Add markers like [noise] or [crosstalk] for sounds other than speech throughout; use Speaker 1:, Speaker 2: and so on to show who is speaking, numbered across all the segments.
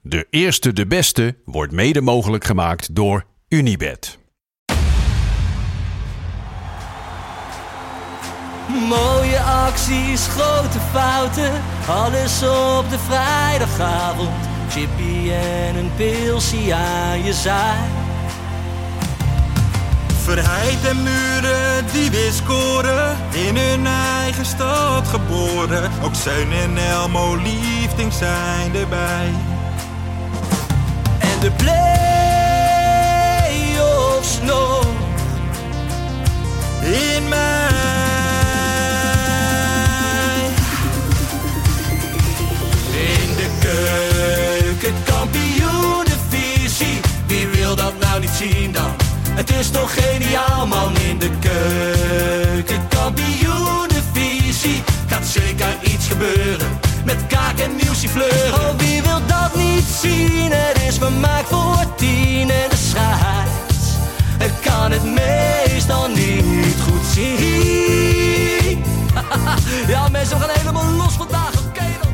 Speaker 1: De eerste, de beste wordt mede mogelijk gemaakt door Unibed.
Speaker 2: Mooie acties, grote fouten, alles op de vrijdagavond. Chippy en een pilsie aan je zaai.
Speaker 3: Verheid en muren die weer scoren, in hun eigen stad geboren. Ook Zijn en Elmo liefding zijn erbij.
Speaker 2: En de play-offs nog
Speaker 3: in mij.
Speaker 2: In de keuken, kampioen de visie. Wie wil dat nou niet zien dan? Het is toch geniaal man in de keuken, kampioen de visie. Gaat zeker iets gebeuren met kaak en nieuwsje fleuren. Oh, wie wil dat niet zien? Het is vermaakt voor tien en de scheids. Ik kan het meestal niet goed zien. [laughs] Ja, mensen, we gaan helemaal los vandaag. Oké dan.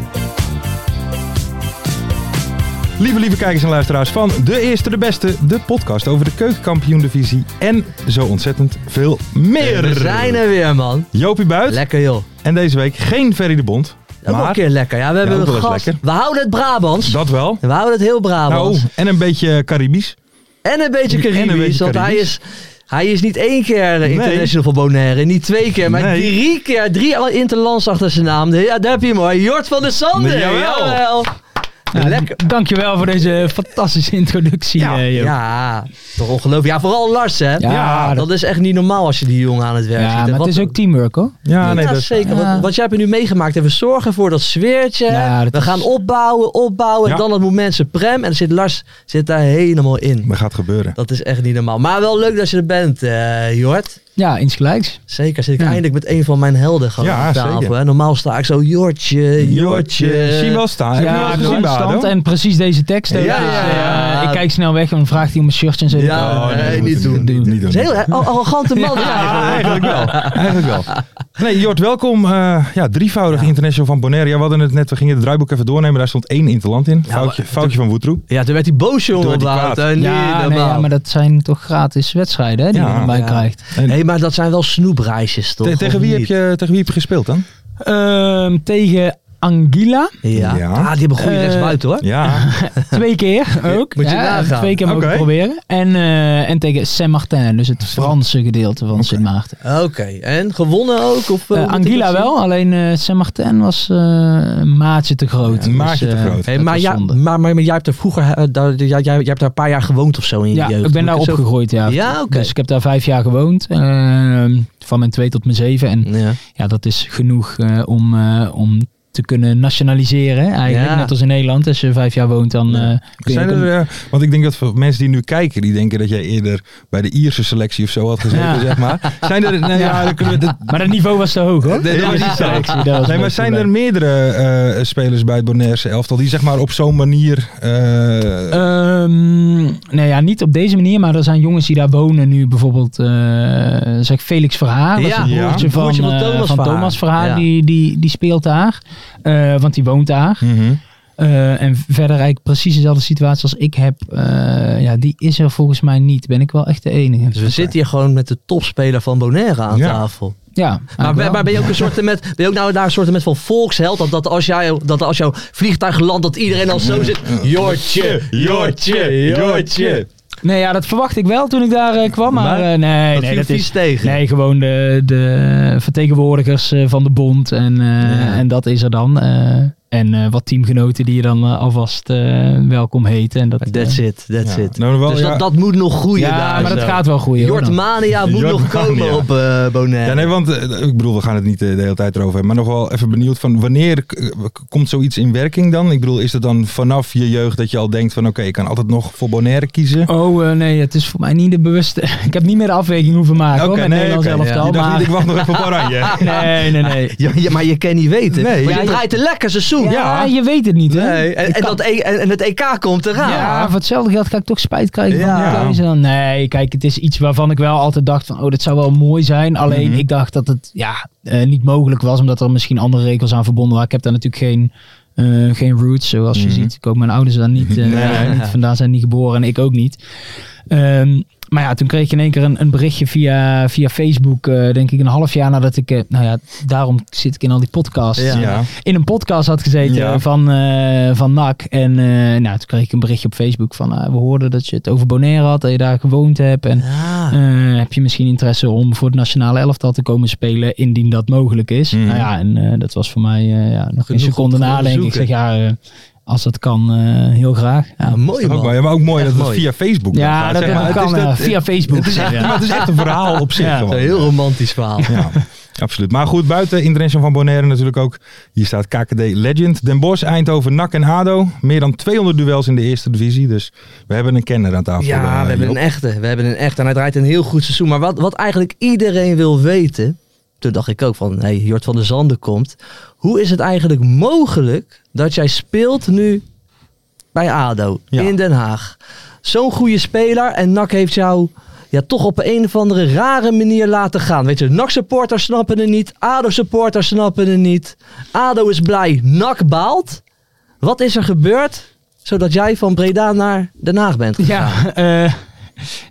Speaker 4: Lieve, lieve kijkers en luisteraars van De Eerste de Beste, de podcast over de keukenkampioen-divisie en zo ontzettend veel meer.
Speaker 5: We zijn er weer, man.
Speaker 4: Jopie Buit
Speaker 5: Lekker, joh.
Speaker 4: en deze week geen Ferry de Bond,
Speaker 5: Dat is ook een
Speaker 4: maar
Speaker 5: keer lekker. Ja, we hebben een
Speaker 4: ook wel eens
Speaker 5: gast.
Speaker 4: lekker.
Speaker 5: We houden het Brabants.
Speaker 4: dat wel.
Speaker 5: We houden het heel
Speaker 4: Nou,
Speaker 5: Brabants.
Speaker 4: en een beetje Caribisch.
Speaker 5: en een beetje
Speaker 4: en een
Speaker 5: Caribisch.
Speaker 4: beetje
Speaker 5: want hij
Speaker 4: Caribisch.
Speaker 5: is, hij is niet één keer eh, international voor Bonaire. Niet twee keer, maar
Speaker 4: Nee.
Speaker 5: drie keer. Drie interlands achter zijn naam. Ja, daar heb je hem hoor. Jort van der Sande.
Speaker 4: Jawel.
Speaker 6: Ja,
Speaker 5: Lekker.
Speaker 6: d- Dankjewel voor deze fantastische introductie,
Speaker 4: Ja,
Speaker 6: eh, Joop.
Speaker 5: Ja, toch ongelooflijk. Ja, vooral Lars, hè.
Speaker 6: Ja,
Speaker 5: dat,
Speaker 6: dat-
Speaker 5: is echt niet normaal als je die jongen aan het werk
Speaker 6: Ja,
Speaker 5: ziet. En
Speaker 6: maar
Speaker 5: wat-
Speaker 6: het is ook teamwork, hoor.
Speaker 4: Ja, nee,
Speaker 5: ja,
Speaker 4: dat
Speaker 5: zeker.
Speaker 6: Ja.
Speaker 5: Want, want jij hebt er nu meegemaakt. En we zorgen voor dat sfeertje.
Speaker 6: Ja, dat
Speaker 5: we
Speaker 6: is-
Speaker 5: gaan opbouwen, opbouwen.
Speaker 4: Ja.
Speaker 5: En dan het moment suprem. En dan zit Lars zit daar helemaal in.
Speaker 4: dat gaat gebeuren.
Speaker 5: Dat is echt niet normaal. Maar wel leuk dat je er bent, eh Jort.
Speaker 6: Ja, insgelijks.
Speaker 5: Zeker zit ik
Speaker 6: Ja.
Speaker 5: eindelijk met een van mijn helden gewoon
Speaker 4: Ja,
Speaker 5: aan tafel.
Speaker 4: zeker.
Speaker 5: Hè. Normaal sta ik zo, Jortje, Jortje.
Speaker 4: Zie je wel staan. Heb je wel
Speaker 6: Ja,
Speaker 4: gezien, Bado?
Speaker 6: stand en precies deze tekst. ook.
Speaker 5: Ja,
Speaker 6: Dus, eh,
Speaker 5: ja.
Speaker 6: ik kijk snel weg en dan vraagt hij om een shirtje en zo.
Speaker 5: Ja,
Speaker 4: Oh,
Speaker 5: nee,
Speaker 4: dat
Speaker 5: niet
Speaker 4: moet je
Speaker 5: doen.
Speaker 4: Niet
Speaker 5: Dat
Speaker 4: doen.
Speaker 5: is een heel eh, arrogante man.
Speaker 4: [laughs] Ja,
Speaker 5: eigenlijk.
Speaker 4: eigenlijk wel. Eigenlijk wel. Nee, Jort, welkom. Eh, ja, drievoudig international van Bonaire. Ja, we hadden het net, we gingen het draaiboek even doornemen. Daar stond één interland in. Foutje,
Speaker 5: maar-
Speaker 4: foutje van Woetroe.
Speaker 5: Ja, toen werd hij boos, jongen,
Speaker 4: Toen werd hij
Speaker 5: Wout,
Speaker 4: kwaad.
Speaker 5: hè. Niet
Speaker 6: ja, nee,
Speaker 5: normaal.
Speaker 6: ja, maar dat zijn toch gratis wedstrijden hè, die
Speaker 4: Ja.
Speaker 6: je erbij
Speaker 5: Ja.
Speaker 6: krijgt.
Speaker 5: Nee, maar dat zijn wel snoepreisjes, toch?
Speaker 4: Te- tegen,
Speaker 5: Of
Speaker 4: wie heb
Speaker 5: niet?
Speaker 4: je, tegen wie heb je gespeeld dan?
Speaker 6: Ehm, tegen Anguilla,
Speaker 5: Ja,
Speaker 4: Ja.
Speaker 5: Ah, die hebben goede
Speaker 6: Eh,
Speaker 5: rechtsbuiten, hoor.
Speaker 4: Ja,
Speaker 6: twee keer ook.
Speaker 5: [laughs] Moet je
Speaker 6: Ja,
Speaker 5: nagaan.
Speaker 6: Twee keer mogen
Speaker 4: Oké.
Speaker 6: proberen. En, eh, en tegen Saint-Martin, dus het Franse gedeelte van Sint-Maarten.
Speaker 5: Oké, en gewonnen ook? Of, eh, hoe
Speaker 6: Eh,
Speaker 5: moet ik
Speaker 6: Anguilla
Speaker 5: dat zien?
Speaker 6: wel, alleen eh Saint-Martin was eh, een maatje te groot.
Speaker 4: Een maatje te
Speaker 6: eh,
Speaker 4: groot.
Speaker 5: Hey,
Speaker 6: dat
Speaker 5: maar,
Speaker 6: was
Speaker 5: ja,
Speaker 6: zonde.
Speaker 5: maar, maar, maar jij hebt er vroeger, eh, daar, jij, jij, jij hebt daar een paar jaar gewoond of zo in
Speaker 6: Ja,
Speaker 5: je jeugd.
Speaker 6: ik ben
Speaker 5: Moet
Speaker 6: daar
Speaker 5: het zo-
Speaker 6: opgegroeid, ja.
Speaker 5: Ja, oké.
Speaker 6: Dus ik heb daar vijf jaar gewoond. ehm, van mijn twee tot mijn zeven. En
Speaker 4: Mm.
Speaker 5: Ja.
Speaker 6: ja, dat is genoeg eh, om, eh, om te kunnen nationaliseren. Eigenlijk,
Speaker 5: Ja.
Speaker 6: net als in Nederland. Als je vijf jaar woont, dan eh, kun je...
Speaker 4: zijn
Speaker 6: ook
Speaker 4: er,
Speaker 6: een-
Speaker 4: eh, want ik denk dat voor mensen die nu kijken, die denken dat jij eerder bij de Ierse selectie of zo had gezeten,
Speaker 6: Ja.
Speaker 4: zeg maar. Zijn er, nou ja, dan kunnen we, dat-
Speaker 6: Maar het niveau was te hoog, hoor.
Speaker 4: Nee, dat was niet zo.
Speaker 6: Selectie, dat
Speaker 4: nee,
Speaker 6: was
Speaker 4: maar
Speaker 6: leuk
Speaker 4: zijn er
Speaker 6: erbij.
Speaker 4: meerdere eh, spelers bij het Bonairese elftal die zeg maar op zo'n manier... eh,
Speaker 6: Ehm, nee, ja, niet op deze manier, maar er zijn jongens die daar wonen nu. Bijvoorbeeld, eh, zeg Felix Verhaar, dat is
Speaker 5: Ja,
Speaker 6: een
Speaker 4: ja.
Speaker 6: broertje van,
Speaker 5: Broertje van
Speaker 6: eh,
Speaker 5: Thomas
Speaker 6: van
Speaker 5: Verhaar.
Speaker 6: Thomas Verhaar,
Speaker 5: Ja.
Speaker 6: die, die, die speelt daar. Eh, want die woont daar.
Speaker 4: mhm.
Speaker 6: Eh, en verder eigenlijk precies dezelfde situatie als ik heb. Eh, ja, die is er volgens mij niet. Ben ik wel echt de enige.
Speaker 5: Dus we zitten hier gewoon met de topspeler van Bonaire aan
Speaker 4: Ja.
Speaker 5: tafel.
Speaker 6: Ja,
Speaker 5: Maar,
Speaker 6: eigenlijk
Speaker 5: ben-
Speaker 6: wel.
Speaker 5: maar ben je
Speaker 6: [laughs]
Speaker 5: ook een soort met, ben je ook nou daar een soort met van volksheld? Dat, dat, als jij, dat als jouw vliegtuig landt, dat iedereen al zo zit. Jortje,
Speaker 4: Mhm.
Speaker 5: Jortje, Jortje.
Speaker 6: Nee, ja, dat verwacht ik wel toen ik daar eh, kwam. Maar,
Speaker 5: Maar
Speaker 6: eh, nee,
Speaker 5: dat
Speaker 6: nee,
Speaker 5: viel
Speaker 6: dat
Speaker 5: vies
Speaker 6: is
Speaker 5: tegen.
Speaker 6: Nee, gewoon de, de vertegenwoordigers eh, van de bond. En, eh, en dat is er dan. eh. en eh, wat teamgenoten die je dan eh, alvast eh, welkom heten. En dat,
Speaker 5: That's
Speaker 6: eh,
Speaker 5: it, that's
Speaker 4: Ja.
Speaker 5: it.
Speaker 4: Nou, wel,
Speaker 5: dus
Speaker 4: ja.
Speaker 5: dat, dat moet nog groeien
Speaker 6: Ja,
Speaker 5: daar
Speaker 6: maar dat
Speaker 5: zo.
Speaker 6: gaat wel goed. hoor. dan.
Speaker 5: Jortmania moet nog
Speaker 4: Jortmania.
Speaker 5: komen op eh Bonaire.
Speaker 4: Ja, nee, want eh, ik bedoel, we gaan het niet eh, de hele tijd erover hebben. Maar nog wel even benieuwd van wanneer eh, k- komt zoiets in werking dan? Ik bedoel, is het dan vanaf je jeugd dat je al denkt van oké, ik kan altijd nog voor Bonaire kiezen?
Speaker 6: Oh eh, nee, het is voor mij niet de bewuste. [laughs] ik heb niet meer de afweging hoeven maken hoor, met Nederlands
Speaker 4: oké.
Speaker 6: elftal.
Speaker 4: Je dacht
Speaker 6: maar...
Speaker 4: niet, ik wacht nog even op
Speaker 6: [laughs]
Speaker 4: Oranje.
Speaker 6: Nee, nee, nee.
Speaker 5: Ja, ja, maar je kan niet weten.
Speaker 4: Nee.
Speaker 5: Want
Speaker 4: Ja,
Speaker 5: je
Speaker 6: je-
Speaker 5: draait een lekker seizoen.
Speaker 6: Ja, je weet het niet hè.
Speaker 5: Nee, En,
Speaker 6: Je
Speaker 5: en,
Speaker 6: kan-
Speaker 5: dat E- en en het EK komt eraan.
Speaker 6: Ja, voor hetzelfde geld ga ik toch spijt krijgen
Speaker 4: Ja.
Speaker 6: van die keuze dan. Nee, kijk, het is iets waarvan ik wel altijd dacht van, oh, dat zou wel mooi zijn. Alleen
Speaker 4: Mhm.
Speaker 6: ik dacht dat het ja, eh, niet mogelijk was, omdat er misschien andere regels aan verbonden waren. Ik heb daar natuurlijk geen eh, geen roots, zoals je ziet. Ik ook mijn ouders daar niet, eh, [laughs] niet vandaan zijn niet geboren en ik ook niet. Ehm, maar ja, toen kreeg ik in één keer een, een berichtje via, via Facebook, eh, denk ik een half jaar nadat ik, eh, nou ja, daarom zit ik in al die podcasts.
Speaker 5: Ja.
Speaker 4: Ja.
Speaker 6: In een podcast had gezeten
Speaker 4: Ja.
Speaker 6: van, eh, van NAC. En eh, nou, toen kreeg ik een berichtje op Facebook van, ah, we hoorden dat je het over Bonaire had, dat je daar gewoond hebt. En
Speaker 5: Ja.
Speaker 6: eh, heb je misschien interesse om voor het nationale elftal te komen spelen, indien dat mogelijk is?
Speaker 4: Mhm.
Speaker 6: Nou ja, en eh, dat was voor mij eh, ja, nog een
Speaker 5: Mm. Genoeg
Speaker 6: seconde
Speaker 5: om te
Speaker 6: nadenken. Ik zeg
Speaker 5: onderzoeken.
Speaker 6: ja, eh, als dat kan, eh, heel graag. Ja,
Speaker 5: Ah, mooi
Speaker 4: Ook
Speaker 5: man.
Speaker 4: mooi, maar ook mooi
Speaker 5: Echt
Speaker 4: dat het
Speaker 5: mooi.
Speaker 4: via Facebook dan
Speaker 6: ja
Speaker 4: gaat,
Speaker 6: dat
Speaker 4: zeg maar. Het
Speaker 6: kan
Speaker 4: is
Speaker 6: eh,
Speaker 4: dat-
Speaker 6: via Facebook.
Speaker 4: Het is, echt,
Speaker 6: ja.
Speaker 4: maar het is echt een verhaal op zich
Speaker 6: Ja,
Speaker 4: gewoon.
Speaker 5: Een heel romantisch
Speaker 4: [laughs]
Speaker 5: verhaal.
Speaker 4: Ja, absoluut. Maar goed, buiten International van Bonaire natuurlijk ook. Hier staat KKD Legend. Den Bosch, Eindhoven, NAC en ADO. Meer dan 200 duels in de eerste divisie. Dus we hebben een kenner aan tafel.
Speaker 5: Ja,
Speaker 4: eh,
Speaker 5: we hebben
Speaker 4: Job.
Speaker 5: een echte. We hebben een echte. En hij draait een heel goed seizoen. Maar wat, wat eigenlijk iedereen wil weten. Toen dacht ik ook van, hé, hey, Jort van der Zanden komt. Hoe is het eigenlijk mogelijk dat jij speelt nu bij ADO
Speaker 4: Ja.
Speaker 5: in Den Haag? Zo'n goede speler en NAC heeft jou ja, toch op een of andere rare manier laten gaan. Weet je, NAC-supporters snappen het niet. ADO-supporters snappen het niet. ADO is blij, NAC baalt. Wat is er gebeurd zodat jij van Breda naar Den Haag bent gegaan?
Speaker 6: Ja, [laughs] eh,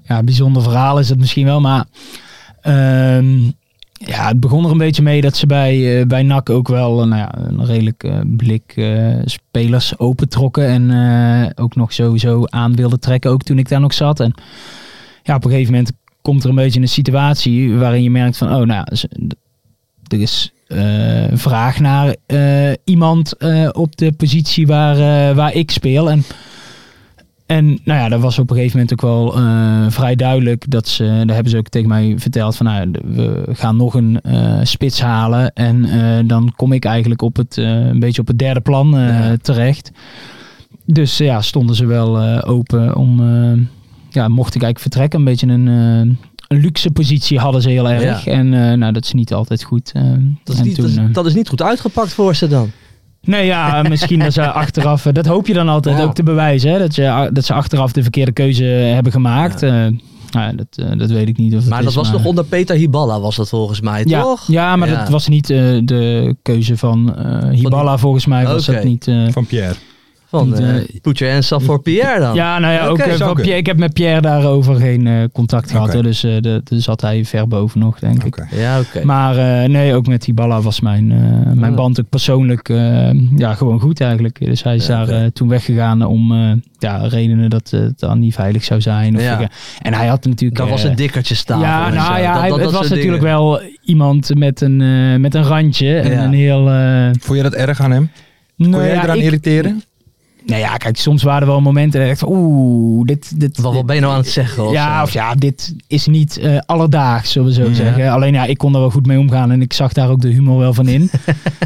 Speaker 6: ja, bijzonder verhaal is het misschien wel, maar ehm, ja, het begon er een beetje mee dat ze bij, eh, bij NAC ook wel eh, nou ja, een redelijk eh, blik eh, spelers opentrokken en eh, ook nog sowieso aan wilden trekken, ook toen ik daar nog zat. En ja, op een gegeven moment komt er een beetje een situatie waarin je merkt van, oh nou, ja, ze- er is eh, een vraag naar eh, iemand eh, op de positie waar, eh, waar ik speel. En en nou ja, dat was op een gegeven moment ook wel eh, vrij duidelijk. Dat ze, daar hebben ze ook tegen mij verteld van nou, we gaan nog een eh, spits halen. En eh, dan kom ik eigenlijk op het, eh, een beetje op het derde plan eh,
Speaker 5: Ja.
Speaker 6: terecht. Dus eh, ja, stonden ze wel eh, open om, eh, ja, mocht ik eigenlijk vertrekken. Een beetje een, eh, een luxe positie hadden ze heel erg.
Speaker 5: Ja.
Speaker 6: En eh, nou, dat is niet altijd goed. eh,
Speaker 5: Dat is,
Speaker 6: en
Speaker 5: niet, dat, is,
Speaker 6: eh,
Speaker 5: dat is niet goed uitgepakt voor ze dan.
Speaker 6: Nee, ja, [laughs] misschien dat ze achteraf... eh, Dat hoop je dan altijd
Speaker 5: Ja.
Speaker 6: ook te bewijzen. Hè? Dat, je, dat ze achteraf de verkeerde keuze hebben gemaakt. Eh, nou ja, dat, eh, dat weet ik niet of het
Speaker 5: Maar dat
Speaker 6: is,
Speaker 5: was nog onder Peter Hiballa, was dat volgens mij,
Speaker 6: ja,
Speaker 5: toch?
Speaker 6: Ja, maar
Speaker 5: Ja.
Speaker 6: dat was niet eh, de keuze van eh, Hiballa. Volgens mij was
Speaker 5: Oké.
Speaker 6: dat niet... eh,
Speaker 4: Van Pierre.
Speaker 5: Van eh
Speaker 6: Eh,
Speaker 5: Put Your Hands Up for Pierre dan.
Speaker 6: ja, nou ja, ook,
Speaker 5: Oké,
Speaker 6: eh,
Speaker 4: zou
Speaker 6: van
Speaker 4: kunnen.
Speaker 6: Pierre, ik heb met Pierre daarover geen eh, contact gehad.
Speaker 4: Oké.
Speaker 6: hè, dus eh dat daar zat hij ver boven nog, denk ik.
Speaker 4: Oké.
Speaker 5: Ja, oké. Ah.
Speaker 6: Maar eh, nee, ook met Hiballa was mijn, eh, mijn
Speaker 5: Ja.
Speaker 6: band ook persoonlijk eh, ja, gewoon goed eigenlijk. Dus hij is
Speaker 5: Ja,
Speaker 6: daar
Speaker 5: oké.
Speaker 6: eh, toen weggegaan om eh, ja, redenen dat eh, het dan niet veilig zou zijn. Of
Speaker 5: Ja.
Speaker 6: ik- eh, en hij had natuurlijk...
Speaker 5: Dan
Speaker 6: eh,
Speaker 5: was een dikkertje staan.
Speaker 6: ja, nou ja, hij, het was natuurlijk wel iemand met een, eh, met een randje. En
Speaker 5: Ja.
Speaker 6: een heel... eh,
Speaker 4: Vond je dat erg aan hem? Kon
Speaker 6: nou
Speaker 4: jij
Speaker 6: ja,
Speaker 4: eraan
Speaker 6: ik-
Speaker 4: irriteren?
Speaker 6: Nou ja, kijk, soms waren er wel momenten dat ik dacht van... Oeh, dit... dit
Speaker 5: Wat, wat ben je nou aan het zeggen? of
Speaker 6: ja,
Speaker 5: zo?
Speaker 6: of ja, dit is niet eh, alledaags, zullen we zo
Speaker 4: Ja.
Speaker 6: zeggen. Alleen ja, ik kon daar wel goed mee omgaan en ik zag daar ook de humor wel van
Speaker 5: [laughs]
Speaker 6: in.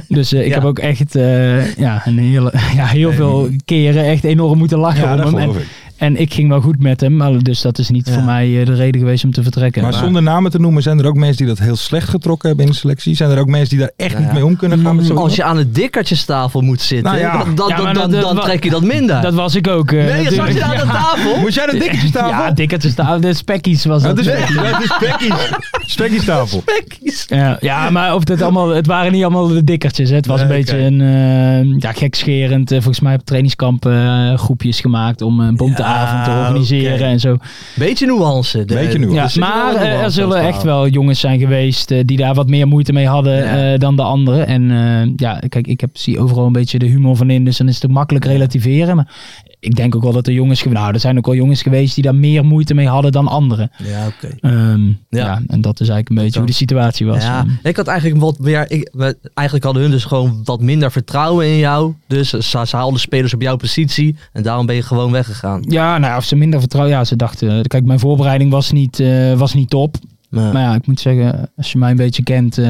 Speaker 6: dus eh, ik
Speaker 5: Ja.
Speaker 6: heb ook echt eh, ja, een hele, ja, heel veel keren echt enorm moeten lachen om hem. En,
Speaker 4: ik.
Speaker 6: en ik ging wel goed met hem, maar dus dat is niet
Speaker 5: Ja.
Speaker 6: voor mij eh, de reden geweest om te vertrekken.
Speaker 4: Maar zonder namen te noemen, zijn er ook mensen die dat heel slecht getrokken hebben in de selectie? Zijn er ook mensen die daar echt
Speaker 5: Ja.
Speaker 4: niet mee om kunnen gaan met zo'n
Speaker 5: Als je aan het dikkertjestafel moet zitten,
Speaker 4: Nou ja.
Speaker 5: dan, dan,
Speaker 6: Ja,
Speaker 5: dan,
Speaker 6: maar dat-
Speaker 5: dan-
Speaker 6: dat-
Speaker 5: dan trek je dat minder.
Speaker 6: dat was ik ook. eh,
Speaker 5: nee, je zat
Speaker 6: natuurlijk.
Speaker 5: je aan de tafel. dus-
Speaker 4: Moest jij dat dikketje tafel?
Speaker 6: Ja, dikker te staan. De spekkies was
Speaker 4: dat
Speaker 6: dat.
Speaker 4: is dat is Becky's. Becky's tafel.
Speaker 5: Spekkies.
Speaker 6: Ja, ja, maar of dit allemaal, het waren niet allemaal de dikkertjes. Hè. Het was een
Speaker 5: Nee,
Speaker 6: beetje
Speaker 5: oké.
Speaker 6: een eh, ja, gekscherend. eh, volgens mij op trainingskamp eh, groepjes gemaakt om een bonteavond
Speaker 5: Ja,
Speaker 6: te organiseren
Speaker 5: oké.
Speaker 6: en zo.
Speaker 5: Beetje nuance. de-
Speaker 4: Beetje
Speaker 5: er
Speaker 4: nuance.
Speaker 6: Ja,
Speaker 5: zit wel
Speaker 6: maar
Speaker 5: een
Speaker 6: eh,
Speaker 5: nuance
Speaker 6: er
Speaker 5: in
Speaker 6: zullen
Speaker 5: het
Speaker 6: echt
Speaker 5: verhaal.
Speaker 6: wel jongens zijn geweest eh, die daar wat meer moeite mee hadden
Speaker 5: Ja.
Speaker 6: eh, dan de anderen. En eh, ja, kijk, ik heb, zie overal een beetje de humor van in, dus dan is het ook makkelijk relativeren. Maar ik denk ook wel dat er jongens, ge- nou, er zijn ook wel jongens geweest die daar meer moeite mee hadden dan anderen.
Speaker 5: Ja, oké.
Speaker 6: Ehm, ja.
Speaker 5: Ja.
Speaker 6: en dat is eigenlijk een beetje
Speaker 5: kan.
Speaker 6: hoe de situatie was.
Speaker 5: Ja, ik had eigenlijk wat meer. Ik, we- eigenlijk hadden hun dus gewoon wat minder vertrouwen in jou. Dus ze, ze haalden spelers op jouw positie. En daarom ben je gewoon weggegaan.
Speaker 6: Ja, nou ja, of ze minder vertrouwen. Ja, ze dachten. eh, Kijk, mijn voorbereiding was niet, eh, was niet top.
Speaker 5: Maar-
Speaker 6: Maar ja, ik moet zeggen, als je mij een beetje kent, eh,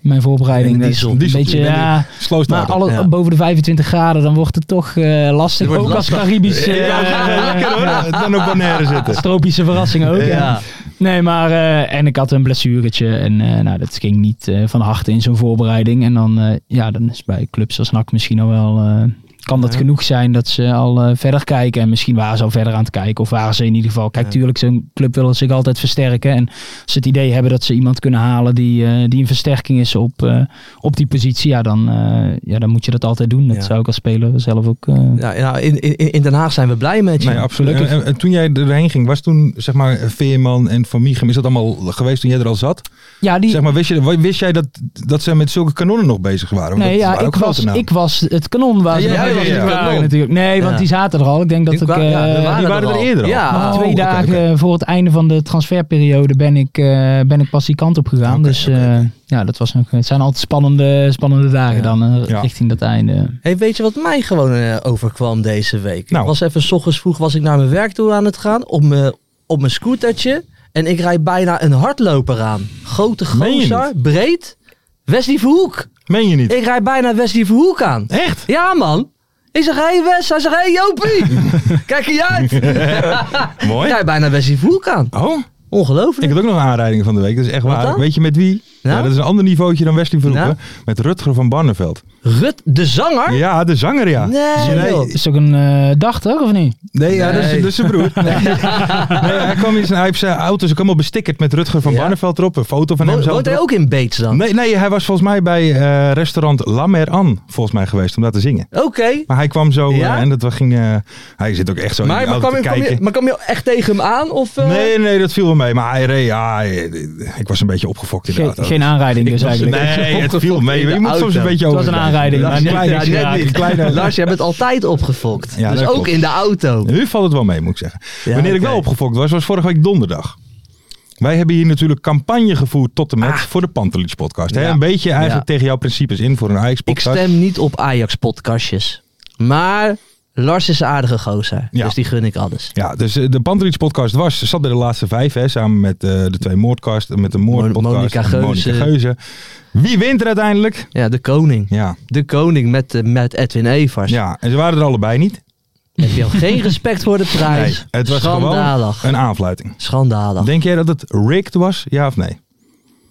Speaker 6: mijn voorbereiding.
Speaker 5: Ik ben een
Speaker 6: is
Speaker 5: diesel.
Speaker 6: Een
Speaker 4: Dieseltje,
Speaker 6: beetje,
Speaker 4: ik ben
Speaker 6: ja,
Speaker 4: Slow
Speaker 6: maar
Speaker 4: starter.
Speaker 6: alle,
Speaker 5: ja.
Speaker 6: boven de 25 graden, dan wordt het toch eh, lastig.
Speaker 5: wordt
Speaker 6: Ook als Caribisch. eh,
Speaker 4: Lekker hoor. Dan op Bonaire zitten.
Speaker 6: tropische verrassing ook.
Speaker 5: Ja.
Speaker 6: Nee, maar eh, en ik had een blessuretje en eh, nou, dat ging niet eh, van harte in zo'n voorbereiding. En dan, eh, ja, dan is bij clubs als NAC misschien al wel eh, kan dat
Speaker 4: Ja.
Speaker 6: genoeg zijn dat ze al eh, verder kijken. En misschien waren ze al verder aan het kijken. Of waren ze in ieder geval. Kijk,
Speaker 4: Ja.
Speaker 6: tuurlijk, zo'n club wil zich altijd versterken. En als ze het idee hebben dat ze iemand kunnen halen die, eh, die een versterking is op, eh, op die positie. Ja dan, eh, ja, dan moet je dat altijd doen. Dat
Speaker 5: Ja.
Speaker 6: zou ik als speler zelf ook. eh,
Speaker 5: Ja, ja, in, in, in Den Haag zijn we blij met je.
Speaker 4: Nee, absoluut. En,
Speaker 6: Gelukkig.
Speaker 4: en toen jij erheen ging, was toen zeg maar Veerman en Van Mieghem, is dat allemaal geweest toen jij er al zat?
Speaker 6: ja, die,
Speaker 4: Zeg maar, wist, je, wist jij dat, dat zij met zulke kanonnen nog bezig waren? Want
Speaker 6: Nee,
Speaker 4: dat
Speaker 6: ja,
Speaker 4: waren
Speaker 6: ik
Speaker 4: ook grote
Speaker 6: was,
Speaker 4: namen.
Speaker 6: ik was het kanon waar ze
Speaker 4: Ja,
Speaker 6: mee
Speaker 4: ja, ja,
Speaker 6: bezig
Speaker 4: ja.
Speaker 6: waren
Speaker 4: Kanon.
Speaker 6: natuurlijk. Nee, want
Speaker 5: Ja.
Speaker 6: die zaten er al. Ik denk dat
Speaker 5: Die
Speaker 6: ik
Speaker 5: kwa- ja,
Speaker 6: eh,
Speaker 5: we
Speaker 4: die waren
Speaker 5: al.
Speaker 4: er eerder al.
Speaker 5: Ja.
Speaker 4: Oh,
Speaker 6: twee
Speaker 4: oké,
Speaker 6: dagen voor het einde van de transferperiode ben ik, eh, ben ik pas die kant op gegaan.
Speaker 4: Oké,
Speaker 6: dus
Speaker 4: oké,
Speaker 6: eh,
Speaker 4: oké.
Speaker 6: ja, dat was nog, het zijn altijd spannende, spannende dagen
Speaker 5: Ja.
Speaker 6: dan eh,
Speaker 4: Ja.
Speaker 6: richting dat einde.
Speaker 5: Hey, weet je wat mij gewoon eh, overkwam deze week?
Speaker 4: Nou.
Speaker 5: Ik was even 's ochtends vroeg was ik naar mijn werk toe aan het gaan op mijn, op mijn scootertje. En ik rijd bijna een hardloper aan. Grote
Speaker 4: Meen je
Speaker 5: gozer, breed. Wesley Verhoek.
Speaker 4: Meen je niet?
Speaker 5: Ik rijd bijna Wesley Verhoek aan.
Speaker 4: Echt?
Speaker 5: Ja, man. Ik zeg, hé hey Wes. Hij zegt, hé hey, Jopie.
Speaker 4: [laughs]
Speaker 5: Kijk je uit. ik
Speaker 4: Mooi.
Speaker 5: rijd bijna Wesley Verhoek aan.
Speaker 4: Oh, ik
Speaker 5: Ongelooflijk.
Speaker 4: had ook nog een aanrijding van de week. Dat is echt
Speaker 5: Wat
Speaker 4: waar.
Speaker 5: dan?
Speaker 4: Weet je met wie?
Speaker 5: Nou?
Speaker 4: Ja, dat is een ander niveautje dan Wesley Verhoeven.
Speaker 5: Nou?
Speaker 4: Met Rutger van Barneveld.
Speaker 5: Rut, de zanger?
Speaker 4: Ja, de zanger ja. Dus
Speaker 5: Nee, joh.
Speaker 6: Is het ook een eh dag toch, of niet?
Speaker 4: Nee, ja, dat, is,
Speaker 5: Nee.
Speaker 4: dat is
Speaker 5: [laughs]
Speaker 4: zijn broer. Nee. hij kwam in zijn, hij heeft zijn auto is ook allemaal bestickerd met Rutger van
Speaker 5: Ja.
Speaker 4: Barneveld erop. Een foto van hem
Speaker 5: Wo-
Speaker 4: zelf
Speaker 5: Woont hij
Speaker 4: erop.
Speaker 5: ook in Beets dan?
Speaker 4: Nee, nee, hij was volgens mij bij eh, restaurant La Mer An volgens mij geweest om daar te zingen.
Speaker 5: Oké.
Speaker 4: Maar hij kwam zo eh,
Speaker 5: Ja?
Speaker 4: en dat we ging, eh, hij zit ook echt zo in
Speaker 5: Maar,
Speaker 4: die
Speaker 5: maar,
Speaker 4: auto
Speaker 5: kwam je,
Speaker 4: te
Speaker 5: kwam je-
Speaker 4: kijken.
Speaker 5: maar kwam je echt tegen hem aan? Of, eh?
Speaker 4: Nee, nee, dat viel wel mee. Maar hij reed, ja, hij- ik was een beetje opgefokt in de
Speaker 6: Geen-
Speaker 4: auto.
Speaker 6: geen aanrijding dus
Speaker 5: [laughs]
Speaker 4: nee,
Speaker 6: eigenlijk.
Speaker 4: het viel mee.
Speaker 5: in de
Speaker 4: Je moet soms
Speaker 5: auto.
Speaker 4: een beetje
Speaker 6: Het
Speaker 4: over.
Speaker 6: was een aanrijding,
Speaker 4: Ja,
Speaker 6: maar
Speaker 4: een
Speaker 6: niet-
Speaker 4: kleine-
Speaker 6: ja, net
Speaker 4: kleine-
Speaker 6: niet.
Speaker 4: kleine-
Speaker 5: [laughs] Lars, jij bent altijd opgefokt.
Speaker 4: Ja,
Speaker 5: dus
Speaker 4: dat
Speaker 5: ook
Speaker 4: klopt.
Speaker 5: in de auto.
Speaker 4: Nu valt het wel mee, moet ik zeggen.
Speaker 5: Ja,
Speaker 4: Wanneer ik
Speaker 5: oké.
Speaker 4: wel opgefokt was, was vorige week donderdag. Wij hebben hier natuurlijk campagne gevoerd tot en met voor de Pantelich podcast. Hè?
Speaker 5: Ah. Ja.
Speaker 4: Een beetje eigenlijk
Speaker 5: Ja.
Speaker 4: tegen jouw principes in voor een Ajax
Speaker 5: Ik
Speaker 4: podcast.
Speaker 5: stem niet op Ajax-podcastjes. Maar Lars is een aardige gozer.
Speaker 4: Ja.
Speaker 5: Dus die gun ik alles.
Speaker 4: Ja, dus eh, de Pantelich podcast was, zat bij de laatste vijf, hè, samen met eh, de twee moordcast, met de moordpodcast
Speaker 5: Monica
Speaker 4: en Monica
Speaker 5: Geuze.
Speaker 4: Geuze. Wie wint er uiteindelijk?
Speaker 5: Ja, de koning.
Speaker 4: Ja,
Speaker 5: De koning met, eh, met Edwin Evers.
Speaker 4: ja, en ze waren er allebei niet.
Speaker 5: Heb je al
Speaker 4: [laughs]
Speaker 5: geen respect voor de prijs?
Speaker 4: Nee, het was
Speaker 5: Schandalig.
Speaker 4: gewoon een aanfluiting.
Speaker 5: Schandalig.
Speaker 4: Denk jij dat het rigged was? Ja of nee?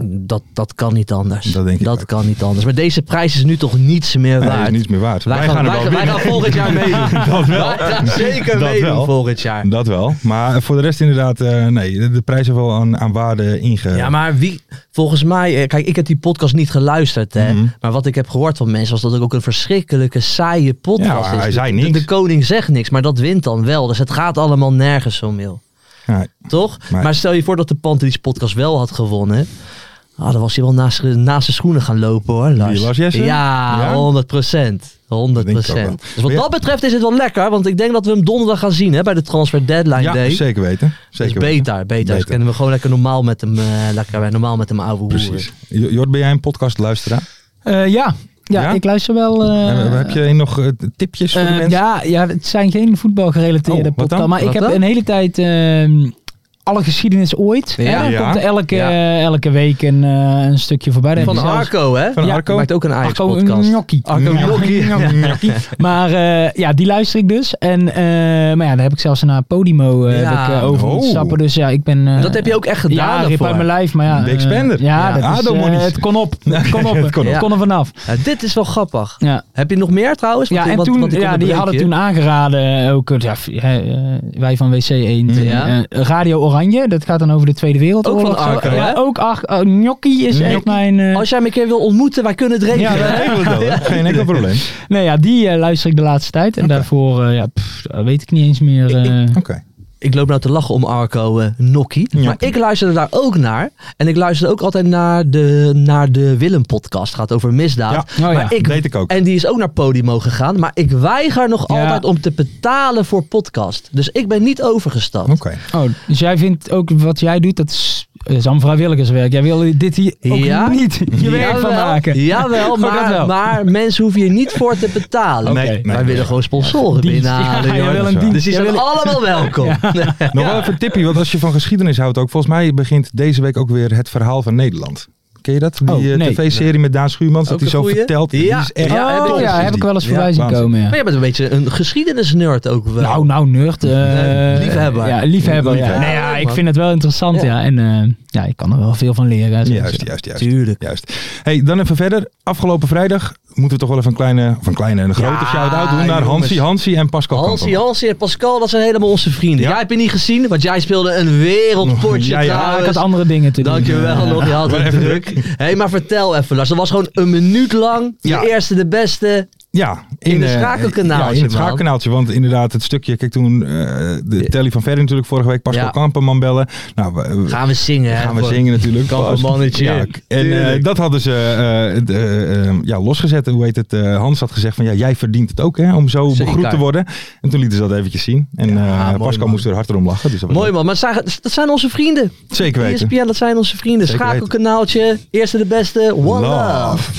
Speaker 5: Dat, dat kan niet anders.
Speaker 4: Dat denk ik ook.
Speaker 5: kan niet anders. Maar deze prijs is nu toch niets meer
Speaker 4: Nee,
Speaker 5: waard.
Speaker 4: is niets meer waard.
Speaker 5: Wij, gaan, wij,
Speaker 4: er wel
Speaker 5: gaan- wij
Speaker 4: winnen.
Speaker 5: gaan volgend jaar meedoen.
Speaker 4: [laughs] Dat wel.
Speaker 5: Wij gaan [laughs] zeker
Speaker 4: Dat
Speaker 5: meedoen
Speaker 4: wel.
Speaker 5: volgend jaar.
Speaker 4: Dat wel. Maar voor de rest inderdaad, eh, nee, de, de prijs heeft wel aan, aan waarde inge...
Speaker 5: Ja, maar wie, volgens mij, eh, kijk, ik heb die podcast niet geluisterd, hè.
Speaker 4: Mhm.
Speaker 5: Maar wat ik heb gehoord van mensen was dat het ook een verschrikkelijke saaie podcast
Speaker 4: Ja, hij
Speaker 5: is.
Speaker 4: zei
Speaker 5: De- De,
Speaker 4: niks.
Speaker 5: koning zegt niks, maar dat wint dan wel. Dus het gaat allemaal nergens om, joh.
Speaker 4: Ja,
Speaker 5: Toch?
Speaker 4: Maar-
Speaker 5: Maar, stel je voor dat de Pantelis podcast wel had gewonnen. Ah, dan was hij wel naast, naast zijn schoenen gaan lopen hoor, Lars.
Speaker 4: Lars Jessen?
Speaker 5: Ja,
Speaker 4: Ja?
Speaker 5: 100 procent. 100
Speaker 4: Dat denk ik ook wel.
Speaker 5: procent. Dus wat
Speaker 4: Maar ja-
Speaker 5: dat betreft is het wel lekker. Want ik denk dat we hem donderdag gaan zien hè, bij de Transfer Deadline
Speaker 4: Ja,
Speaker 5: Day.
Speaker 4: zeker weten.
Speaker 5: Dus
Speaker 4: Zeker
Speaker 5: beter,
Speaker 4: weten.
Speaker 5: beter. Dus
Speaker 4: Beter.
Speaker 5: kunnen we gewoon lekker normaal met hem, eh, lekker, normaal met hem ouwe hoeren.
Speaker 4: Precies. Jo- Jort, ben jij een podcastluisteraar?
Speaker 6: Eh, ja. Ja,
Speaker 4: Ja?
Speaker 6: ik luister wel. eh,
Speaker 4: En heb je nog eh, tipjes voor de
Speaker 6: Eh,
Speaker 4: mensen?
Speaker 6: ja, ja, het zijn geen
Speaker 4: Oh,
Speaker 6: voetbalgerelateerde
Speaker 4: wat dan?
Speaker 6: podcasts. Maar ik
Speaker 5: Wat
Speaker 6: heb
Speaker 5: dan?
Speaker 6: een hele tijd ehm, alle geschiedenis ooit.
Speaker 5: Ja.
Speaker 6: Ja,
Speaker 4: Ja.
Speaker 6: komt er elke,
Speaker 5: Ja.
Speaker 6: eh, elke week een, eh, een stukje voorbij. Dan
Speaker 5: Van
Speaker 6: heb je zelfs-
Speaker 5: Arco, hè?
Speaker 4: Van
Speaker 6: Ja,
Speaker 4: Arco?
Speaker 5: Maakt ook een
Speaker 6: Arco
Speaker 5: Ajax-podcast.
Speaker 6: Gnocchi.
Speaker 5: Arco Gnocchi.
Speaker 4: Gnocchi.
Speaker 6: Maar eh, ja, die luister ik dus. En eh, maar ja, daar heb ik zelfs naar Podimo eh,
Speaker 5: Ja.
Speaker 6: heb ik, eh, over
Speaker 4: Oh.
Speaker 6: moeten stappen. Dus ja, ik ben... eh,
Speaker 5: Dat heb je ook echt
Speaker 6: ja,
Speaker 5: gedaan
Speaker 6: rip
Speaker 5: daarvoor.
Speaker 6: uit mijn lijf, maar ja.
Speaker 4: Big
Speaker 6: eh,
Speaker 4: spender.
Speaker 6: ja,
Speaker 5: Ja.
Speaker 6: dat is, eh,
Speaker 4: Ado-monies.
Speaker 6: het kon
Speaker 5: [laughs]
Speaker 6: op. Het kon op. het kon,
Speaker 4: kon
Speaker 5: op.
Speaker 6: er vanaf.
Speaker 5: Ja, dit is wel grappig.
Speaker 6: Ja.
Speaker 5: Heb je nog meer trouwens?
Speaker 6: Ja,
Speaker 5: Want-
Speaker 6: en
Speaker 5: want-
Speaker 6: toen,
Speaker 5: want ik
Speaker 6: ja, die
Speaker 5: onderbreek
Speaker 6: hadden
Speaker 5: je.
Speaker 6: toen aangeraden, ook, eh, ja, f- hè, eh, wij van WC Eend,
Speaker 5: Ja.
Speaker 6: eh, Radio Oranje, dat gaat dan over de Tweede Wereldoorlog.
Speaker 5: Ook van Arco,
Speaker 6: ja,
Speaker 5: hè?
Speaker 6: ook Ar oh, Gnocchi is echt
Speaker 4: Gnocchi.
Speaker 6: mijn... eh,
Speaker 5: Als jij hem een keer wil ontmoeten, Mm. wij kunnen het regelen.
Speaker 6: Ja,
Speaker 5: hè?
Speaker 4: Ja, regelen we dat. Geen enkel probleem.
Speaker 6: nee, ja, die eh, luister ik de laatste tijd. En daarvoor eh, ja, pff, dat weet ik niet eens meer. eh,
Speaker 4: Oké.
Speaker 5: Ik loop nou te lachen om Arco eh Nokkie. Maar
Speaker 4: Gnocchi.
Speaker 5: ik luisterde daar ook naar. En ik luisterde ook altijd naar de, naar de Willem-podcast. Gaat over misdaad.
Speaker 6: Ja. Oh ja,
Speaker 5: maar ik,
Speaker 4: deed ik ook.
Speaker 5: En die is ook naar Podimo gegaan. Maar ik weiger nog
Speaker 6: Ja.
Speaker 5: altijd om te betalen voor podcast. Dus ik ben niet overgestapt.
Speaker 4: Oké.
Speaker 6: Oh, dus jij vindt ook wat jij doet, dat is, dat is allemaal vrijwilligerswerk. Jij wil dit hier ook
Speaker 5: Ja?
Speaker 6: niet je werk van
Speaker 5: Jawel,
Speaker 6: maken.
Speaker 5: Jawel,
Speaker 6: Oh, dat
Speaker 5: maar,
Speaker 6: wel.
Speaker 5: maar mensen hoeven hier niet voor te betalen.
Speaker 6: Nee,
Speaker 5: Wij
Speaker 6: nee,
Speaker 5: willen
Speaker 4: nee.
Speaker 5: gewoon sponsoren
Speaker 6: Dienst.
Speaker 5: binnenhalen.
Speaker 6: Ja, jij
Speaker 5: joh.
Speaker 6: wil
Speaker 4: dat is
Speaker 6: een
Speaker 4: waar.
Speaker 5: dus
Speaker 6: dienst.
Speaker 5: die
Speaker 6: Jij
Speaker 5: zijn
Speaker 6: wil-
Speaker 5: allemaal welkom. [laughs]
Speaker 4: Nog wel even een tipje, want als je van geschiedenis houdt ook, volgens mij begint deze week ook weer het verhaal van Nederland. Ken je dat? Die
Speaker 6: Oh,
Speaker 4: eh,
Speaker 6: nee.
Speaker 4: tv-serie met Daan Schuurmans,
Speaker 5: Ook
Speaker 4: dat hij
Speaker 5: een
Speaker 4: zo
Speaker 5: goeie.
Speaker 4: vertelt. Die
Speaker 5: Ja.
Speaker 4: is echt
Speaker 5: Ja, heb ik-
Speaker 6: oh,
Speaker 4: top,
Speaker 6: ja,
Speaker 4: is
Speaker 6: heb
Speaker 4: die.
Speaker 6: ik wel eens
Speaker 4: Ja,
Speaker 6: voorbij zien
Speaker 4: waanzin.
Speaker 6: komen. Ja.
Speaker 5: Maar jij bent een beetje een geschiedenisnerd ook wel.
Speaker 6: Nou, nou, nerd. eh,
Speaker 5: Nee, liefhebber.
Speaker 6: Ja, liefhebber. Ja.
Speaker 4: Liefhebber.
Speaker 6: Nee, ja,
Speaker 5: Ja,
Speaker 6: ik
Speaker 5: man.
Speaker 6: vind het wel interessant, ja.
Speaker 5: Ja.
Speaker 6: En eh, ja, ik kan er wel veel van leren.
Speaker 4: Juist, juist, juist.
Speaker 5: Tuurlijk.
Speaker 4: Juist. Hey, dan even verder. Afgelopen vrijdag moeten we toch wel even een kleine, of een kleine en een grote
Speaker 5: Ja,
Speaker 4: shout-out doen naar
Speaker 5: jongens.
Speaker 4: Hansi, Hansi en Pascal
Speaker 5: Hansie,
Speaker 4: Kampen.
Speaker 5: Hansie en Pascal, dat zijn helemaal onze vrienden.
Speaker 4: Ja.
Speaker 5: Jij hebt je niet gezien, want jij speelde een wereldpotje
Speaker 4: [laughs] Ja, ja,
Speaker 6: Ja, ik
Speaker 5: trouwens.
Speaker 6: had andere dingen te doen.
Speaker 5: dus- Dankjewel nog, je had het druk. hey, maar vertel even Lars, dat was gewoon een minuut lang.
Speaker 4: Ja.
Speaker 5: De eerste, de beste.
Speaker 4: Ja,
Speaker 5: In de
Speaker 4: eh,
Speaker 5: schakelkanaaltje,
Speaker 4: Ja, in het
Speaker 5: man.
Speaker 4: schakelkanaaltje. Want inderdaad, het stukje. Kijk, toen eh, de telly van Ferry natuurlijk vorige week Pascal
Speaker 5: Ja.
Speaker 4: Kampenman bellen. Nou, we, we-
Speaker 5: Gaan we zingen, hè?
Speaker 4: gaan we
Speaker 5: voor-
Speaker 4: zingen natuurlijk.
Speaker 5: Kampenmannetje.
Speaker 4: Ja, en eh,
Speaker 5: Tuurlijk.
Speaker 4: dat hadden ze eh, het, eh, eh, ja, losgezet. Hoe heet het? eh, Hans had gezegd van ja, jij verdient het ook hè, om zo
Speaker 5: Zeker.
Speaker 4: begroet te worden. En toen lieten ze dat eventjes zien. En eh,
Speaker 5: mooi,
Speaker 4: Pascal
Speaker 5: man.
Speaker 4: moest er hard om lachen. Dus dat was
Speaker 5: Mooi
Speaker 4: leuk.
Speaker 5: man, maar zagen- dat zijn onze vrienden. E
Speaker 4: Zeker weten.
Speaker 5: ESPN, dat zijn onze vrienden.
Speaker 4: Zeker weten.
Speaker 5: Schakelkanaaltje, eerste de beste, one love.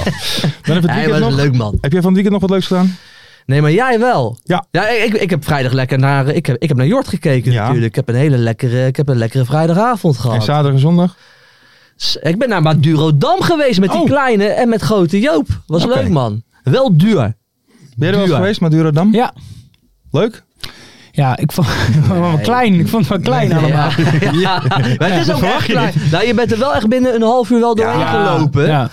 Speaker 5: [laughs]
Speaker 4: Dan heb, je het
Speaker 5: Hij
Speaker 4: weekend
Speaker 5: was
Speaker 4: nog,
Speaker 5: leuk man.
Speaker 4: heb jij van het weekend nog wat leuks gedaan?
Speaker 5: Nee, maar jij wel.
Speaker 4: Ja.
Speaker 5: Ja, ik, ik heb vrijdag lekker naar, eh, ik heb, ik heb naar Jort gekeken
Speaker 4: Ja.
Speaker 5: natuurlijk. Ik heb een hele lekkere, ik heb een lekkere vrijdagavond
Speaker 4: En
Speaker 5: gehad.
Speaker 4: zaterdag en zondag?
Speaker 5: S- Ik ben naar Madurodam geweest met die
Speaker 4: Oh.
Speaker 5: kleine en met grote Joop. Was
Speaker 4: Oké.
Speaker 5: leuk man. Wel duur.
Speaker 4: Ben je er wel eens
Speaker 5: Duur.
Speaker 4: geweest, Madurodam?
Speaker 6: Ja.
Speaker 4: Leuk?
Speaker 6: Ja, ik vond het wel klein. Ik vond het wel klein allemaal.
Speaker 5: [laughs] Ja. Ja. Maar het is ook echt
Speaker 4: verwacht je
Speaker 5: klein. Nou, je bent er wel echt binnen een half uur wel doorheen gelopen.
Speaker 6: Ja.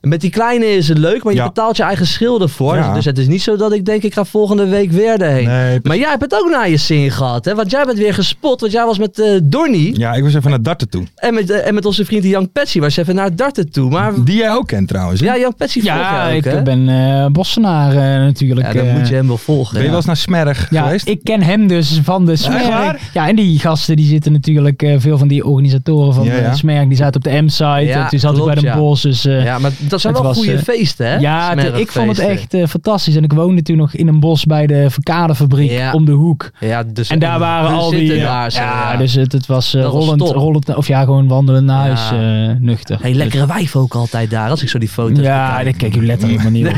Speaker 5: Met die kleine is het leuk, maar je
Speaker 4: Ja.
Speaker 5: betaalt je eigen schilder voor.
Speaker 4: Ja.
Speaker 5: Dus het is niet zo dat ik denk, ik ga volgende week weer erheen.
Speaker 4: Nee,
Speaker 5: Maar jij hebt het ook naar je zin gehad, hè? Want jij bent weer gespot, want jij was met eh Donnie
Speaker 4: Ja, ik was even naar darten toe.
Speaker 5: en met, eh, en met onze vriend Jan Petsy was je even naar het darten toe. Maar
Speaker 4: Die jij ook kent trouwens. hè?
Speaker 5: ja, Jan Petsy volg
Speaker 6: Ja,
Speaker 5: jij ook,
Speaker 6: ik
Speaker 5: hè?
Speaker 6: ben eh, Bossenaar eh, natuurlijk.
Speaker 5: ja, dan
Speaker 6: eh.
Speaker 5: moet je hem wel volgen.
Speaker 4: ben
Speaker 5: ja.
Speaker 4: je wel eens naar Smerg
Speaker 6: Ja,
Speaker 4: geweest?
Speaker 6: ik ken hem dus van de Smerk.
Speaker 4: waar?
Speaker 6: Ja, en die gasten die zitten natuurlijk, eh, veel van die organisatoren van
Speaker 4: Ja,
Speaker 6: de
Speaker 4: ja.
Speaker 6: Smerk, die zaten op de M-site.
Speaker 5: Ja,
Speaker 6: en toen zat ik bij
Speaker 5: klopt,
Speaker 6: de
Speaker 5: ja.
Speaker 6: Bos. Dus eh,
Speaker 5: Ja, maar dat zijn
Speaker 6: Het
Speaker 5: wel
Speaker 6: was,
Speaker 5: goede
Speaker 6: eh,
Speaker 5: feesten, hè?
Speaker 6: ja, het- ik vond het
Speaker 5: Smerigfeesten.
Speaker 6: echt eh, fantastisch. En ik woonde toen nog in een bos bij de Verkadefabriek
Speaker 5: Ja.
Speaker 6: om de hoek.
Speaker 5: Ja, dus
Speaker 6: En daar waren
Speaker 5: we
Speaker 6: al
Speaker 5: zitten
Speaker 6: die...
Speaker 5: daar zo,
Speaker 6: ja,
Speaker 5: ja.
Speaker 6: dus het, het was eh,
Speaker 5: Dat was
Speaker 6: rollend,
Speaker 5: top.
Speaker 6: rollend, of ja, gewoon wandelend naar
Speaker 5: Ja.
Speaker 6: huis, eh, nuchter. Dus-
Speaker 5: Hey, lekkere wijf ook altijd daar, als ik zo die foto's
Speaker 6: Ja,
Speaker 5: bekijk.
Speaker 6: daar kijk je letterlijk maar
Speaker 5: [laughs]
Speaker 6: niet op.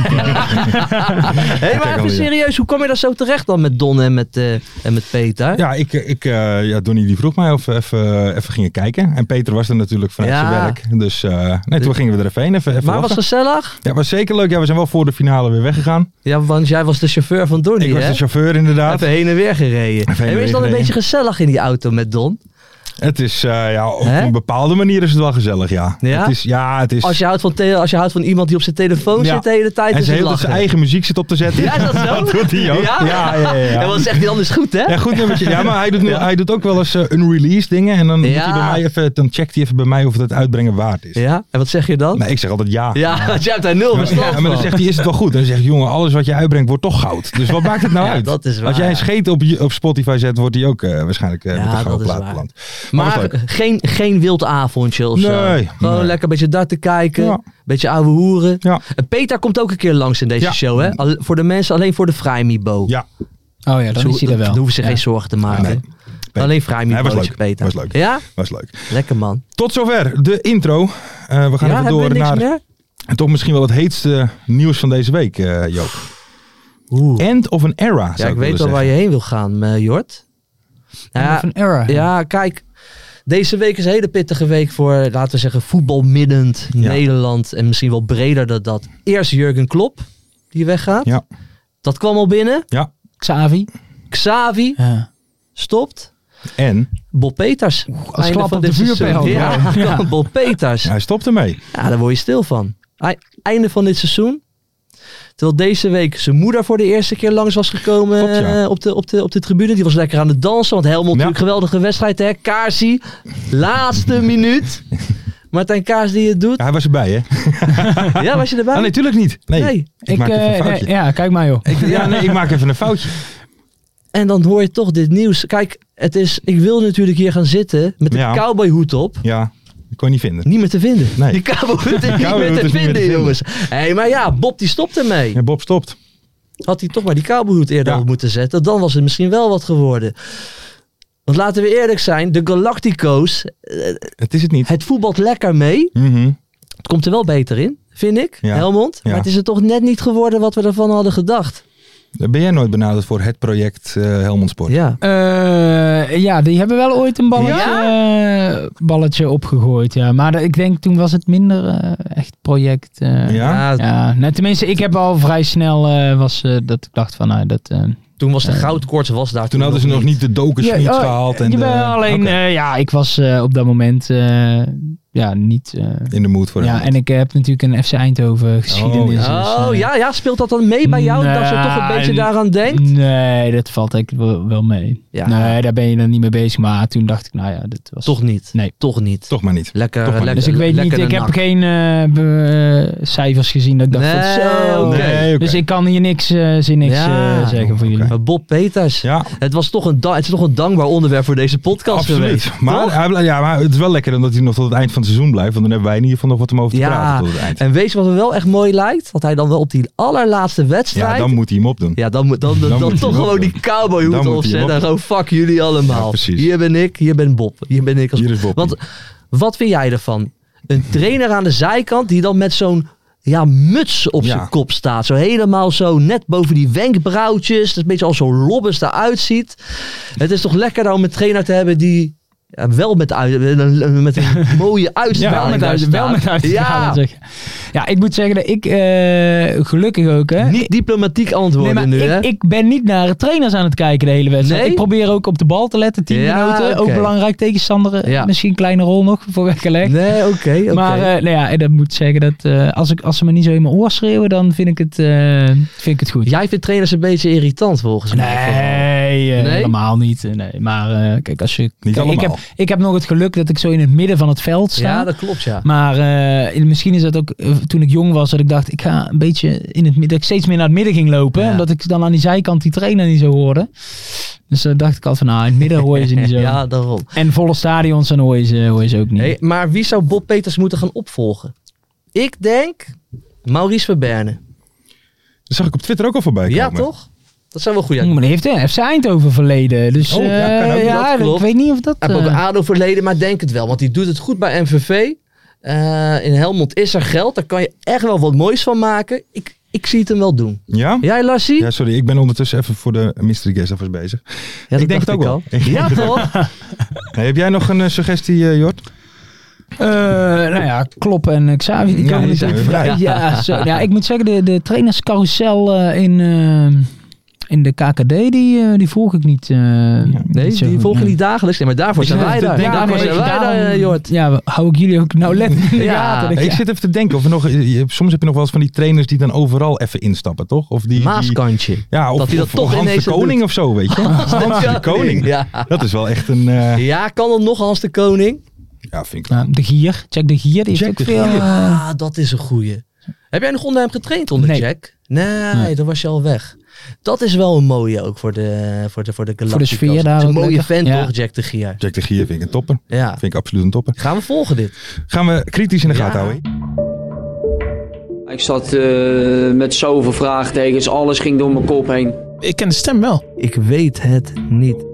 Speaker 5: Hey, maar
Speaker 4: Kijk
Speaker 5: even
Speaker 4: alweer.
Speaker 5: serieus, hoe kom je daar zo terecht dan met Don en met, eh, en met Peter?
Speaker 4: Ja, ik, ik, eh, ja, Donnie die vroeg mij of we even, eh, even gingen kijken. En Peter was er natuurlijk vanuit
Speaker 5: Ja.
Speaker 4: zijn werk. Dus eh, nee, toen gingen we er even heen. Even, even
Speaker 5: maar was
Speaker 4: lachen.
Speaker 5: gezellig?
Speaker 4: Ja, was zeker leuk. Ja, we zijn wel voor de finale weer weggegaan.
Speaker 5: Ja, want jij was de chauffeur van Donnie,
Speaker 4: ik was
Speaker 5: hè?
Speaker 4: de chauffeur inderdaad.
Speaker 5: Even heen en weer gereden.
Speaker 4: Even heen en
Speaker 5: en is
Speaker 4: weer
Speaker 5: dan een
Speaker 4: gereden.
Speaker 5: beetje gezellig in die auto met Don?
Speaker 4: Het is, eh, ja, op
Speaker 5: Hè?
Speaker 4: een bepaalde manier is het wel gezellig, ja.
Speaker 5: Ja?
Speaker 4: Het is, ja, het is...
Speaker 5: Als je houdt van, tele- als je houdt van iemand die op zijn telefoon
Speaker 4: Ja.
Speaker 5: zit de hele tijd,
Speaker 4: en
Speaker 5: is
Speaker 4: ze
Speaker 5: het
Speaker 4: heel dat
Speaker 5: lachen.
Speaker 4: zijn eigen muziek zit op te zetten.
Speaker 5: Ja, is dat zo?
Speaker 4: [laughs] Dat doet hij ook.
Speaker 5: Ja?
Speaker 4: ja, ja. ja, ja.
Speaker 5: En wat zegt hij dan is goed, hè?
Speaker 4: Ja, goed nummertje. Ja, maar hij doet, nu- hij doet ook wel eens eh, unreleased dingen. En dan, moet
Speaker 5: Ja.
Speaker 4: hij bij mij even, dan checkt hij even bij mij of het het uitbrengen waard is.
Speaker 5: Ja, en wat zeg je dan?
Speaker 4: Nee, ik zeg altijd ja.
Speaker 5: Ja, [laughs] want jij hebt daar nul verstand
Speaker 4: Ja, maar dan
Speaker 5: van.
Speaker 4: zegt hij, is het wel goed? En dan zegt hij, jongen, alles wat je uitbrengt wordt toch goud. Dus wat maakt het nou
Speaker 5: Ja,
Speaker 4: uit?
Speaker 5: dat is waar,
Speaker 4: Als jij een
Speaker 5: ja.
Speaker 4: scheet op, je- op Spotify zet, wordt die ook eh, waarschijnlijk eh,
Speaker 5: Ja,
Speaker 4: met de gouden
Speaker 5: dat is
Speaker 4: plaat
Speaker 5: waar.
Speaker 4: beland. was
Speaker 5: Maar
Speaker 4: leuk.
Speaker 5: geen, geen wild avondje of zo.
Speaker 4: Nee,
Speaker 5: Gewoon
Speaker 4: nee.
Speaker 5: lekker een beetje darten kijken.
Speaker 4: Ja.
Speaker 5: Beetje ouwe hoeren.
Speaker 4: Ja.
Speaker 5: En Peter komt ook een keer langs in deze
Speaker 4: Ja.
Speaker 5: show, hè? Al- voor de mensen, alleen voor de Vrijmibo.
Speaker 4: Ja,
Speaker 6: Oh ja, dan
Speaker 5: Zo-
Speaker 6: is hij er wel.
Speaker 5: Dan hoeven ze
Speaker 6: Ja.
Speaker 5: geen zorgen te maken.
Speaker 4: Nee.
Speaker 5: Alleen Vrijmibo.
Speaker 4: Hij was leuk.
Speaker 5: Peter.
Speaker 4: Was leuk.
Speaker 5: Ja?
Speaker 4: was leuk.
Speaker 5: Lekker man.
Speaker 4: Tot zover de intro. Eh, we gaan
Speaker 5: ja,
Speaker 4: even
Speaker 5: hebben we
Speaker 4: door
Speaker 5: niks
Speaker 4: naar
Speaker 5: meer?
Speaker 4: toch misschien wel het heetste nieuws van deze week, eh, Joop.
Speaker 5: Oeh.
Speaker 4: End of an era,
Speaker 5: Ja,
Speaker 4: zou
Speaker 5: ik
Speaker 4: ik
Speaker 5: weet al
Speaker 4: willen
Speaker 5: waar je heen wil gaan, eh, Jort. Nou ja,
Speaker 6: Van Error.
Speaker 5: Ja, kijk. Deze week is een hele pittige week voor, laten we zeggen, voetbalmiddend
Speaker 4: Ja.
Speaker 5: Nederland. En misschien wel breder dan dat. Eerst Jurgen Klopp, die weggaat.
Speaker 4: Ja.
Speaker 5: Dat kwam al binnen.
Speaker 6: Xavi.
Speaker 5: Xavi
Speaker 6: Ja.
Speaker 5: stopt.
Speaker 4: zeggen. En
Speaker 5: Bob Peters. Einde
Speaker 6: klap
Speaker 5: van
Speaker 6: op de
Speaker 5: dit seizoen.
Speaker 6: vuurpijl.
Speaker 5: Ja,
Speaker 6: Ja.
Speaker 5: [laughs] Bob Peters.
Speaker 4: hij stopt ermee.
Speaker 5: Ja, daar word je stil van. Ei- Einde van dit seizoen. Terwijl deze week zijn moeder voor de eerste keer langs was gekomen
Speaker 4: Klopt, ja.
Speaker 5: eh, op, de, op, de, op de tribune. Die was lekker aan het dansen. Want Helmond natuurlijk geweldige wedstrijd. Hè? Kaarsie, laatste [laughs] minuut. Martijn Kaars die het
Speaker 4: [laughs]
Speaker 5: doet.
Speaker 4: Ja, hij was erbij, hè?
Speaker 5: Ja, was je erbij?
Speaker 4: Ah, nee, tuurlijk niet. Nee,
Speaker 5: Nee.
Speaker 4: ik, maak even een
Speaker 6: eh,
Speaker 4: foutje.
Speaker 6: nee, ja, kijk maar joh.
Speaker 4: Ik- ja, nee, ik maak even een foutje.
Speaker 5: En dan hoor je toch dit nieuws. Kijk, het is, ik wil natuurlijk hier gaan zitten met een
Speaker 4: Ja.
Speaker 5: cowboyhoed op.
Speaker 4: Ja, ik kon je niet vinden.
Speaker 5: Niet meer te vinden.
Speaker 4: Nee.
Speaker 5: Die cowboyhoed is niet
Speaker 4: cowboyhoed
Speaker 5: meer
Speaker 4: is
Speaker 5: te
Speaker 4: niet meer te
Speaker 5: vinden,
Speaker 4: vinden.
Speaker 5: jongens. Hey, maar ja, Bob die stopt ermee.
Speaker 4: En Bob stopt.
Speaker 5: had hij toch maar die kabelhoed eerder
Speaker 4: Ja.
Speaker 5: op moeten zetten. Dan was het misschien wel wat geworden. Want laten we eerlijk zijn, de Galactico's, eh,
Speaker 4: Het is het niet.
Speaker 5: het voetbalt lekker mee.
Speaker 4: Mhm.
Speaker 5: Het komt er wel beter in, vind ik,
Speaker 4: Ja.
Speaker 5: Helmond. Maar
Speaker 4: Ja.
Speaker 5: het is er toch net niet geworden wat we ervan hadden gedacht.
Speaker 4: Ben jij nooit benaderd voor het project eh, Helmond Sport?
Speaker 5: Ja.
Speaker 6: Eh, ja, die hebben wel ooit een balletje, eh, balletje opgegooid. Ja. Maar de- ik denk toen was het minder eh, echt project. eh. ja.
Speaker 4: Ja?
Speaker 6: Nou, tenminste, ik heb al vrij snel eh, was, eh, dat ik dacht van nou, dat. eh,
Speaker 5: Toen was de goudkoorts was daar.
Speaker 4: Toen hadden ze nog niet de dokus
Speaker 6: Ja,
Speaker 4: fiets
Speaker 6: oh,
Speaker 5: eh,
Speaker 4: gehaald. En de-
Speaker 6: jawel, alleen
Speaker 4: Oké.
Speaker 6: eh, ja, ik was eh, op dat moment eh, ja, niet... eh,
Speaker 5: Oh,
Speaker 4: in de mood voor
Speaker 6: ja, en ik heb natuurlijk een FC Eindhoven geschiedenis.
Speaker 4: ja.
Speaker 6: dus,
Speaker 5: Oh
Speaker 6: eh,
Speaker 5: ja, ja, speelt dat dan mee bij jou? dat je
Speaker 6: Nou,
Speaker 5: toch een beetje
Speaker 6: en-
Speaker 5: daaraan denkt?
Speaker 6: Nee, dat valt ik wel, wel mee.
Speaker 5: Ja.
Speaker 6: Nee, daar ben je dan niet mee bezig. Maar toen dacht ik, nou ja, dit was...
Speaker 5: Toch niet.
Speaker 6: Nee.
Speaker 5: Toch niet.
Speaker 4: Toch maar niet.
Speaker 5: Lekker,
Speaker 4: Toch maar
Speaker 5: lekker.
Speaker 4: niet.
Speaker 6: Dus ik weet niet,
Speaker 5: lekker
Speaker 6: ik
Speaker 5: de
Speaker 6: heb
Speaker 5: nak.
Speaker 6: geen eh, be- eh, cijfers gezien dat ik dacht
Speaker 5: Nee,
Speaker 6: van zo.
Speaker 5: oké.
Speaker 4: Nee, oké.
Speaker 6: Dus ik kan hier niks, eh zin niks
Speaker 5: Ja.
Speaker 6: eh, zeggen voor jullie.
Speaker 5: Maar Bob Peters,
Speaker 4: Ja,
Speaker 5: het, was toch een da- het is toch een dankbaar onderwerp voor deze podcast
Speaker 4: absoluut.
Speaker 5: geweest.
Speaker 4: Maar,
Speaker 5: toch?
Speaker 4: hij blij- ja, maar het is wel lekker omdat hij nog tot het eind van het seizoen blijft. Want dan hebben wij in ieder geval nog wat om over te
Speaker 5: Ja.
Speaker 4: praten tot het eind.
Speaker 5: En weet je wat me wel echt mooi lijkt? Dat hij dan wel op die allerlaatste wedstrijd...
Speaker 4: Ja, dan moet hij hem opdoen.
Speaker 5: Ja, dan, moet- dan, dan,
Speaker 4: Dan
Speaker 5: dan
Speaker 4: moet hij
Speaker 5: toch
Speaker 4: hem
Speaker 5: gewoon
Speaker 4: opdoen.
Speaker 5: die cowboy
Speaker 4: Dan
Speaker 5: hoed
Speaker 4: moet hij hem
Speaker 5: opzetten. En
Speaker 4: opdoen.
Speaker 5: gewoon fuck jullie allemaal.
Speaker 4: Ja, precies.
Speaker 5: Hier ben ik, hier ben Bob. Hier ben ik als
Speaker 4: Hier is Bob.
Speaker 5: Want wat vind jij ervan? Een trainer aan de zijkant die dan met zo'n ja, muts op
Speaker 4: Ja.
Speaker 5: zijn kop staat. Zo helemaal zo net boven die wenkbrauwtjes. Dat een beetje als zo'n lobbes eruit ziet. Het is toch lekker nou om een trainer te hebben die ja, wel met, uit- met een, met een mooie uitstraling
Speaker 6: Ja, wel met,
Speaker 5: daar
Speaker 6: uit,
Speaker 5: staat.
Speaker 6: wel met uitstraling,
Speaker 5: Ja,
Speaker 6: zeg. Ja, ik moet zeggen dat ik eh, gelukkig ook, hè.
Speaker 5: niet diplomatiek
Speaker 6: Nee,
Speaker 5: antwoorden
Speaker 6: maar
Speaker 5: nu, hè?
Speaker 6: ik, ik ben niet naar trainers aan het kijken de hele wedstrijd.
Speaker 5: Nee?
Speaker 6: Ik probeer ook op de bal te letten, 10
Speaker 5: Ja,
Speaker 6: minuten.
Speaker 5: oké.
Speaker 6: Ook belangrijk tegenstander. eh,
Speaker 5: Ja.
Speaker 6: Misschien een kleine rol nog voor weggelegd.
Speaker 5: Nee, oké, oké.
Speaker 6: Maar eh, nou ja, en dat moet zeggen dat eh, als, ik, als ze me niet zo in mijn oor schreeuwen, dan vind ik het, eh, vind ik het goed.
Speaker 5: Jij vindt trainers een beetje irritant volgens mij. vooral.
Speaker 6: Nee, eh,
Speaker 5: Nee?
Speaker 6: helemaal niet. eh, Nee. Maar eh, kijk, als je. kijk, ik,
Speaker 4: allemaal.
Speaker 6: heb, ik heb nog het geluk dat ik zo in het midden van het veld sta.
Speaker 5: Ja, dat klopt ja.
Speaker 6: Maar eh, misschien is dat ook eh, toen ik jong was, dat ik dacht, ik ga een beetje in het midden, dat ik steeds meer naar het midden ging lopen.
Speaker 5: Ja.
Speaker 6: Omdat ik dan aan die zijkant die trainer niet zo hoorde. Dus dan dacht ik altijd van, nou, in het midden hoor je ze niet
Speaker 5: [laughs]
Speaker 6: zo.
Speaker 5: Ja, daarom.
Speaker 6: En volle stadions, dan hoor je ze, hoor je ze ook niet.
Speaker 5: Hey, maar wie zou Bob Peters moeten gaan opvolgen? Ik denk Maurice Verberne.
Speaker 4: Dat zag ik op Twitter ook al voorbij komen.
Speaker 5: Ja, toch? Dat zou wel goed zijn.
Speaker 6: Oeh, Hmm, maar die heeft hè, FC Eindhoven verleden. Dus
Speaker 4: Oh, ja,
Speaker 6: eh,
Speaker 4: kan ook.
Speaker 5: Dat
Speaker 6: ja, ik
Speaker 5: klopt.
Speaker 6: weet niet of dat...
Speaker 5: Hij heeft ook
Speaker 6: eh,
Speaker 5: een ADO verleden, maar denk het wel. Want die doet het goed bij MVV. Eh, in Helmond is er geld. Daar kan je echt wel wat moois van maken. Ik, ik zie het hem wel doen.
Speaker 4: Ja?
Speaker 5: Jij, Lassie?
Speaker 4: Ja, sorry. Ik ben ondertussen even voor de mystery guest even bezig.
Speaker 5: dat
Speaker 4: ik denk
Speaker 5: dacht
Speaker 4: het ook wel.
Speaker 5: al. Ja,
Speaker 4: [laughs]
Speaker 5: toch?
Speaker 4: Hey, heb jij nog een eh, suggestie, eh, Jort?
Speaker 6: Eh, nou ja, Klopp en Xavi, die
Speaker 4: Ja,
Speaker 6: komen
Speaker 4: die zijn
Speaker 6: natuurlijk
Speaker 4: weer
Speaker 6: vrij.
Speaker 4: vrij.
Speaker 5: [laughs]
Speaker 6: Ja, zo. ja, ik moet zeggen, de, de trainerscarousel eh, in, eh, in de KKD, die, eh, die volg ik niet. eh,
Speaker 5: Nee,
Speaker 6: niet zo
Speaker 5: die
Speaker 6: goed,
Speaker 5: volgen
Speaker 6: nee.
Speaker 5: niet dagelijks. Nee, maar daarvoor zijn wij daar.
Speaker 6: Ja,
Speaker 5: daarvoor
Speaker 6: nee,
Speaker 5: zijn wij
Speaker 6: daarom-
Speaker 5: daar, eh, Jort.
Speaker 6: Ja, hou ik jullie ook nou nauwlettend in de
Speaker 5: Ja.
Speaker 6: gaten. dat
Speaker 4: Hey,
Speaker 6: ik-
Speaker 4: Ik zit even te denken of er nog. je- je- Soms heb je nog wel eens van die trainers die dan overal even instappen, toch? Of die. die
Speaker 5: Maaskantje.
Speaker 4: ja, of,
Speaker 5: dat die dat
Speaker 4: of,
Speaker 5: toch
Speaker 4: of Hans
Speaker 5: ineens
Speaker 4: de Koning of zo, weet
Speaker 5: [laughs]
Speaker 4: je? Hans de Koning.
Speaker 5: Ja.
Speaker 4: Dat is wel echt een. eh,
Speaker 5: Ja, kan dan nog Hans de Koning?
Speaker 4: ja, vind ik.
Speaker 6: Nou, de Gier, check de Gier. Die
Speaker 4: Check
Speaker 6: heeft
Speaker 4: de
Speaker 6: ook veel...
Speaker 4: Gier.
Speaker 6: eh,
Speaker 5: Ah, dat is een goeie. Heb jij nog onder hem getraind onder
Speaker 6: Nee.
Speaker 5: Jack? Nee,
Speaker 6: Nee.
Speaker 5: dan was je al weg. Dat is wel een mooie ook voor de, voor de, voor de
Speaker 6: Voor de
Speaker 5: Galacticos.
Speaker 6: sfeer daar
Speaker 5: Het is een
Speaker 6: ook
Speaker 5: mooie
Speaker 6: lekker.
Speaker 5: vent
Speaker 6: Ja.
Speaker 5: toch, Jack de Gier?
Speaker 4: Jack de Gier vind ik een topper.
Speaker 5: Ja.
Speaker 4: Vind ik absoluut een topper.
Speaker 5: Gaan we volgen dit?
Speaker 4: Gaan we kritisch in de
Speaker 5: Ja.
Speaker 4: gaten houden.
Speaker 7: Ik zat eh, met zoveel vraagtekens, alles ging door mijn kop heen.
Speaker 8: Ik ken de stem wel.
Speaker 5: Ik weet het niet.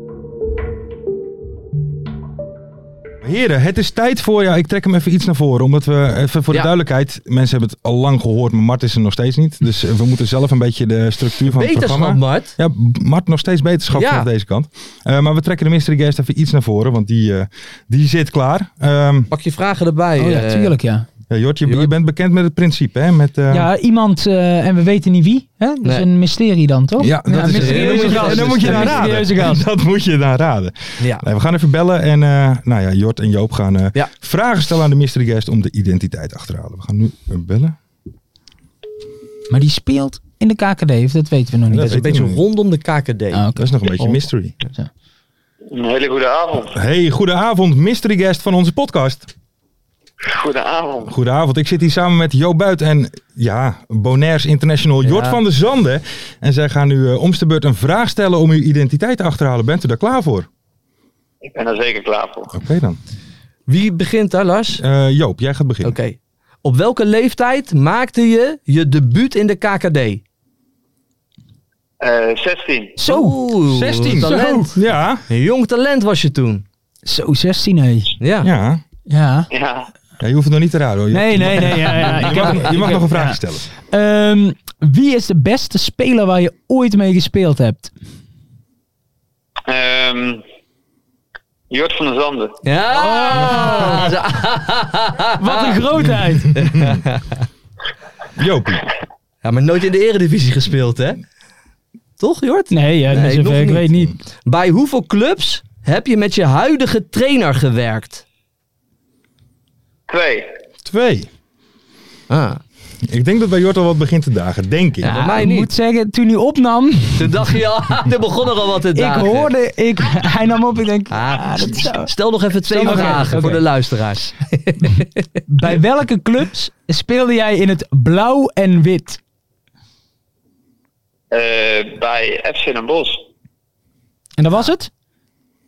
Speaker 4: Heren, het is tijd voor. Ja, ik trek hem even iets naar voren. Omdat we. Even voor
Speaker 5: Ja.
Speaker 4: de duidelijkheid. Mensen hebben het al lang gehoord, maar Mart is er nog steeds niet. Dus eh, we moeten zelf een beetje de structuur van het programma.
Speaker 5: Beterschap, Mart.
Speaker 4: Ja, Mart nog steeds beterschap
Speaker 5: Ja.
Speaker 4: vanaf deze kant. Eh, maar we trekken de mystery guest even iets naar voren, want die, eh, die zit klaar. Ehm
Speaker 5: Pak je vragen erbij.
Speaker 6: Oh ja,
Speaker 5: eh.
Speaker 6: tuurlijk ja.
Speaker 4: ja, Jort, je,
Speaker 5: Jort.
Speaker 4: je bent bekend met het principe, hè? Met, eh,
Speaker 6: Ja, iemand, eh, en we weten niet wie. Hè? Dat is
Speaker 5: Nee.
Speaker 6: een mysterie dan, toch?
Speaker 4: Ja, dat is
Speaker 6: mysterieuze
Speaker 5: en dan moet je-
Speaker 6: gast.
Speaker 4: en dan moet je
Speaker 6: Een
Speaker 4: daar
Speaker 6: mysterieuze
Speaker 4: raden.
Speaker 6: gast.
Speaker 4: [laughs] Dat moet je daar raden.
Speaker 5: Ja.
Speaker 4: Nee, we gaan even bellen en eh, nou ja, Jort en Joop gaan eh,
Speaker 5: Ja.
Speaker 4: vragen stellen aan de mystery guest om de identiteit achterhalen. We gaan nu eh, bellen.
Speaker 6: Maar die speelt in de KKD, dat weten we nog niet.
Speaker 5: Dat is een
Speaker 4: weet
Speaker 5: beetje
Speaker 4: ik niet.
Speaker 5: rondom de KKD.
Speaker 6: Ah, oké.
Speaker 4: Dat is nog een beetje
Speaker 6: Oh.
Speaker 4: mystery.
Speaker 9: Een hele goede avond.
Speaker 4: Hey, goedenavond, mystery guest van onze podcast.
Speaker 9: Goedenavond.
Speaker 4: Goedenavond, ik zit hier samen met Jo Buit en ja, Bonairs International Jort
Speaker 5: Ja.
Speaker 4: van der Zanden. En zij gaan u eh om de beurt een vraag stellen om uw identiteit te achterhalen. Bent u daar klaar voor?
Speaker 9: Ik ben er zeker klaar voor.
Speaker 4: Oké dan.
Speaker 5: Wie begint daar, Lars?
Speaker 4: Eh, Joop, jij gaat
Speaker 5: Oké.
Speaker 4: beginnen.
Speaker 5: Op welke leeftijd maakte je je debuut in de KKD?
Speaker 9: Eh 16.
Speaker 6: Zo,
Speaker 5: Oeh,
Speaker 4: 16.
Speaker 5: Talent.
Speaker 4: Zo. Ja.
Speaker 5: Een jong talent was je toen.
Speaker 6: zo 16 hé.
Speaker 5: Ja.
Speaker 4: Ja.
Speaker 6: Ja.
Speaker 9: Ja.
Speaker 4: ja. Je hoeft het nog niet te raden hoor. Joop.
Speaker 6: Nee, nee, nee. Ja, [laughs] ja.
Speaker 4: Je
Speaker 6: Ik
Speaker 4: mag,
Speaker 6: heb-
Speaker 4: je mag
Speaker 6: ik
Speaker 4: nog een
Speaker 6: heb-
Speaker 4: vraag
Speaker 6: ja.
Speaker 4: stellen.
Speaker 6: Ehm, wie is de beste speler waar je ooit mee gespeeld hebt?
Speaker 9: Ehm Jort van der Zanden.
Speaker 5: Oh. Ja!
Speaker 6: Wat een grootheid!
Speaker 4: Joopie.
Speaker 5: Ja, maar nooit in de eredivisie gespeeld, hè? Toch, Jort?
Speaker 6: Nee, ja,
Speaker 5: Nee,
Speaker 6: dus
Speaker 5: nog
Speaker 6: ik
Speaker 5: niet.
Speaker 6: weet niet.
Speaker 5: Bij hoeveel clubs heb je met je huidige trainer gewerkt?
Speaker 9: Twee.
Speaker 4: Twee.
Speaker 8: Ah.
Speaker 4: Ik denk dat bij Jort al wat begint te dagen, denk ik.
Speaker 8: Ja,
Speaker 5: mij
Speaker 6: ik
Speaker 5: niet.
Speaker 6: moet zeggen, toen hij opnam,
Speaker 5: Toen dacht je al, [laughs] toen begon er al wat te
Speaker 6: ik
Speaker 5: dagen.
Speaker 6: hoorde, [laughs] ik, hij nam op, ik denk, ah, dat zou...
Speaker 5: Stel nog even twee
Speaker 6: Stel nog
Speaker 5: vragen
Speaker 6: even,
Speaker 5: voor
Speaker 6: oké.
Speaker 5: de luisteraars.
Speaker 6: Bij welke clubs speelde jij in het blauw en wit?
Speaker 9: Eh, bij FC Den Bosch.
Speaker 6: En dat was het?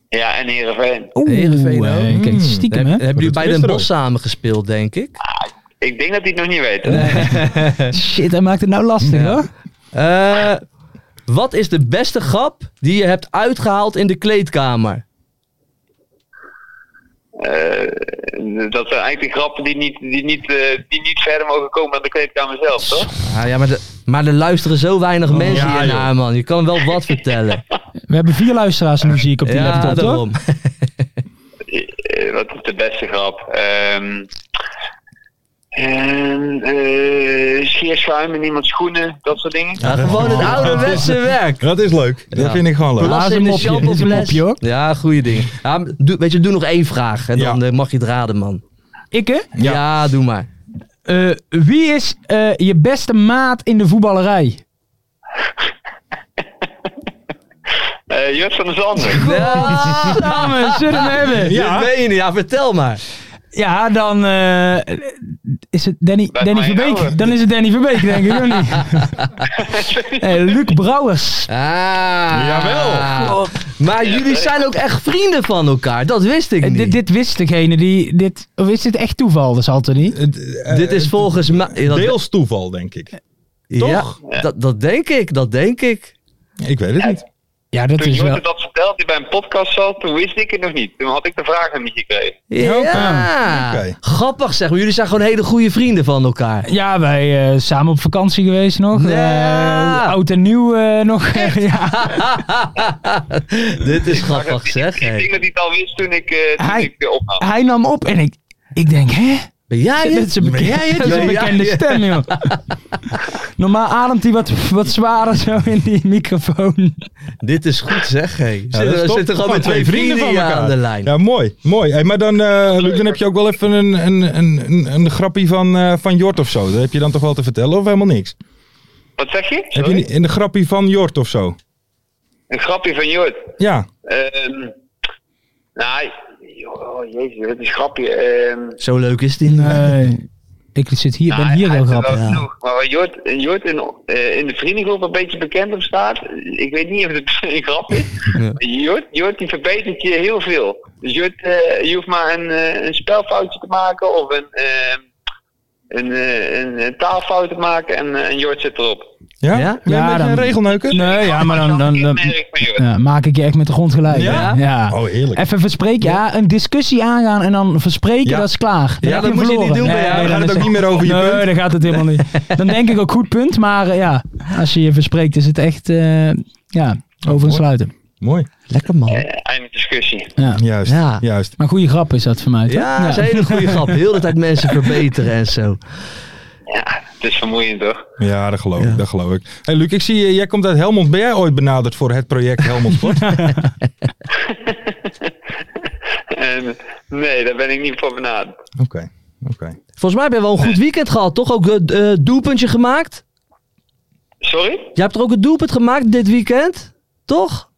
Speaker 9: Ja, en Heerenveen.
Speaker 6: Oeh,
Speaker 5: Heerenveen ook.
Speaker 6: eh, kijk,
Speaker 5: Heb,
Speaker 6: stiekem hè.
Speaker 5: hebben jullie
Speaker 4: dat
Speaker 5: bij
Speaker 4: wist
Speaker 5: Den
Speaker 4: er ook.
Speaker 5: Bos samengespeeld, denk ik?
Speaker 9: Ik denk dat die het nog niet weten.
Speaker 6: Shit, hij maakt het nou lastig hoor.
Speaker 5: Eh, wat is de beste grap die je hebt uitgehaald in de kleedkamer?
Speaker 9: Eh, dat zijn eigenlijk de grappen die niet, die, niet, eh, die niet verder mogen komen dan de kleedkamer zelf, toch?
Speaker 5: Ah, ja, maar, de, maar er luisteren zo weinig mensen
Speaker 4: ja,
Speaker 5: hiernaar, man. Je kan wel wat vertellen.
Speaker 6: We hebben vier luisteraars nu zie ik op die
Speaker 5: ja,
Speaker 6: laptop toch?
Speaker 5: daarom.
Speaker 9: Eh, wat is de beste grap? Ehm ehm, eh, scheerschuim in iemands schoenen, dat soort dingen.
Speaker 5: Ja, gewoon het
Speaker 6: [laughs]
Speaker 5: ouderwetse werk.
Speaker 4: Dat is leuk. Dat
Speaker 5: Ja.
Speaker 4: vind ik gewoon leuk.
Speaker 6: Laat
Speaker 5: Plas
Speaker 6: een
Speaker 5: in de
Speaker 6: mopje. Dit is een
Speaker 5: shampoofles.
Speaker 6: mopje, hoor.
Speaker 5: Ja, goede ding. Ja, maar doe, weet je, doe nog één vraag en
Speaker 4: Ja.
Speaker 5: dan eh, mag je het raden, man.
Speaker 6: Ik hè?
Speaker 5: Ja, doe maar.
Speaker 6: Eh, wie is eh, je beste maat in de voetballerij?
Speaker 9: Eh Jut van der Zanden.
Speaker 5: Ja,
Speaker 6: Samen, zullen we hem hebben?
Speaker 5: ja. Dit meen je niet. ja, vertel maar.
Speaker 6: Ja, dan eh, is het Danny,
Speaker 9: Bij
Speaker 6: Danny
Speaker 9: mij
Speaker 6: Verbeek.
Speaker 9: nou.
Speaker 6: Dan is het Danny Verbeek, denk ik, of niet? Eh, Luc Brouwers.
Speaker 5: Ah, Jawel. Maar jullie zijn ook echt vrienden van elkaar. Dat wist ik
Speaker 6: Eh,
Speaker 5: niet.
Speaker 6: dit, dit wist degene die... Dit, of is dit echt toeval? Dat zal het er niet.
Speaker 4: Het, eh,
Speaker 5: Dit is volgens mij.
Speaker 6: Eh,
Speaker 5: ja, dat-
Speaker 4: Deels toeval, denk ik. toch?
Speaker 5: Ja, dat, dat denk ik, dat denk ik.
Speaker 4: Ik weet het niet.
Speaker 6: Ja, dat
Speaker 9: Toen
Speaker 6: is wel...
Speaker 9: Jort dat vertelde, die bij een podcast zat, toen wist ik het nog niet. Toen had ik de vraag nog niet gekregen.
Speaker 5: Ja,
Speaker 4: Oké.
Speaker 5: grappig zeg maar. Jullie zijn gewoon hele goede vrienden van elkaar. [laughs]
Speaker 6: Ja, wij eh, samen op vakantie geweest nog.
Speaker 5: Ja.
Speaker 6: Eh, oud en nieuw eh, nog. [laughs] ja.
Speaker 5: Dit is grappig zeg.
Speaker 9: Ik denk
Speaker 5: Hey.
Speaker 9: dat hij het al wist toen ik, eh toen
Speaker 6: Hij-
Speaker 9: ik eh, opnam.
Speaker 6: Hij nam op en ik, ik denk, hè?
Speaker 5: Ben jij
Speaker 6: Dat is een bekende, dat is een bekende stem, joh. Normaal ademt hij wat, wat zwaarder zo in die microfoon.
Speaker 5: Dit is goed zeg. Hey.
Speaker 4: dat is
Speaker 5: Zitten- we
Speaker 4: top.
Speaker 5: zitten gewoon
Speaker 4: Gewoon
Speaker 5: met twee
Speaker 4: twee vrienden
Speaker 5: vrienden
Speaker 4: van
Speaker 5: hier aan de
Speaker 4: elkaar.
Speaker 5: lijn.
Speaker 4: Ja, mooi. mooi. Hey, maar dan, eh, Luc, dan heb je ook wel even een, een, een, een, een grappie van, eh, van Jort of zo. Dat heb je dan toch wel te vertellen of helemaal niks?
Speaker 9: Wat zeg je?
Speaker 4: Heb
Speaker 9: Sorry?
Speaker 4: je niet- een grappie van Jort of zo?
Speaker 9: Een grapje van Jort.
Speaker 4: Ja.
Speaker 9: Ehm nou, oh, jezus, dat is een grapje. Ehm
Speaker 5: Zo leuk is die.
Speaker 6: Nee. Ik zit hier, ben
Speaker 9: Nou,
Speaker 6: hier
Speaker 9: hij
Speaker 6: heel
Speaker 9: heeft er wel
Speaker 6: grappig. Ja.
Speaker 9: genoeg. Maar waar Jort, Jort in, eh, in de vriendengroep een beetje bekend op staat, ik weet niet of het [laughs] een grap is. maar Jort, Jort die verbetert je heel veel. Dus Jort, eh, je hoeft maar een, eh, een spelfoutje te maken of een, eh, een, eh, een, eh, taalfout te maken en, eh, en Jort zit erop.
Speaker 4: Ja?
Speaker 5: Ja?
Speaker 4: Ben je
Speaker 6: Ja,
Speaker 4: een beetje
Speaker 6: dan-
Speaker 4: een regelneuker?
Speaker 6: Nee, Eh, ja, maar dan,
Speaker 9: Dat
Speaker 6: dan,
Speaker 9: is
Speaker 6: dan,
Speaker 9: het merk van Jort.
Speaker 6: ja, maak ik je echt met de grond gelijk.
Speaker 4: Ja?
Speaker 6: hè? ja.
Speaker 4: Oh, heerlijk.
Speaker 6: Even verspreken, ja, een discussie aangaan en dan verspreken,
Speaker 4: Ja.
Speaker 6: dat is klaar. Dan
Speaker 5: Ja,
Speaker 6: heb
Speaker 5: dat
Speaker 6: hem
Speaker 5: moet je
Speaker 6: verloren.
Speaker 5: niet doen, maar ja,
Speaker 4: dan gaat
Speaker 6: dan
Speaker 4: het
Speaker 6: is
Speaker 4: ook niet meer over je
Speaker 6: nee,
Speaker 4: punt.
Speaker 6: dan gaat het helemaal
Speaker 4: [laughs]
Speaker 6: niet. Dan denk ik ook goed punt, maar eh, ja, als je je verspreekt is het echt eh, ja, over een sluiten.
Speaker 4: Mooi.
Speaker 5: Lekker man.
Speaker 9: Eh, einde discussie.
Speaker 6: Ja.
Speaker 4: Juist.
Speaker 5: Ja.
Speaker 4: Juist.
Speaker 6: Maar goede grap is dat voor mij, toch?
Speaker 5: Ja, dat is een hele goede grap. Heel de tijd mensen verbeteren en zo.
Speaker 9: Ja, het is vermoeiend toch? [laughs]
Speaker 4: Ja, dat geloof ik. Dat geloof ik. Hey, Luc, ik zie je. Jij komt uit Helmond. Ben jij ooit benaderd voor het project Helmond Sport?
Speaker 9: En, nee, daar ben ik niet voor benaderd.
Speaker 4: Oké. Oké.
Speaker 5: Volgens mij hebben we wel een goed weekend gehad, toch? Ook het doelpuntje gemaakt.
Speaker 9: Sorry?
Speaker 5: Jij hebt er ook een doelpunt gemaakt dit weekend, toch?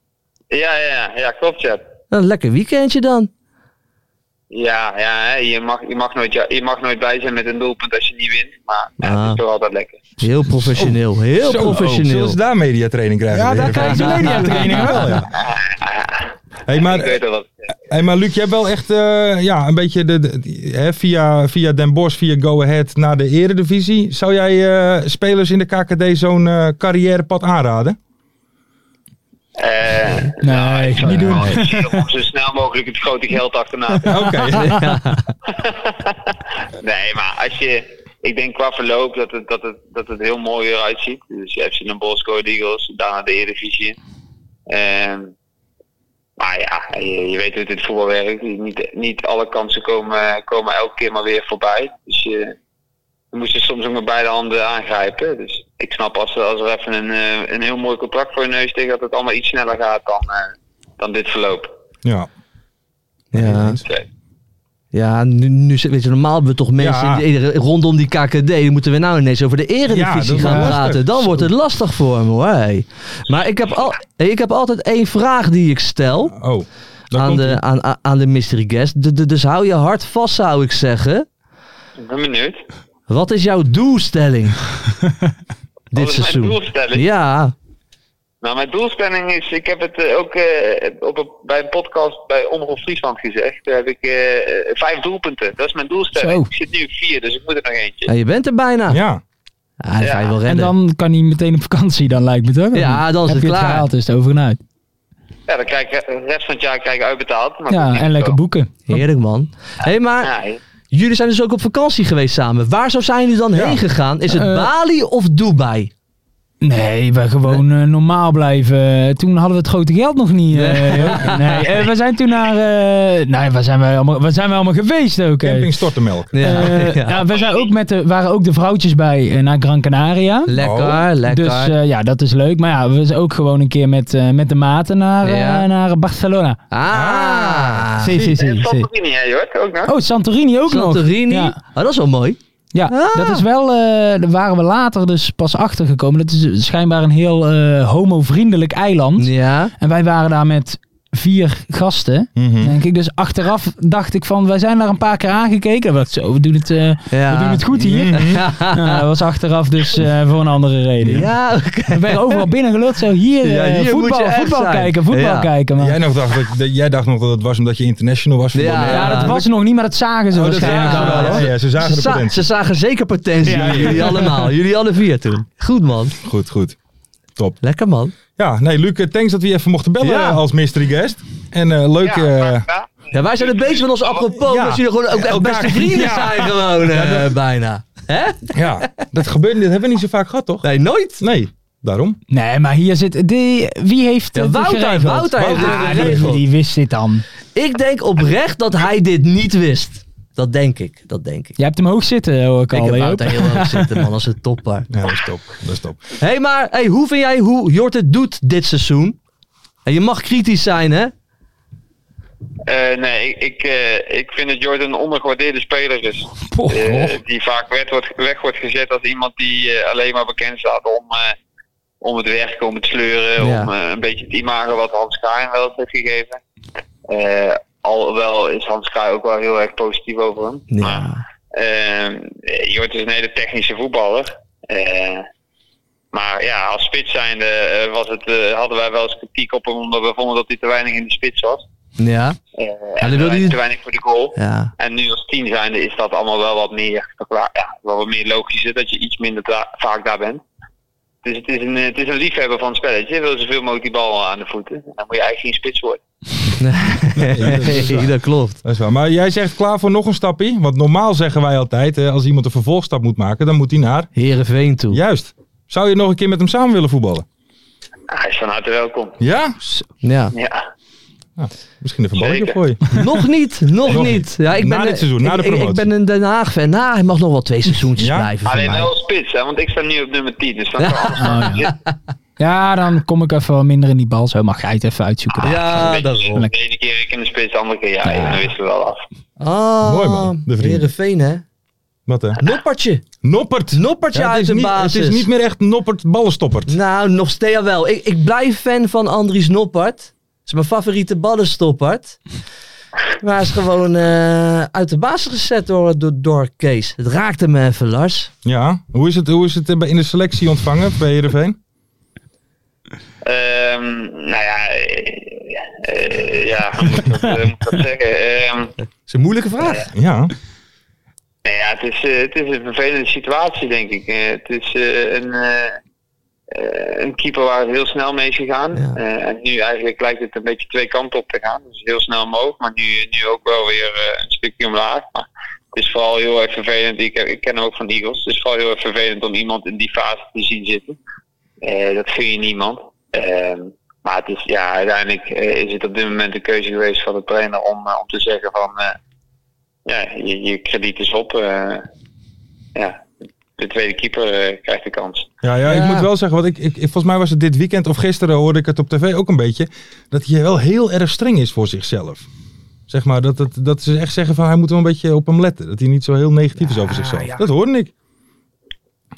Speaker 9: Ja, ja, ja, ja klopt ja.
Speaker 5: Een lekker weekendje dan.
Speaker 9: Ja, ja hè, je, mag, je, mag nooit, ja, je mag nooit bij zijn met een doelpunt als je niet wint. Maar ja,
Speaker 5: Ah.
Speaker 9: het is toch altijd lekker.
Speaker 5: Heel professioneel, heel
Speaker 4: Oh, Zo,
Speaker 5: professioneel.
Speaker 4: Zullen ze daar mediatraining krijgen?
Speaker 6: Ja, daar krijgen ze mediatraining
Speaker 4: Ja, wel,
Speaker 6: wel.
Speaker 4: ja. Hey, maar,
Speaker 9: ik weet al wat.
Speaker 4: hey, maar Luc, jij hebt wel echt eh, ja, een beetje de, de- die- hè, via, via Den Bosch, via Go Ahead naar de eredivisie. Zou jij eh, spelers in de KKD zo'n eh, carrièrepad aanraden?
Speaker 9: Eh,
Speaker 6: Nee, ik ga niet doen.
Speaker 9: gewoon zo- zo snel mogelijk het grote geld
Speaker 6: [laughs]
Speaker 9: achterna.
Speaker 4: Oké.
Speaker 9: Nee, maar als je... Ik denk qua verloop dat het, dat het, dat het heel mooi eruit ziet. Dus je hebt een Bosco Eagles, daarna de Eredivisie. in. Ehm, maar ja, je, je weet hoe het in het voetbal werkt. Niet, niet alle kansen komen, komen elke keer maar weer voorbij. Dus je, je moest je soms ook met beide handen aangrijpen. Dus ik snap als, er- als er even een, eh, een heel mooi contract voor je neus ligt... dat het allemaal iets sneller gaat dan, eh, dan dit verloop.
Speaker 4: Ja.
Speaker 5: Ja.
Speaker 9: Dus, eh,
Speaker 5: Ja, nu, nu zit- weet je, normaal hebben we toch mensen
Speaker 4: Ja.
Speaker 5: in de- rondom die KKD. Dan moeten we nou ineens over de
Speaker 4: Ja, dat
Speaker 5: eredivisie
Speaker 4: is
Speaker 5: gaan
Speaker 4: lastig.
Speaker 5: praten. Dan wordt het lastig voor me hoor. hé. Maar ik heb, al, ik heb altijd één vraag die ik stel
Speaker 4: Oh, dan
Speaker 5: aan
Speaker 4: komt
Speaker 5: de, aan, aan- aan de mystery guest. De- de- dus hou je hard vast zou ik zeggen.
Speaker 9: Ik ben benieuwd.
Speaker 5: Wat is jouw doelstelling dit
Speaker 9: Wat is mijn
Speaker 5: seizoen?
Speaker 9: doelstelling?
Speaker 5: Ja,
Speaker 9: Nou, mijn doelstelling is, ik heb het eh, ook eh, op een- bij een podcast bij Omroep Friesland gezegd. Daar heb ik eh, eh, vijf doelpunten. Dat is mijn doelstelling.
Speaker 6: Zo.
Speaker 9: Ik zit nu op vier, dus ik moet er nog eentje.
Speaker 5: ja, je bent er bijna. Ja,
Speaker 4: Ja,
Speaker 5: dan ga je wel
Speaker 6: En
Speaker 5: redden.
Speaker 6: dan kan hij meteen op vakantie, dan lijkt me toch? of
Speaker 5: Ja,
Speaker 6: niet?
Speaker 5: dan is
Speaker 6: Heb
Speaker 5: het
Speaker 6: je
Speaker 5: klaar.
Speaker 6: gehaald, is het over en uit.
Speaker 9: Ja, dan krijg ik eh, de rest van het jaar krijg ik uitbetaald. Maar dat
Speaker 6: Ja,
Speaker 9: is
Speaker 6: en lekker
Speaker 9: zo.
Speaker 6: boeken.
Speaker 5: Heerlijk man. Hé, hey, maar
Speaker 9: Ja, ja.
Speaker 5: jullie zijn dus ook op vakantie geweest samen. Waar zo zijn jullie dan heen gegaan? Is het
Speaker 6: Eh,
Speaker 5: Bali of Dubai?
Speaker 6: Nee, we gewoon eh, normaal blijven. Toen hadden we het grote geld nog niet. eh, joh. nee, eh, we zijn toen naar. eh, nee, waar zijn, wij allemaal, waar zijn wij allemaal geweest ook? eh?
Speaker 4: camping stortenmelk.
Speaker 5: Ja, [laughs]
Speaker 6: Eh,
Speaker 5: ja.
Speaker 6: ja, we zijn ook met de, waren ook de vrouwtjes bij eh, naar Gran Canaria.
Speaker 5: Lekker,
Speaker 4: Oh,
Speaker 5: lekker.
Speaker 6: Dus eh, ja, dat is leuk. Maar ja, we zijn ook gewoon een keer met, eh, met de maten naar, eh,
Speaker 5: Ja.
Speaker 6: naar Barcelona.
Speaker 5: ah,
Speaker 6: Si, si,
Speaker 9: En
Speaker 6: si, si.
Speaker 9: Santorini, hè, Jort? Ook nog?
Speaker 6: Oh, Santorini ook
Speaker 5: Santorini.
Speaker 6: nog. Ja.
Speaker 5: Ah, dat is wel mooi.
Speaker 6: Ja, dat is wel. eh, daar waren we later dus pas achter gekomen. Dat is dus schijnbaar een heel eh, homo-vriendelijk eiland.
Speaker 5: Ja.
Speaker 6: En wij waren daar met vier gasten.
Speaker 4: Mhm.
Speaker 5: Mhm.
Speaker 6: Denk ik. Dus achteraf dacht ik van, wij zijn daar een paar keer aangekeken. Wat zo, we doen het, eh,
Speaker 5: Ja. Mhm.
Speaker 6: we doen het goed hier. [laughs]
Speaker 5: [laughs]
Speaker 4: Mhm.
Speaker 6: Nou, dat was achteraf dus eh, voor een andere reden.
Speaker 5: Ja, oké.
Speaker 6: We werden overal binnengeluld. Zo hier,
Speaker 5: Ja,
Speaker 6: eh,
Speaker 5: hier moet
Speaker 6: voetbal,
Speaker 5: je echt
Speaker 6: voetbal
Speaker 5: zijn.
Speaker 6: kijken, voetbal
Speaker 5: Ja.
Speaker 6: kijken. Maar.
Speaker 4: Jij, nog dacht dat, dat- jij dacht nog dat het was omdat je international was. voor
Speaker 5: Ja.
Speaker 4: Bonaire.
Speaker 6: Ja, dat was er nog niet, maar dat zagen ze
Speaker 4: Oh, dat
Speaker 6: waarschijnlijk
Speaker 5: zagen ze
Speaker 6: al wel.
Speaker 5: wel,
Speaker 4: ja,
Speaker 5: hoor.
Speaker 4: ja, ze zagen
Speaker 5: Ze,
Speaker 4: de
Speaker 5: za-
Speaker 4: potentie.
Speaker 5: ze zagen zeker potentie.
Speaker 6: Ja.
Speaker 5: Jullie allemaal. Jullie alle vier toen. Goed man.
Speaker 4: Goed, goed. Top.
Speaker 5: Lekker man.
Speaker 4: Ja, nee, Luc, eh, thanks dat we je even mochten bellen
Speaker 5: Ja.
Speaker 4: eh, als mystery guest. En eh, leuk...
Speaker 9: Ja,
Speaker 4: eh,
Speaker 9: graag gedaan.
Speaker 5: Ja, wij zijn het bezig met ons apropos.
Speaker 4: Ja.
Speaker 5: Dat jullie gewoon ook echt
Speaker 4: Elkaar-
Speaker 5: beste vrienden
Speaker 4: Ja.
Speaker 5: zijn gewoon. eh, bijna. Hè?
Speaker 4: [laughs] ja, dat gebeurt niet. Dat hebben we niet zo vaak gehad, toch?
Speaker 5: Nee, nooit.
Speaker 4: Nee, daarom.
Speaker 6: Nee, maar hier zit... Die, wie heeft
Speaker 5: Ja,
Speaker 6: het
Speaker 5: Wouter,
Speaker 6: geregeld?
Speaker 5: Wouter heeft
Speaker 6: Ah,
Speaker 5: het
Speaker 6: die-
Speaker 5: geregeld.
Speaker 6: die wist dit dan.
Speaker 5: Ik denk oprecht dat hij dit niet wist. Dat denk ik. Dat denk ik.
Speaker 6: Jij hebt hem hoog zitten, hoor ik
Speaker 5: Ik
Speaker 6: al.
Speaker 5: heb
Speaker 6: hè,
Speaker 5: Wouter
Speaker 6: Joop?
Speaker 5: heel erg zitten, man, als een topper.
Speaker 4: Ja, dat is top. Dat is top.
Speaker 5: Hé, hey, maar hey, hoe vind jij hoe Jort het doet dit seizoen? En je mag kritisch zijn, hè?
Speaker 9: Eh, nee, ik, ik, eh, ik vind dat Jordan een ondergewaardeerde speler is. Eh, die vaak werd, wordt, weg wordt gezet als iemand die eh, alleen maar bekend staat om, eh, om het werk, om het sleuren,
Speaker 5: Ja.
Speaker 9: om eh, een beetje het imago wat Hans Kraaien wel eens heeft gegeven. Eh alhoewel is Hans Kraaien ook wel heel erg positief over hem. Maar, ehm, eh, Jort is een hele technische voetballer. Eh, maar ja, als spits zijnde eh, was het, eh, hadden wij wel eens kritiek op hem omdat we vonden dat hij te weinig in de spits was.
Speaker 5: Ja.
Speaker 9: Eh,
Speaker 5: dan
Speaker 9: en
Speaker 5: wil
Speaker 9: te weinig-
Speaker 5: hij-
Speaker 9: te weinig voor de goal.
Speaker 5: Ja.
Speaker 9: En nu als tien zijnde is dat allemaal wel wat meer, verklaar- ja, wel wat meer logischer dat je iets minder da- vaak daar bent. Dus het is, een, eh, het is een liefhebber van het spelletje. Je wil zoveel mogelijk die bal aan de voeten. Dan moet je eigenlijk geen spits worden.
Speaker 5: [laughs] dat klopt.
Speaker 4: Dat is waar. Maar jij zegt klaar voor nog een stapje. Want normaal zeggen wij altijd, eh, als iemand een vervolgstap moet maken, dan moet hij naar...
Speaker 5: Herenveen toe.
Speaker 4: Juist. Zou je nog een keer met hem samen willen voetballen?
Speaker 9: Ah, hij is van harte welkom.
Speaker 4: Ja?
Speaker 5: Ja.
Speaker 9: Ja.
Speaker 4: Misschien even een balletje
Speaker 9: Zeker.
Speaker 4: voor je.
Speaker 5: Nog niet, nog,
Speaker 4: Nog
Speaker 5: niet.
Speaker 4: niet.
Speaker 5: Ja, ik
Speaker 4: Na
Speaker 5: ben, eh,
Speaker 4: dit seizoen,
Speaker 5: ik,
Speaker 4: na de
Speaker 5: ik- Ik,
Speaker 4: promotie.
Speaker 5: ben een Den Haag fan. Nou, hij mag nog wel twee seizoentjes
Speaker 4: Ja?
Speaker 5: blijven voor
Speaker 9: Alleen
Speaker 5: mij.
Speaker 9: wel als spits, hè, want ik sta nu op nummer 10.
Speaker 5: [laughs]
Speaker 9: Dus dan kan alles nog
Speaker 6: ja.
Speaker 9: zitten.
Speaker 6: [laughs] Ja, dan kom ik even wat minder in die bal. Zo mag jij het even uitzoeken.
Speaker 5: Ja,
Speaker 9: Een beetje-
Speaker 5: daarom.
Speaker 9: De ene keer ik in de spits, de andere keer jij. En dan wisten we wel af.
Speaker 5: Ah,
Speaker 4: Mooi, man. De vrienden.
Speaker 5: Heerenveen, hè?
Speaker 4: Wat hè?
Speaker 5: Noppertje.
Speaker 4: Noppert.
Speaker 5: Noppertje
Speaker 4: Ja, het,
Speaker 5: uit
Speaker 4: is
Speaker 5: de
Speaker 4: niet, het
Speaker 5: basis.
Speaker 4: is niet meer echt Noppert ballenstoppert.
Speaker 5: Nou, nog steeds wel. Ik, ik blijf fan van Andries Noppert. Dat is mijn favoriete ballenstoppert. Maar hij is gewoon eh, uit de basis gezet door, door, door Kees. Het raakte me even, Lars.
Speaker 4: Ja. Hoe is het, hoe is het eh, bij- in de selectie ontvangen bij Heerenveen?
Speaker 9: Ehm, nou ja, eh, eh, ja, hoe moet ik dat, eh, moet ik dat zeggen? Ehm,
Speaker 5: is een moeilijke vraag.
Speaker 4: Ja.
Speaker 9: Nou ja, het is, eh, het is een vervelende situatie, denk ik. Eh, het is eh, een, eh, eh, een keeper waar het heel snel mee is gegaan.
Speaker 5: Ja.
Speaker 9: Eh, en nu eigenlijk lijkt het een beetje twee kanten op te gaan. Dus heel snel omhoog, maar nu, nu ook wel weer eh, een stukje omlaag. Maar het is vooral heel erg vervelend. Ik, ik ken hem ook van de Eagles. Het is vooral heel erg vervelend om iemand in die fase te zien zitten. Eh, dat gun je niemand. Ehm, maar het is, ja, uiteindelijk eh, is het op dit moment de keuze geweest van de trainer om, eh, om te zeggen van... eh, ja, je, je krediet is op. eh, ja, de tweede keeper eh, krijgt de kans.
Speaker 4: Ja, ja, ik
Speaker 5: Ja.
Speaker 4: moet wel zeggen, want ik, ik, ik- volgens mij was het dit weekend of gisteren hoorde ik het op tv ook een beetje, dat hij wel heel erg streng is voor zichzelf. Zeg maar dat, het, dat ze echt zeggen van hij moet wel een beetje op hem letten. Dat hij niet zo heel negatief is over zichzelf. Dat hoorde ik.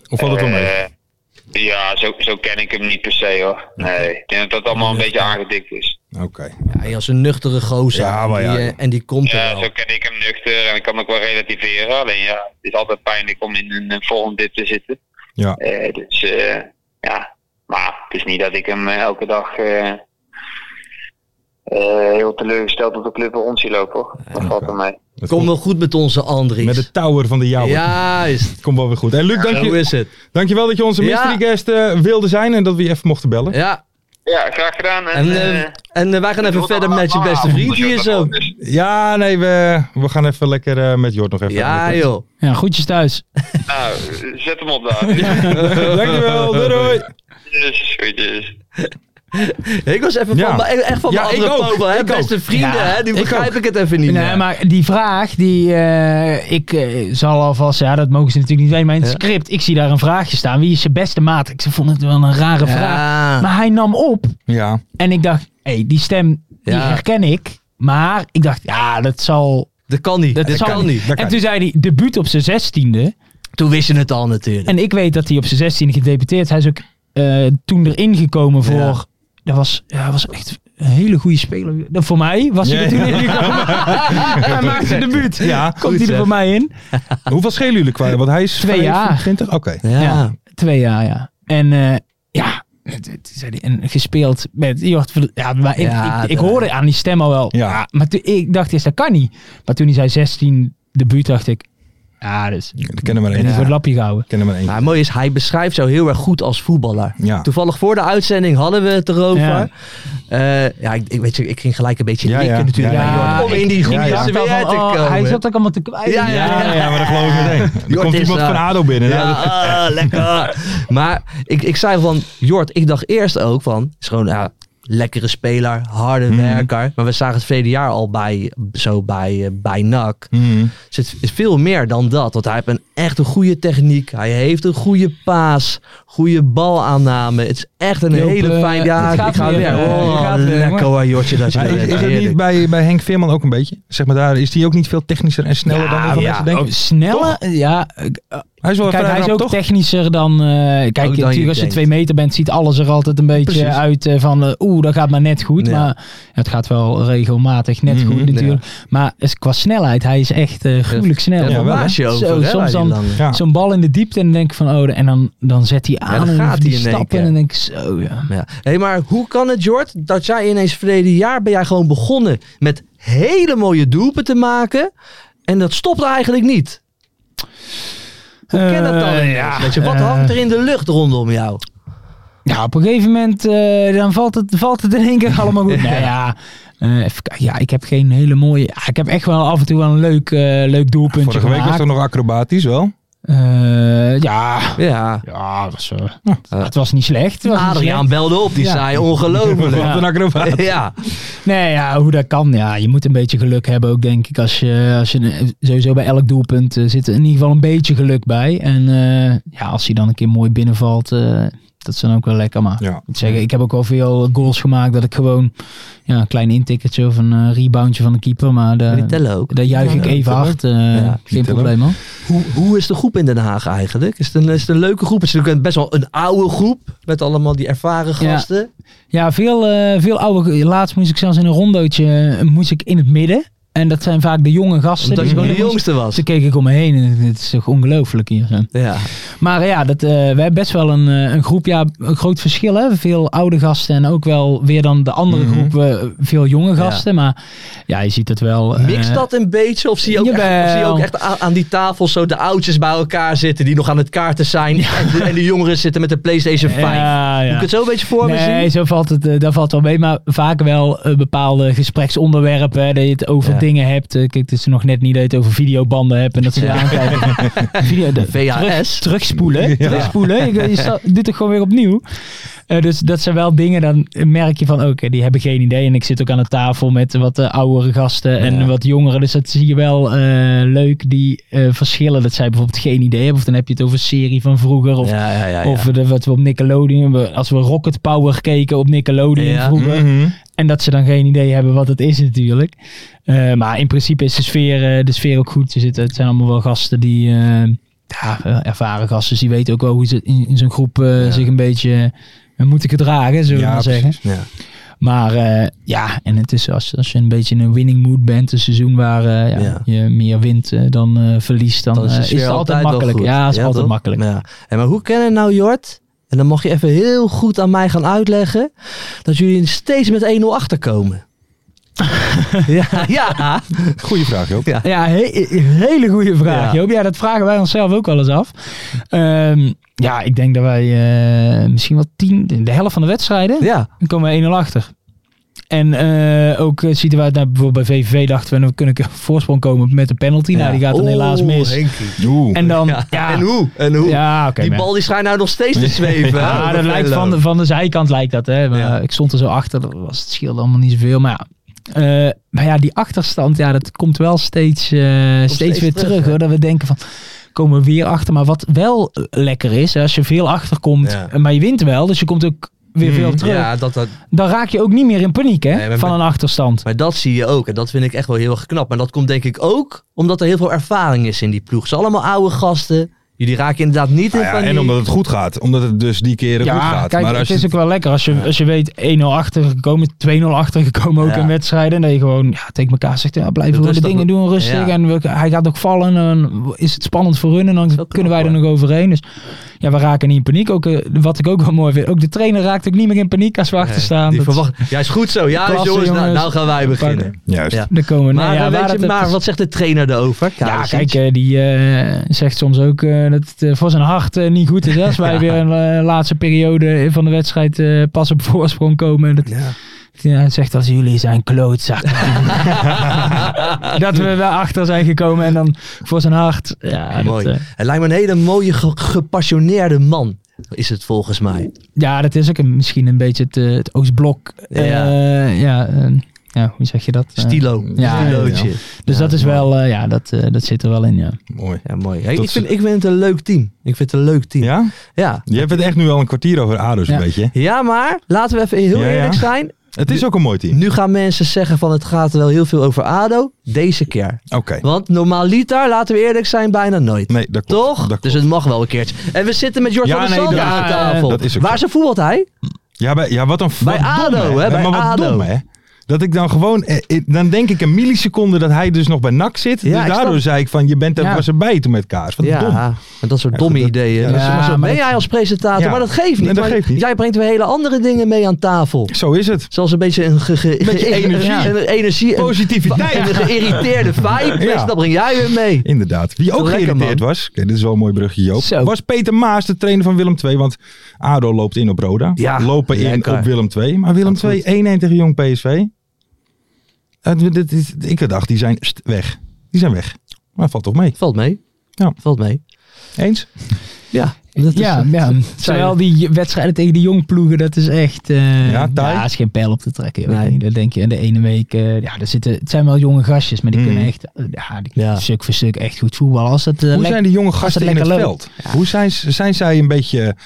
Speaker 4: Of valt het wel mee?
Speaker 9: Eh, ja, zo, zo ken ik hem niet per se hoor. Nee, ik denk dat dat allemaal een beetje aangedikt is.
Speaker 5: Eh,
Speaker 4: Oké.
Speaker 5: Ja, hij is een nuchtere gozer.
Speaker 4: Ja, maar
Speaker 5: Die,
Speaker 4: ja.
Speaker 5: eh, en die komt er
Speaker 9: Ja,
Speaker 5: wel.
Speaker 9: zo ken ik hem nuchter en ik kan ook wel relativeren. Alleen ja, het is altijd pijnlijk om in een, een vorm dip te zitten.
Speaker 4: Ja.
Speaker 9: Eh, dus eh, ja, maar het is niet dat ik hem eh, elke dag eh, eh, heel teleurgesteld op de club rond zie lopen hoor. Dat valt er mee.
Speaker 4: Dat
Speaker 5: Kom
Speaker 4: komt
Speaker 5: wel goed met onze Andries.
Speaker 4: met de tower van de jouwe.
Speaker 5: ja, is
Speaker 4: Komt wel weer goed. En Luc, dank
Speaker 5: Zo
Speaker 4: je,
Speaker 5: is het.
Speaker 4: dankjewel dat je onze
Speaker 5: Ja.
Speaker 4: mystery guest eh, wilde zijn en dat we je even mochten bellen.
Speaker 5: Ja,
Speaker 9: Ja, graag gedaan.
Speaker 5: en,
Speaker 9: En,
Speaker 5: eh,
Speaker 4: ehm,
Speaker 9: eh,
Speaker 5: en eh, wij gaan even
Speaker 9: tot
Speaker 5: verder
Speaker 9: een
Speaker 5: met je
Speaker 9: andere
Speaker 5: beste
Speaker 9: avond,
Speaker 5: vriend hier
Speaker 9: dus
Speaker 5: zo.
Speaker 9: dat is-
Speaker 4: Ja, nee, we, we gaan even lekker eh, met Jort nog even.
Speaker 5: Ja,
Speaker 4: verder.
Speaker 5: joh.
Speaker 6: Ja, groetjes thuis.
Speaker 9: Nou, zet hem op daar.
Speaker 4: Dankjewel, doei doei.
Speaker 9: Dus, goedjes.
Speaker 5: Ik was even
Speaker 4: Ja.
Speaker 5: van, mijn- echt van
Speaker 4: Ja,
Speaker 5: mijn
Speaker 4: ik
Speaker 5: andere
Speaker 4: ook.
Speaker 5: povel, hè?
Speaker 4: Ik
Speaker 5: Beste
Speaker 4: ook.
Speaker 5: vrienden,
Speaker 6: Ja,
Speaker 5: hè? Nu
Speaker 6: ik
Speaker 5: begrijp
Speaker 6: ook.
Speaker 5: ik het even niet
Speaker 6: nee,
Speaker 5: meer.
Speaker 6: maar die vraag, die eh, ik eh, zal alvast, ja, dat mogen ze natuurlijk niet weten, maar in het
Speaker 5: Ja.
Speaker 6: script, ik zie daar een vraagje staan. Wie is je beste maat? Ik vond het wel een rare vraag.
Speaker 5: Ja.
Speaker 6: Maar hij nam op
Speaker 4: Ja,
Speaker 6: en ik dacht, hé, hey, die stem, die
Speaker 5: Ja.
Speaker 6: herken ik. Maar ik dacht, ja, dat zal...
Speaker 5: dat kan niet.
Speaker 6: Dat,
Speaker 5: Dat,
Speaker 6: zal
Speaker 5: kan niet.
Speaker 4: dat kan
Speaker 6: en toen zei hij, debuut op zijn zestiende.
Speaker 5: Toen wist je het al natuurlijk.
Speaker 6: En ik weet dat hij op zijn 16 gedeputeerd is. Hij is ook eh, toen erin gekomen voor.
Speaker 5: Ja.
Speaker 6: Dat was, ja, hij was echt een hele goede speler. Dat voor mij was hij
Speaker 4: Ja,
Speaker 6: er toen
Speaker 4: ja.
Speaker 6: in gekomen. en hij maakt zijn debuut.
Speaker 4: Ja,
Speaker 6: Komt hij er
Speaker 5: zeg.
Speaker 6: voor mij in?
Speaker 4: Hoeveel schelen jullie qua? Want hij is
Speaker 6: Twee jaar.
Speaker 4: 25. Oké.
Speaker 5: ja.
Speaker 6: Ja. Twee jaar, ja. En eh, ja. het- het- zei die- En gespeeld met Jort. van- Ja, maar ik,
Speaker 5: Ja,
Speaker 6: ik, ik
Speaker 5: de-
Speaker 6: hoorde aan die stem al wel.
Speaker 4: Ja.
Speaker 6: maar toen, ik dacht eerst, dat kan niet. Maar toen hij zei 16 debuut, dacht ik. Ja, dus.
Speaker 4: Ik ken er maar
Speaker 6: En die
Speaker 4: één.
Speaker 6: voor het
Speaker 4: Ik
Speaker 6: lapje gehouden.
Speaker 4: ken er maar één.
Speaker 5: Maar mooi is, hij beschrijft jou heel erg goed als voetballer.
Speaker 4: Ja.
Speaker 5: Toevallig voor de uitzending hadden we het erover.
Speaker 6: Ja.
Speaker 5: Ja, ja ik, ik, weet, je, ik ging gelijk een beetje
Speaker 4: Ja,
Speaker 5: ja,
Speaker 4: ja.
Speaker 5: natuurlijk.
Speaker 4: Ja,
Speaker 5: bij Jordan, om
Speaker 6: ik-
Speaker 5: in die
Speaker 4: Ja,
Speaker 5: groep
Speaker 4: ja.
Speaker 5: weer
Speaker 6: Van,
Speaker 5: te
Speaker 6: oh,
Speaker 5: komen.
Speaker 6: hij zat ook allemaal te kwijt.
Speaker 5: Ja, ja,
Speaker 4: Ja, ja, maar dat geloof ik meteen. Er
Speaker 5: Jort
Speaker 4: komt
Speaker 5: is,
Speaker 4: iemand
Speaker 5: eh,
Speaker 4: van ADO binnen.
Speaker 5: Ja,
Speaker 4: Nou, dat-
Speaker 5: ah, lekker. [laughs] Maar ik, ik zei van, Jort, ik dacht eerst ook van, is gewoon ja, lekkere speler, harde
Speaker 4: Mhm.
Speaker 5: werker. Maar we zagen het verleden jaar al bij, zo bij, eh, bij NAC.
Speaker 4: Mhm.
Speaker 5: Dus het is veel meer dan dat. Want hij heeft een, echt een goede techniek. Hij heeft een goede paas. Goede balaanname. Het is echt een
Speaker 6: Joop,
Speaker 5: hele
Speaker 6: eh,
Speaker 5: fijn... Ja,
Speaker 6: het gaat
Speaker 5: ik ga
Speaker 6: weer,
Speaker 5: weer.
Speaker 6: eh,
Speaker 5: Oh,
Speaker 6: het gaat weer,
Speaker 5: lekker
Speaker 6: jongen.
Speaker 5: hoor, Jortje. Dat je
Speaker 4: Maar
Speaker 5: dat
Speaker 4: is,
Speaker 5: weet.
Speaker 4: is dat niet
Speaker 5: Heerlijk.
Speaker 4: bij, bij Henk Veerman ook een beetje? Zeg maar daar, is die ook niet veel technischer en sneller dan
Speaker 5: Ja,
Speaker 4: we van
Speaker 5: ja.
Speaker 4: mensen denken?
Speaker 6: Oh, sneller? Ja. ik- eh,
Speaker 4: Hij is wel
Speaker 6: Kijk,
Speaker 4: vrij
Speaker 6: hij is
Speaker 4: rap,
Speaker 6: ook
Speaker 4: toch?
Speaker 6: technischer dan... eh, kijk,
Speaker 5: Oh, dan je
Speaker 6: natuurlijk als je
Speaker 5: denkt.
Speaker 6: twee meter bent, ziet alles er altijd een beetje
Speaker 5: Precies.
Speaker 6: uit eh, van... eh, Oeh, dat gaat maar net goed.
Speaker 5: Ja.
Speaker 6: Maar het gaat wel regelmatig net
Speaker 4: Mhm,
Speaker 6: goed natuurlijk. Maar is qua snelheid, hij is echt eh gruwelijk
Speaker 5: Ja,
Speaker 6: snel.
Speaker 4: wel,
Speaker 5: daar
Speaker 4: hè?
Speaker 5: baas je
Speaker 6: Zo,
Speaker 5: over, hè, bij
Speaker 6: soms
Speaker 5: die
Speaker 6: dan
Speaker 5: lange.
Speaker 4: Ja.
Speaker 6: zo'n bal in de diepte en dan denk ik van... Oh, en dan, dan zet hij aan
Speaker 5: dan
Speaker 6: en
Speaker 5: gaat
Speaker 6: die
Speaker 5: hij in één
Speaker 6: stappen.
Speaker 5: keer.
Speaker 6: En dan denk ik zo, ja.
Speaker 5: Ja. Hey, maar hoe kan het, Jord, dat jij ineens verleden jaar ben jij gewoon begonnen met hele mooie doelpen te maken en dat stopte eigenlijk niet? Hoe kan dat dan?
Speaker 6: Eh,
Speaker 5: ineens?
Speaker 6: ja,
Speaker 5: Weet je, wat
Speaker 6: eh,
Speaker 5: hangt er in de lucht rondom jou?
Speaker 6: Ja, op een gegeven moment eh, dan valt het, valt het in één keer allemaal
Speaker 4: [laughs]
Speaker 6: goed. nou ja, eh, even kijken. ja, ik heb geen hele mooie... ja, ik heb echt wel af en toe wel een leuk, eh, leuk doelpuntje
Speaker 4: Vorige week was
Speaker 6: gemaakt.
Speaker 4: toch nog acrobatisch wel?
Speaker 6: Eh, ja,
Speaker 5: Ja,
Speaker 6: Ja, het was, eh, ja, het was niet slecht. Het was niet
Speaker 5: Adriaan belde op, die
Speaker 6: Ja.
Speaker 5: zei
Speaker 6: [laughs]
Speaker 4: Wat
Speaker 5: ongelooflijk.
Speaker 4: een acrobaat.
Speaker 5: Ja,
Speaker 6: slecht. Nee, ja, hoe dat kan. Ja, je moet een beetje geluk hebben ook, denk ik. Als je, als je eh, sowieso bij elk doelpunt eh, zit er in ieder geval een beetje geluk bij. En eh, ja, als hij dan een keer mooi binnenvalt, eh, dat is dan ook wel lekker. Maar
Speaker 4: Ja.
Speaker 6: ik moet zeggen, ik heb ook wel veel goals gemaakt dat ik gewoon ja, een klein intikkertje of een eh, reboundje van de keeper. Maar de,
Speaker 5: die tellen ook.
Speaker 6: daar juich ik
Speaker 5: Ja,
Speaker 6: even
Speaker 5: tellen.
Speaker 6: hard. eh, geen
Speaker 4: tellen.
Speaker 6: probleem, man.
Speaker 5: Hoe, hoe is de groep in Den Haag eigenlijk? Is het een, is het een leuke groep? Het is natuurlijk best wel een oude groep met allemaal die ervaren
Speaker 6: Ja.
Speaker 5: gasten.
Speaker 6: Ja, veel, eh, veel oude. Laatst moest ik zelfs in een rondootje eh, moest ik in het midden. En dat zijn vaak de jonge gasten.
Speaker 5: Omdat je
Speaker 6: die
Speaker 5: gewoon de
Speaker 6: moesten-
Speaker 5: jongste was.
Speaker 6: Toen keek ik om me heen en het is toch ongelooflijk hier. zo.
Speaker 5: Ja,
Speaker 6: Maar eh, ja, dat, eh, we hebben best wel een, eh, een groep, ja, een groot verschil. Hè? Veel oude gasten en ook wel weer dan de andere
Speaker 4: Mhm.
Speaker 6: groep, eh, veel jonge gasten. Maar ja, je ziet het wel. eh,
Speaker 5: Mixt dat een beetje? Of zie je ook, echt, of zie je
Speaker 6: Jawel.
Speaker 5: ook echt aan, aan die tafel zo de oudjes bij elkaar zitten die nog aan het kaarten zijn. En, de, en de jongeren zitten met de PlayStation 5.
Speaker 6: Ja,
Speaker 5: Moet ik
Speaker 6: ja.
Speaker 5: het zo een beetje voor me
Speaker 6: Nee,
Speaker 5: zien?
Speaker 6: zo valt het, eh, dat valt wel mee. Maar vaak wel eh, bepaalde gespreksonderwerpen. hè, Dat je het over
Speaker 5: Ja.
Speaker 6: dingen hebt. Eh, kijk, het is nog net niet dat je het over videobanden hebt. En dat ze je aankijken.
Speaker 5: [laughs]
Speaker 6: van, Video, de,
Speaker 5: VHS.
Speaker 6: terugspoelen.
Speaker 4: Ja.
Speaker 6: Terugspoelen. Ik, je
Speaker 5: [laughs]
Speaker 6: sta- doet het gewoon weer opnieuw. Eh, dus dat zijn wel dingen, dan merk je van, oké, die hebben geen idee. En ik zit ook aan de tafel met wat eh, oudere gasten en
Speaker 5: Ja.
Speaker 6: wat jongeren. Dus dat zie je wel eh, leuk, die eh, verschillen. Dat zij bijvoorbeeld geen idee hebben. Of dan heb je het over serie van vroeger. Of,
Speaker 5: ja, ja, ja, ja.
Speaker 6: of eh, wat we op Nickelodeon, we- als we Rocket Power keken op Nickelodeon
Speaker 5: Ja.
Speaker 6: vroeger.
Speaker 4: Mhm.
Speaker 6: En dat ze dan geen idee hebben wat het is natuurlijk. Eh, maar in principe is de sfeer, eh, de sfeer ook goed. Er zitten, het zijn allemaal wel gasten die... eh, ja, eh, ervaren gasten. Dus die weten ook wel hoe ze in, in zo'n groep eh, zich een beetje eh, moeten gedragen, zullen we maar zeggen.
Speaker 4: precies. Ja.
Speaker 6: Maar eh, ja, en het is als, als je een beetje in een winning mood bent, een seizoen waar eh, ja,
Speaker 8: Ja.
Speaker 6: je meer wint eh, dan eh, verliest, dan,
Speaker 8: Dan is
Speaker 6: eh,
Speaker 8: de
Speaker 6: is,
Speaker 8: sfeer
Speaker 6: het altijd,
Speaker 8: altijd wel
Speaker 6: makkelijk.
Speaker 8: goed.
Speaker 6: Ja, het is
Speaker 8: Ja,
Speaker 6: altijd
Speaker 8: toch?
Speaker 6: makkelijk.
Speaker 8: Ja.
Speaker 5: En maar hoe kennen nou Jort? En dan mag je even heel goed aan mij gaan uitleggen dat jullie steeds met 1-0
Speaker 6: [laughs]
Speaker 5: achterkomen. ja, ja,
Speaker 4: Goeie vraag, Joop.
Speaker 5: ja.
Speaker 6: Ja, he- he- hele goede vraag,
Speaker 5: Ja.
Speaker 6: Joop. Ja, dat vragen wij onszelf ook wel eens af. Ehm, ja, ik denk dat wij eh, misschien wel tien, de helft van de wedstrijden,
Speaker 5: Ja,
Speaker 6: Dan komen we 1-0 achter. En eh, ook eh, ziet er uit, nou, bijvoorbeeld bij VVV dachten we, we kunnen op voorsprong komen met een penalty. Nou, die gaat dan helaas mis.
Speaker 4: Oeh.
Speaker 6: En dan, ja,
Speaker 5: En hoe? En hoe?
Speaker 6: ja oké.
Speaker 5: die
Speaker 6: maar-
Speaker 5: bal die schijnt nou nog steeds te zweven. hè,
Speaker 6: [laughs] ja,
Speaker 5: op
Speaker 6: dat
Speaker 5: de
Speaker 6: lijkt
Speaker 5: Venlo.
Speaker 6: van, de, van de zijkant lijkt dat. Hè. Maar,
Speaker 5: Ja.
Speaker 6: Ik stond er zo achter, dat was het scheelde allemaal niet zoveel. Maar ja, Eh, maar ja die achterstand, ja, dat komt wel steeds, eh, steeds,
Speaker 5: steeds
Speaker 6: weer
Speaker 5: terug,
Speaker 6: terug.
Speaker 5: hè.
Speaker 6: hoor, dat we denken van, komen we weer achter. Maar wat wel eh, lekker is, hè, als je veel achter komt,
Speaker 5: Ja. Hmm,
Speaker 6: maar je wint wel. Dus je komt ook weer veel terug.
Speaker 5: Mm, Ja, dat, dat,
Speaker 6: Dan raak je ook niet meer in paniek hè,
Speaker 5: Nee, maar
Speaker 6: van
Speaker 5: met-
Speaker 6: een achterstand.
Speaker 5: maar dat zie je ook. En dat vind ik echt wel heel erg knap. Maar dat komt denk ik ook omdat er heel veel ervaring is in die ploeg. Ze zijn allemaal oude gasten. Jullie raken inderdaad niet in
Speaker 4: Nou ja,
Speaker 5: paniek.
Speaker 4: en omdat het goed gaat. Omdat het dus die keren goed gaat.
Speaker 6: Kijk,
Speaker 4: maar als
Speaker 6: het is
Speaker 4: je,
Speaker 6: ook wel lekker als je, als je weet 1-0 achtergekomen, 2-0 achtergekomen ook
Speaker 5: Ja.
Speaker 6: in wedstrijden. Dat je gewoon ja, tegen elkaar zegt, ja, blijf gewoon de
Speaker 5: Rustig.
Speaker 6: dingen doen, rustig.
Speaker 5: Ja.
Speaker 6: En we, hij gaat ook vallen, dan is het spannend voor hun en dan kunnen wij er nog overheen. Dus ja, we raken niet in paniek. Ook, eh, wat ik ook wel mooi vind, ook de trainer raakt ook niet meer in paniek als we achter staan.
Speaker 5: Die
Speaker 6: Dat-
Speaker 5: verwacht, ja, is goed zo. Ja,
Speaker 6: Klasse,
Speaker 5: jongens, nou,
Speaker 6: jongens.
Speaker 5: nou gaan wij beginnen.
Speaker 4: juist.
Speaker 5: Ja.
Speaker 6: Daar komen we.
Speaker 5: Maar,
Speaker 6: nee, ja,
Speaker 5: eh,
Speaker 6: waar
Speaker 5: weet je,
Speaker 6: het-
Speaker 5: maar wat zegt de trainer erover?
Speaker 6: Ja,
Speaker 5: Karasic?
Speaker 6: kijk, eh, die eh, zegt soms ook eh, dat het eh, voor zijn hart eh, niet goed is. Hè?
Speaker 5: [laughs]
Speaker 6: Als wij weer een eh, laatste periode van de wedstrijd eh, pas op voorsprong komen. Dat, ja. hij zegt als jullie zijn
Speaker 5: [laughs]
Speaker 6: klootzak. dat we wel achter zijn gekomen en dan voor zijn hart. Ja,
Speaker 5: Mooi.
Speaker 6: Dat, eh,
Speaker 5: Het lijkt me een hele mooie, ge- gepassioneerde man. Is het volgens mij.
Speaker 6: ja, dat is ook een, misschien een beetje het, eh, het Oostblok.
Speaker 5: Ja.
Speaker 6: eh, ja, eh, ja, hoe zeg je dat? Eh,
Speaker 5: Stilo.
Speaker 6: ja,
Speaker 5: Stilootje.
Speaker 6: Dus
Speaker 5: Ja,
Speaker 6: dat is
Speaker 5: mooi.
Speaker 6: wel, eh, ja, dat, eh, dat zit er wel in. Ja.
Speaker 4: Mooi.
Speaker 5: Ja, mooi. Hey,
Speaker 4: Tot
Speaker 5: ik, vind, ik vind het een leuk team. Ik vind het een leuk team.
Speaker 4: Ja?
Speaker 5: Ja.
Speaker 4: Je hebt het echt nu al een kwartier over ADO's
Speaker 6: Ja.
Speaker 4: een beetje. hè?
Speaker 5: Ja, maar laten we even heel
Speaker 4: Ja, ja.
Speaker 5: eerlijk zijn.
Speaker 4: Het is ook een mooi team.
Speaker 5: Nu gaan mensen zeggen van het gaat wel heel veel over ADO. Deze keer.
Speaker 4: Oké.
Speaker 5: Want normaal liter, laten we eerlijk zijn, bijna nooit.
Speaker 4: Nee, dat klopt.
Speaker 5: Toch?
Speaker 4: Dat
Speaker 5: Dus
Speaker 4: klopt.
Speaker 5: het mag wel een keertje. En we zitten met Jort
Speaker 4: Ja,
Speaker 5: van der
Speaker 4: nee,
Speaker 5: Sande
Speaker 4: dat-
Speaker 5: aan
Speaker 6: ja,
Speaker 5: tafel.
Speaker 4: dat is ook
Speaker 5: Waar
Speaker 4: zo.
Speaker 5: ze voetbalt hij?
Speaker 4: Ja, bij, ja, wat een
Speaker 5: Bij
Speaker 4: wat
Speaker 5: ADO,
Speaker 4: dom,
Speaker 5: hè, bij
Speaker 4: maar wat
Speaker 5: ADO.
Speaker 4: dom, hè? Dat ik dan gewoon, eh, eh, dan denk ik een milliseconde dat hij dus nog bij NAC zit.
Speaker 5: Ja, ik
Speaker 4: dus daardoor
Speaker 5: snap-
Speaker 4: zei ik van, je bent er,
Speaker 6: Ja.
Speaker 4: was erbij toen met kaars. Wat dom.
Speaker 5: Ja, en dat soort domme ideeën.
Speaker 4: ja,
Speaker 5: Dus- maar
Speaker 6: dat-
Speaker 5: zo
Speaker 6: Ja, maar
Speaker 5: ben
Speaker 6: dat-
Speaker 5: jij als presentator,
Speaker 4: Ja.
Speaker 5: maar dat geeft niet.
Speaker 4: Nee, dat
Speaker 5: want
Speaker 4: geeft niet.
Speaker 5: Jij brengt weer hele andere dingen mee aan tafel.
Speaker 4: Zo is het.
Speaker 5: Zoals een beetje een, ge- ge- ge-
Speaker 4: energie.
Speaker 5: een- een energie en
Speaker 4: Positiviteit.
Speaker 5: een geïrriteerde vibe.
Speaker 4: Ja.
Speaker 5: Dat breng jij weer mee.
Speaker 4: Inderdaad. Wie ook
Speaker 5: Lekker,
Speaker 4: geïrriteerd
Speaker 5: man.
Speaker 4: was, oké, dit is wel een mooi brugje Joop,
Speaker 6: Zo.
Speaker 4: was Peter Maas, de trainer van Willem II. Want ADO loopt in op Roda,
Speaker 5: Ja,
Speaker 4: lopen in
Speaker 5: lekker.
Speaker 4: op Willem II. Maar Willem
Speaker 5: Dat is
Speaker 4: II 1-1 tegen Jong PSV. Het- dit is- Ik dacht, die zijn st- weg. Die zijn weg. Maar valt toch mee.
Speaker 5: Valt mee.
Speaker 4: Ja.
Speaker 5: Valt mee.
Speaker 4: Eens?
Speaker 5: Ja. Dat is,
Speaker 6: ja, ja. Terwijl die wedstrijden tegen die jongploegen, dat is echt... eh
Speaker 4: Ja,
Speaker 6: ja,
Speaker 4: taai.
Speaker 6: is geen pijl op te trekken. joh.
Speaker 5: Nee.
Speaker 6: Dat denk je. En de ene week... eh, ja, er zitten, het zijn wel jonge gastjes, maar die
Speaker 4: Mm.
Speaker 6: kunnen echt... eh, Ja, die
Speaker 5: Ja.
Speaker 6: stuk voor stuk echt goed voetballen. Als dat, eh,
Speaker 4: Hoe
Speaker 6: lek-
Speaker 4: zijn die jonge
Speaker 6: het
Speaker 4: gasten in het
Speaker 6: lekker loopt.
Speaker 4: veld? Hoe zijn, ze- zijn zij een beetje,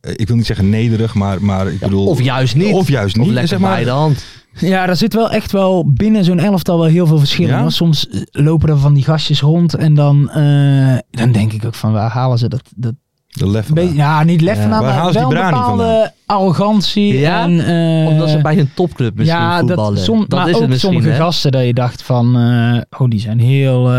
Speaker 4: eh, ik wil niet zeggen nederig, maar, maar ik bedoel...
Speaker 5: Of juist niet.
Speaker 4: Of juist niet.
Speaker 5: Of lekker
Speaker 4: zeg maar,
Speaker 5: bij de hand.
Speaker 6: Ja, daar zit wel echt wel binnen zo'n elftal wel heel veel verschillen.
Speaker 4: Ja?
Speaker 6: hoor. Soms eh, lopen er van die gastjes rond en dan, eh, dan denk ik ook van waar halen ze dat... dat
Speaker 4: de lef
Speaker 6: beetje- ja, niet lef vandaan,
Speaker 4: Waar halen
Speaker 6: maar
Speaker 4: ze
Speaker 6: wel
Speaker 4: die
Speaker 6: een
Speaker 4: brani vandaan?
Speaker 6: bepaalde arrogantie.
Speaker 5: Ja?
Speaker 6: En, eh,
Speaker 5: Omdat ze bij een topclub misschien voetballen.
Speaker 6: Dat, som- maar
Speaker 5: is
Speaker 6: ook
Speaker 5: het misschien.
Speaker 6: sommige
Speaker 5: hè?
Speaker 6: gasten dat je dacht van, eh, oh die zijn heel, eh,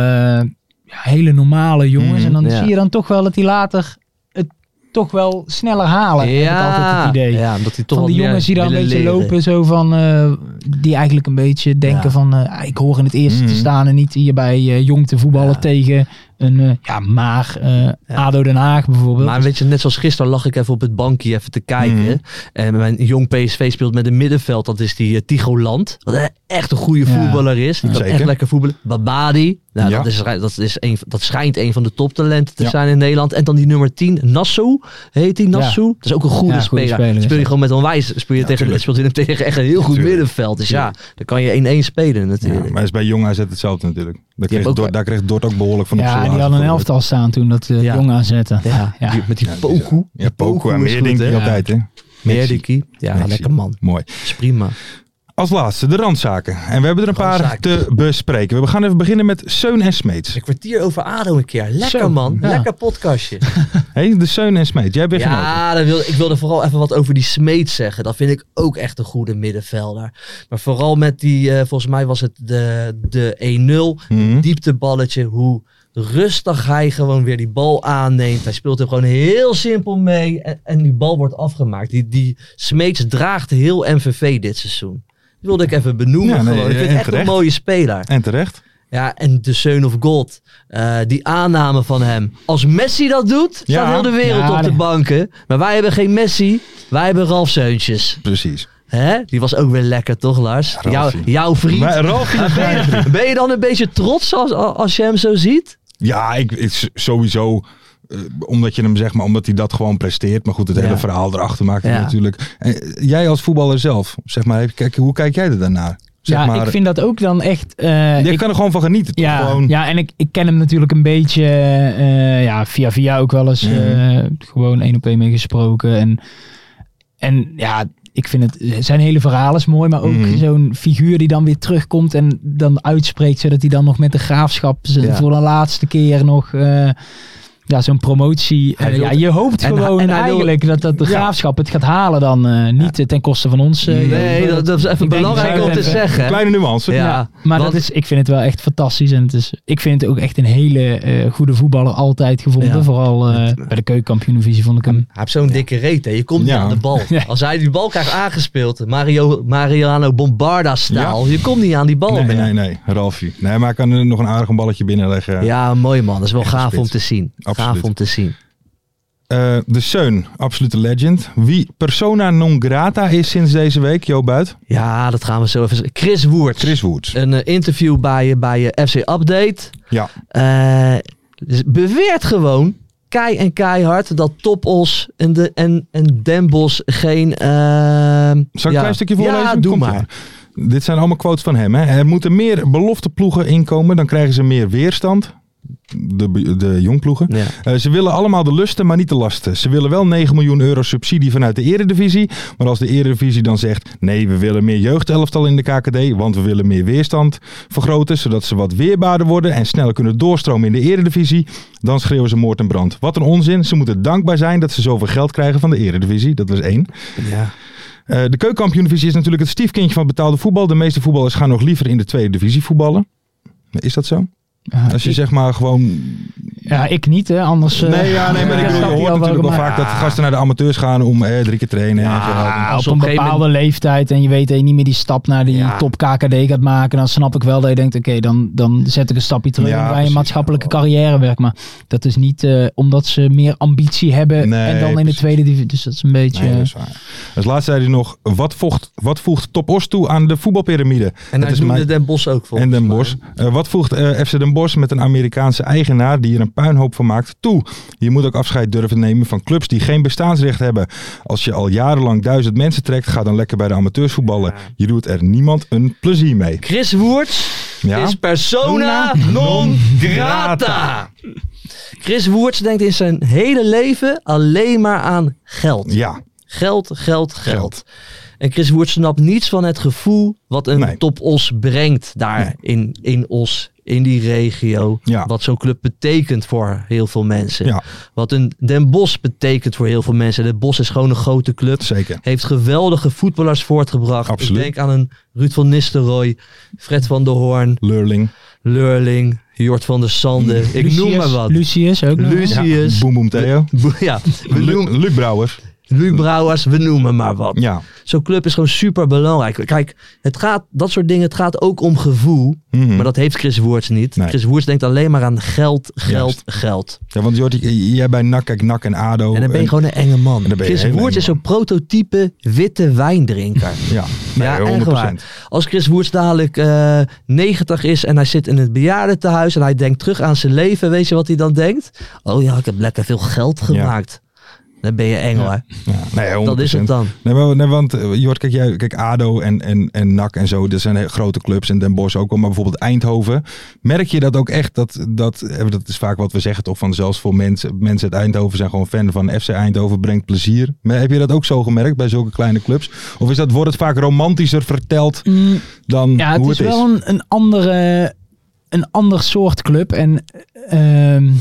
Speaker 6: ja, hele normale jongens.
Speaker 4: Mhm,
Speaker 6: en dan
Speaker 5: ja.
Speaker 6: zie je dan toch wel dat die later het toch wel sneller halen. Ja. Heb ik altijd het idee.
Speaker 5: Ja, omdat die toch
Speaker 6: Van die
Speaker 5: wat meer
Speaker 6: jongens die daar een
Speaker 5: willen
Speaker 6: beetje
Speaker 5: leren.
Speaker 6: lopen, zo van, eh, die eigenlijk een beetje denken
Speaker 5: Ja.
Speaker 6: van, eh, ik hoor in het eerste
Speaker 4: Mhm.
Speaker 6: te staan en niet hier bij eh, jong te voetballen
Speaker 5: Ja.
Speaker 6: tegen een, eh, ja, maar eh, ADO Den Haag bijvoorbeeld.
Speaker 5: Maar weet je, net zoals gisteren lag ik even op het bankje even te kijken.
Speaker 4: Mhm.
Speaker 5: En mijn jong PSV speelt met een middenveld. Dat is die eh, Tigo Land. Wat eh, echt een goede
Speaker 6: Ja.
Speaker 5: voetballer is. Die kan
Speaker 4: Zeker.
Speaker 5: echt lekker voetballen. Babadi. Nou,
Speaker 4: Ja.
Speaker 5: dat, is, dat, is een, dat schijnt een van de toptalenten te
Speaker 4: Ja.
Speaker 5: zijn in Nederland. En dan die nummer 10, Nassau. Heet die Nassau? Dat is ook een goede
Speaker 6: Ja, goede
Speaker 5: speler.
Speaker 6: speler is
Speaker 5: speel je
Speaker 6: dat.
Speaker 5: gewoon met onwijs. Speel je tegen,
Speaker 4: tuurlijk.
Speaker 5: speelt hij tegen echt een heel goed
Speaker 4: Tuurlijk.
Speaker 5: middenveld. Dus ja, dan kan je 1-1 spelen
Speaker 4: Ja,
Speaker 5: natuurlijk.
Speaker 4: maar is bij Jong AZ hetzelfde natuurlijk. Daar kreeg,
Speaker 5: ook-
Speaker 4: Dort, daar kreeg Dort ook behoorlijk van op
Speaker 6: ja,
Speaker 4: zijn
Speaker 6: die
Speaker 4: lazen
Speaker 6: hadden een
Speaker 4: voor.
Speaker 6: elftal staan toen dat eh
Speaker 5: Ja.
Speaker 6: jong aanzetten.
Speaker 5: Ja,
Speaker 6: Ja.
Speaker 5: Ah, die- met die
Speaker 4: Ja, die is-
Speaker 5: Poku.
Speaker 4: Ja,
Speaker 5: Poku
Speaker 4: Poku en
Speaker 5: is
Speaker 4: meer
Speaker 5: goed,
Speaker 4: denk
Speaker 5: hè?
Speaker 4: ik altijd hè.
Speaker 5: Meer
Speaker 4: Messi.
Speaker 5: die keeper. Ja,
Speaker 4: Messi.
Speaker 5: lekker man.
Speaker 4: Mooi.
Speaker 5: Dat is prima.
Speaker 4: Oké, Als laatste de randzaken. En we hebben er een paar
Speaker 5: Randzaken.
Speaker 4: te bespreken. We gaan even beginnen met Seun en Smeets.
Speaker 5: Een kwartier over ADO een keer. Lekker
Speaker 6: Zo,
Speaker 5: man.
Speaker 6: ja.
Speaker 5: Lekker podcastje.
Speaker 4: Hé, de Seun en Smeets. Jij bent genoten.
Speaker 5: Ja, dan wil, ik wilde vooral even wat over die Smeet zeggen. Dat vind ik ook echt een goede middenvelder. Maar vooral met die, eh, volgens mij was het de, de 1-0.
Speaker 4: Mhm.
Speaker 5: Diepteballetje, hoe rustig hij gewoon weer die bal aanneemt. Hij speelt hem gewoon heel simpel mee. En, en die bal wordt afgemaakt. Die, die Smeets draagt heel MVV dit seizoen. Die wilde ik even benoemen.
Speaker 4: Ja, nee,
Speaker 5: gewoon. Ik
Speaker 4: ja,
Speaker 5: vind het
Speaker 4: en
Speaker 5: echt een
Speaker 4: terecht.
Speaker 5: mooie speler.
Speaker 4: En terecht.
Speaker 5: Ja, en de Seun of God. eh, die aanname van hem. Als Messi dat doet, staat
Speaker 4: Ja.
Speaker 5: heel de wereld
Speaker 6: Ja,
Speaker 5: op de
Speaker 6: nee.
Speaker 5: banken. Maar wij hebben geen Messi, wij hebben Ralf Seuntjes.
Speaker 4: Precies.
Speaker 5: Hè? Die was ook weer lekker, toch Lars?
Speaker 4: Ralfie.
Speaker 5: Jouw- jouw vriend.
Speaker 4: Maar
Speaker 5: [laughs]
Speaker 4: Ralf, is
Speaker 5: Ben
Speaker 4: mijn
Speaker 6: [laughs]
Speaker 4: vriend.
Speaker 5: je, ben je dan een beetje trots als, als je hem zo ziet?
Speaker 4: Ja, ik, ik- sowieso. eh, omdat je hem zeg maar, omdat hij dat gewoon presteert. Maar goed, het
Speaker 6: Ja.
Speaker 4: hele verhaal erachter maakt hij
Speaker 5: Ja.
Speaker 4: natuurlijk. Eh, jij als voetballer zelf, zeg maar, heb- kijk, hoe kijk jij er daarnaar? Zeg
Speaker 6: ja,
Speaker 4: maar,
Speaker 6: ik vind dat ook dan echt... eh,
Speaker 4: je
Speaker 6: ik-
Speaker 4: kan er gewoon van genieten. toch?
Speaker 6: ja,
Speaker 4: gewoon,
Speaker 6: ja, en ik, ik ken hem natuurlijk een beetje eh, ja, via via ook wel
Speaker 5: Mhm.
Speaker 6: eens. eh, gewoon één op één mee gesproken. En, en ja, ik vind het... Zijn hele verhaal is mooi, maar ook
Speaker 4: Mhm.
Speaker 6: zo'n figuur die dan weer terugkomt en dan uitspreekt. Zodat hij dan nog met de graafschap zijn
Speaker 5: Ja.
Speaker 6: voor de laatste keer nog... eh, ja, zo'n promotie.
Speaker 5: Hij
Speaker 6: Eh,
Speaker 5: wil-
Speaker 6: ja, je hoopt
Speaker 5: en-
Speaker 6: gewoon
Speaker 5: en hij wil-
Speaker 6: eigenlijk dat, dat de
Speaker 5: Ja.
Speaker 6: graafschap het gaat halen dan. eh, niet ten koste van ons. eh,
Speaker 5: Nee, dat, dat is even
Speaker 6: denk
Speaker 5: belangrijk
Speaker 6: dat
Speaker 5: om te
Speaker 6: even-
Speaker 5: zeggen.
Speaker 4: Kleine nuance.
Speaker 5: Ja,
Speaker 6: Maar
Speaker 5: want-
Speaker 6: dat is, ik vind het wel echt fantastisch. En het is, ik vind het ook echt een hele eh, goede voetballer altijd gevonden.
Speaker 5: Ja.
Speaker 6: Vooral eh, bij de keukenkampioenvisie vond ik hem.
Speaker 5: Hij heeft zo'n dikke reet, hè. je komt niet
Speaker 4: Ja.
Speaker 5: aan de bal.
Speaker 6: Ja.
Speaker 5: Als hij die bal krijgt aangespeeld, Mario, Mariano Bombarda-staal, Oh, je komt niet aan die bal.
Speaker 4: Nee,
Speaker 5: meer.
Speaker 4: nee, nee, Ralfie. Nee, maar hij kan er nog een aardig balletje binnenleggen.
Speaker 5: Ja, mooi man. Dat is wel
Speaker 4: Echt een
Speaker 5: gaaf om
Speaker 4: spits.
Speaker 5: te zien. Gaaf
Speaker 4: Absoluut.
Speaker 5: om te zien.
Speaker 4: Eh, de Seun, absolute legend. Wie persona non grata is sinds deze week, Jo Buit?
Speaker 5: Ja, dat gaan we zo even. Chris Woert.
Speaker 4: Chris Woods.
Speaker 5: Een eh, interview bij, eh, bij eh, FC Update.
Speaker 4: Ja.
Speaker 5: Eh, dus beweert gewoon kei en keihard dat Topos en, de, en, en Den Bosch geen... ehm
Speaker 4: Zal ik
Speaker 5: ja.
Speaker 4: een klein stukje voorlezen?
Speaker 5: Ja, doe
Speaker 4: Komt
Speaker 5: maar.
Speaker 4: ie. Dit zijn allemaal quotes van hem. Hè. Er moeten meer belofteploegen inkomen, dan krijgen ze meer weerstand. De, de jongploegen.
Speaker 5: Ja.
Speaker 4: Eh, ze willen allemaal de lusten, maar niet de lasten. Ze willen wel 9 miljoen euro subsidie vanuit de Eredivisie. Maar als de Eredivisie dan zegt: nee, we willen meer jeugdelftal in de KKD, want we willen meer weerstand vergroten, zodat ze wat weerbaarder worden en sneller kunnen doorstromen in de Eredivisie, dan schreeuwen ze moord en brand. Wat een onzin. Ze moeten dankbaar zijn dat ze zoveel geld krijgen van de Eredivisie. Dat was één. Eh, de keukenkampioenvisie is natuurlijk het stiefkindje van betaalde voetbal. De meeste voetballers gaan nog liever in de tweede divisie voetballen. Is dat zo?
Speaker 6: Ja,
Speaker 4: Als je
Speaker 6: ik,
Speaker 4: zeg maar gewoon
Speaker 6: ja, ik niet, hè, anders. eh,
Speaker 4: Nee, ja, nee, maar ik
Speaker 6: eh,
Speaker 4: bedoel,
Speaker 6: snap
Speaker 4: je hoort
Speaker 6: al
Speaker 4: natuurlijk wel
Speaker 6: waarom,
Speaker 4: vaak dat gasten naar de amateurs gaan om eh, drie keer trainen. en zo.
Speaker 6: maar
Speaker 5: Als
Speaker 6: op een
Speaker 5: op een gegeven
Speaker 6: bepaalde leeftijd en je weet dat je niet meer die stap naar die
Speaker 5: Ja.
Speaker 6: top KKD gaat maken, dan snap ik wel dat je denkt, oké, dan, dan zet ik een stapje terug
Speaker 4: Ja,
Speaker 6: en bij een
Speaker 4: precies.
Speaker 6: maatschappelijke carrière werk. Maar dat is niet eh, omdat ze meer ambitie hebben
Speaker 4: Nee,
Speaker 6: en dan in de
Speaker 4: precies.
Speaker 6: tweede divisie. Dus dat is een beetje...
Speaker 4: Nee, dat
Speaker 6: eh,
Speaker 4: is waar. Als laatste zei hij nog, wat, vocht, wat voegt Top Os toe aan de voetbalpyramide?
Speaker 5: En
Speaker 4: Dat
Speaker 5: hij
Speaker 4: is
Speaker 5: noemde
Speaker 4: mijn-
Speaker 5: Den Bosch ook voor.
Speaker 4: en Den Bosch. Eh, wat voegt eh, FC Den Bosch met een Amerikaanse eigenaar die er een puinhoop van maakt toe? Je moet ook afscheid durven nemen van clubs die geen bestaansrecht hebben. Als je al jarenlang duizend mensen trekt, ga dan lekker bij de amateurs voetballen. Je doet er niemand een plezier mee.
Speaker 5: Chris Woert
Speaker 4: Ja?
Speaker 5: is persona non grata. Chris Woerts denkt in zijn hele leven alleen maar aan geld.
Speaker 4: Ja,
Speaker 5: Geld, geld, geld.
Speaker 4: Geld.
Speaker 5: En Chris Woert snapt niets van het gevoel wat een
Speaker 4: Nee.
Speaker 5: topos brengt daar in, in Os, in die regio.
Speaker 4: Ja.
Speaker 5: Wat zo'n club betekent voor heel veel mensen.
Speaker 4: Ja.
Speaker 5: Wat een Den Bosch betekent voor heel veel mensen. Den Bosch is gewoon een grote club.
Speaker 4: zeker.
Speaker 5: Heeft geweldige voetballers voortgebracht.
Speaker 4: Absoluut.
Speaker 5: Ik denk aan een Ruud van Nistelrooy, Fred van der Hoorn,
Speaker 4: Lurling.
Speaker 5: Leurling, Jort van der Sande. Ik noem maar wat.
Speaker 6: Lucius ook nog.
Speaker 5: Lucius.
Speaker 4: Boom Boom Theo.
Speaker 5: Bo- Ja, we
Speaker 4: Lu-
Speaker 5: noemen,
Speaker 4: Luc Brouwers.
Speaker 5: Luc Brouwers, we noemen maar wat.
Speaker 4: Ja.
Speaker 5: Zo'n club is gewoon super belangrijk. Kijk, het gaat, dat soort dingen, het gaat ook om gevoel.
Speaker 4: Mhm.
Speaker 5: Maar dat heeft Chris Woerts niet.
Speaker 4: Nee.
Speaker 5: Chris Woerts denkt alleen maar aan geld, geld,
Speaker 4: Juist.
Speaker 5: geld.
Speaker 4: Ja, want Jordi, j- jij bij NAC, kijk, NAC en ADO.
Speaker 5: En dan ben je gewoon een enge man.
Speaker 4: dan ben je
Speaker 5: Chris
Speaker 4: een hele
Speaker 5: Woerts
Speaker 4: enge
Speaker 5: is zo'n prototype witte wijndrinker.
Speaker 4: Ja, nee,
Speaker 5: ja,
Speaker 4: 100%.
Speaker 5: echt waar. Als Chris Woerts dadelijk eh 90 is en hij zit in het bejaardentehuis en hij denkt terug aan zijn leven, weet je wat hij dan denkt? Oh ja, ik heb lekker veel geld gemaakt. Dan ben je engel,
Speaker 6: Ja.
Speaker 5: hè?
Speaker 4: Ja, nee, 100%.
Speaker 5: Dat is het dan.
Speaker 4: Nee, maar, nee, want eh, Jort, kijk, jij, kijk, ADO en, en, en NAC en zo, dat zijn heel grote clubs en Den Bosch ook wel, maar bijvoorbeeld Eindhoven. Merk je dat ook echt, dat, dat, eh, dat is vaak wat we zeggen toch, van zelfs voor mensen, mensen uit Eindhoven zijn gewoon fan van FC Eindhoven, brengt plezier. Maar heb je dat ook zo gemerkt bij zulke kleine clubs? Of is dat, wordt het vaak romantischer verteld
Speaker 6: Mm,
Speaker 4: dan
Speaker 6: Ja, het
Speaker 4: hoe
Speaker 6: is
Speaker 4: het is?
Speaker 6: wel een, een andere, een ander soort club. En ehm,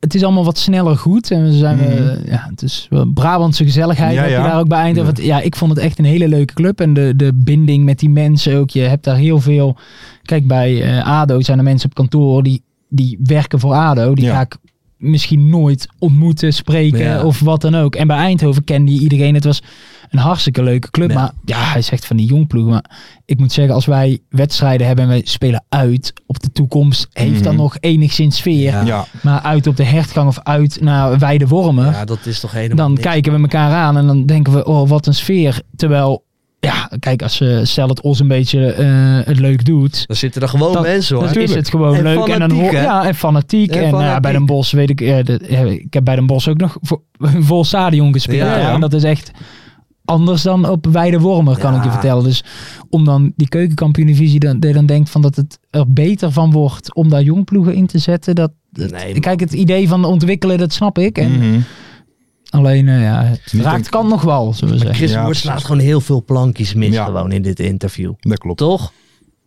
Speaker 6: het is allemaal wat sneller goed. En we zijn, eh, ja, het is wel Brabantse gezelligheid.
Speaker 4: Mhm. Ja,
Speaker 6: heb
Speaker 4: ja.
Speaker 6: je daar ook bij Eindhoven. Ja. ik vond het echt een hele leuke club. En de, de binding met die mensen ook. Je hebt daar heel veel... Kijk, bij eh, ADO zijn er mensen op kantoor die, die werken voor ADO. Die
Speaker 4: Ja.
Speaker 6: ga ik misschien nooit ontmoeten, spreken
Speaker 5: Ja.
Speaker 6: of wat dan ook. En bij Eindhoven kende je iedereen. Het was een hartstikke leuke club.
Speaker 5: Ja.
Speaker 6: Maar ja, hij zegt van die jongploeg. Maar ik moet zeggen, als wij wedstrijden hebben en wij spelen uit op de toekomst, heeft dat nog enigszins sfeer.
Speaker 5: Mhm. Ja.
Speaker 4: Ja,
Speaker 6: Maar uit op de hertgang of uit naar Weide Wormen,
Speaker 5: Ja, dat is toch helemaal
Speaker 6: dan
Speaker 5: niks.
Speaker 6: kijken we elkaar aan en dan denken we, oh wat een sfeer. Terwijl, ja, kijk, als ze stel het ons een beetje eh, het leuk doet.
Speaker 5: Dan zitten er gewoon
Speaker 6: Dat-
Speaker 5: mensen, hoor.
Speaker 6: Dan is het gewoon
Speaker 5: En
Speaker 6: leuk. en dan
Speaker 5: fanatiek,
Speaker 6: hoor-
Speaker 5: hè?
Speaker 6: ja, en fanatiek.
Speaker 5: En
Speaker 6: En, nou ja, bij
Speaker 5: fanatiek.
Speaker 6: Den Bos weet ik, eh, dat- eh, ik heb bij Den Bos ook nog vo- een vol stadion gespeeld.
Speaker 5: Ja,
Speaker 6: hè.
Speaker 5: ja.
Speaker 6: En dat is echt anders dan op Weide Wormer, kan
Speaker 5: Ja.
Speaker 6: ik je vertellen. Dus om dan die keukenkampioenvisie dan, dat je dan denkt van dat het er beter van wordt om daar jongploegen in te zetten. Dat, dat-
Speaker 5: Nee, man.
Speaker 6: kijk, het idee van ontwikkelen, dat snap ik. En,
Speaker 5: Mm.
Speaker 4: Mhm.
Speaker 6: Alleen, eh, ja, het
Speaker 4: Niet
Speaker 6: raakt
Speaker 4: een-
Speaker 6: kan nog wel, zullen we zeggen.
Speaker 5: Chris
Speaker 4: Ja,
Speaker 5: Woert
Speaker 4: precies.
Speaker 5: slaat gewoon heel veel plankjes mis
Speaker 4: Ja.
Speaker 5: gewoon in dit interview.
Speaker 4: dat klopt.
Speaker 5: Toch?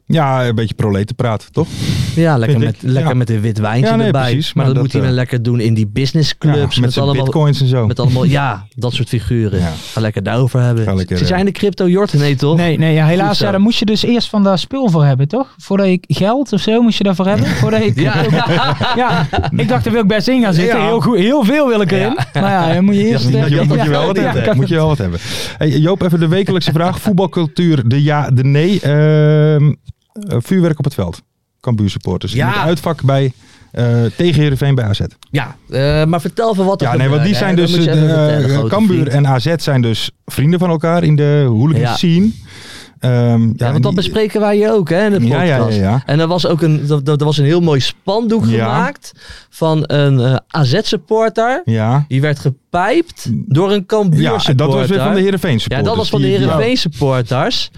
Speaker 4: Ja, een beetje proletenpraat, toch?
Speaker 5: Ja, lekker,
Speaker 4: Vind
Speaker 5: met,
Speaker 4: ik,
Speaker 5: lekker
Speaker 4: ja.
Speaker 5: met een wit wijntje
Speaker 4: Ja, nee,
Speaker 5: erbij.
Speaker 4: precies,
Speaker 5: maar
Speaker 4: maar
Speaker 5: dat,
Speaker 4: dat,
Speaker 5: moet hij
Speaker 4: eh,
Speaker 5: dan lekker doen in die
Speaker 4: Ja,
Speaker 5: businessclubs.
Speaker 4: met,
Speaker 5: met,
Speaker 4: zijn
Speaker 5: allemaal,
Speaker 4: bitcoins en zo.
Speaker 5: met allemaal, ja, dat soort figuren.
Speaker 4: Ja.
Speaker 5: Ga lekker daarover
Speaker 4: Ga
Speaker 5: hebben.
Speaker 4: lekker, eh,
Speaker 5: Ze zijn de crypto jorten, nee toch?
Speaker 6: Nee, nee ja,
Speaker 5: Goed
Speaker 6: helaas,
Speaker 5: zo.
Speaker 6: ja, daar moest je dus eerst van daar spul voor hebben, toch? Voordat je geld of zo moest je daarvoor
Speaker 5: [laughs]
Speaker 6: hebben. Voordat je
Speaker 5: Ja.
Speaker 6: [laughs] ja, ik dacht, daar wil ik best in gaan zitten.
Speaker 4: Ja.
Speaker 6: Heel, goed, heel veel wil ik erin. Maar ja, dan moet je eerst...
Speaker 5: Ja,
Speaker 6: eh,
Speaker 4: Moet je,
Speaker 5: Ja,
Speaker 4: moet je
Speaker 5: ja,
Speaker 4: wel wat
Speaker 5: ja,
Speaker 4: hebben.
Speaker 5: ja.
Speaker 4: Moet je wel wat hebben. Hey, Joop, even de wekelijkse
Speaker 5: [laughs]
Speaker 4: vraag. Voetbalcultuur, de ja, de nee. Ehm, eh, vuurwerk op het veld. Cambuur supporters.
Speaker 5: Ja.
Speaker 4: Met uitvak bij, eh tegen Heerenveen bij AZ.
Speaker 5: Ja, eh, maar vertel van wat er
Speaker 4: Ja, nee, want die
Speaker 5: gebeurde,
Speaker 4: zijn
Speaker 5: hè.
Speaker 4: dus...
Speaker 5: Dat moet je
Speaker 4: eh,
Speaker 5: even vertellen,
Speaker 4: eh,
Speaker 5: grote
Speaker 4: Cambuur
Speaker 5: vriend.
Speaker 4: en AZ zijn dus vrienden van elkaar in de hooligan
Speaker 5: Ja.
Speaker 4: scene. Ehm,
Speaker 5: Ja, want dat
Speaker 4: en die-
Speaker 5: bespreken wij hier ook hè, in de
Speaker 4: Ja,
Speaker 5: podcast.
Speaker 4: ja, ja, ja.
Speaker 5: En er was ook een, er, er was een heel mooi spandoek
Speaker 4: Ja.
Speaker 5: gemaakt van een eh, AZ-supporter.
Speaker 4: Ja.
Speaker 5: Die werd gepijpt door een
Speaker 4: Ja,
Speaker 5: Cambuur-supporter.
Speaker 4: dat was weer van de Heerenveen
Speaker 5: Ja,
Speaker 4: supporters.
Speaker 5: dat was van de
Speaker 4: Die- die-
Speaker 5: Heerenveen supporters.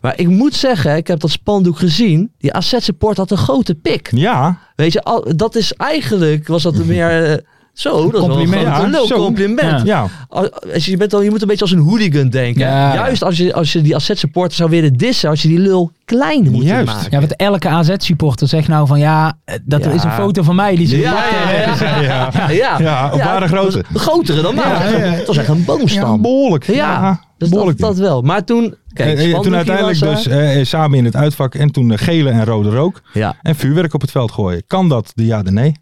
Speaker 5: Maar ik moet zeggen, ik heb dat spandoek gezien. Die AZ support had een grote pik.
Speaker 4: Ja,
Speaker 5: Weet je, al- dat is eigenlijk, was dat meer... eh, zo, dat is wel een
Speaker 6: Compliment,
Speaker 5: groot-
Speaker 4: ja,
Speaker 5: een leuk
Speaker 4: zo.
Speaker 5: compliment.
Speaker 6: Ja.
Speaker 4: ja.
Speaker 5: Als- als je, je bent dan, je moet een beetje als een hooligan denken.
Speaker 6: Ja.
Speaker 5: Juist als je, als je die AZ supporter zou willen dissen, als je die lul klein moet
Speaker 4: Juist.
Speaker 5: maken.
Speaker 6: Ja, want elke AZ-supporter zegt nou van ja, eh, dat
Speaker 5: Ja.
Speaker 6: is een foto van mij die ze
Speaker 5: Ja,
Speaker 6: gemaakt
Speaker 5: ja,
Speaker 6: hebben.
Speaker 5: ja.
Speaker 4: Ja, [laughs]
Speaker 5: Ja,
Speaker 4: ja. Ja, op ware grootte.
Speaker 5: het was Grotere dan mij.
Speaker 4: Ja, ja, ja.
Speaker 5: Het was echt een
Speaker 4: Ja,
Speaker 5: boomstam.
Speaker 4: behoorlijk.
Speaker 5: Ja, dus dat,
Speaker 4: behoorlijk.
Speaker 5: dat wel. Maar toen, kijk,
Speaker 4: Eh, eh, toen
Speaker 5: spandoekje
Speaker 4: uiteindelijk
Speaker 5: was er.
Speaker 4: dus eh, samen in het uitvak en toen eh, gele en rode rook
Speaker 5: Ja.
Speaker 4: en vuurwerk op het veld gooien. Kan dat? De ja, de nee.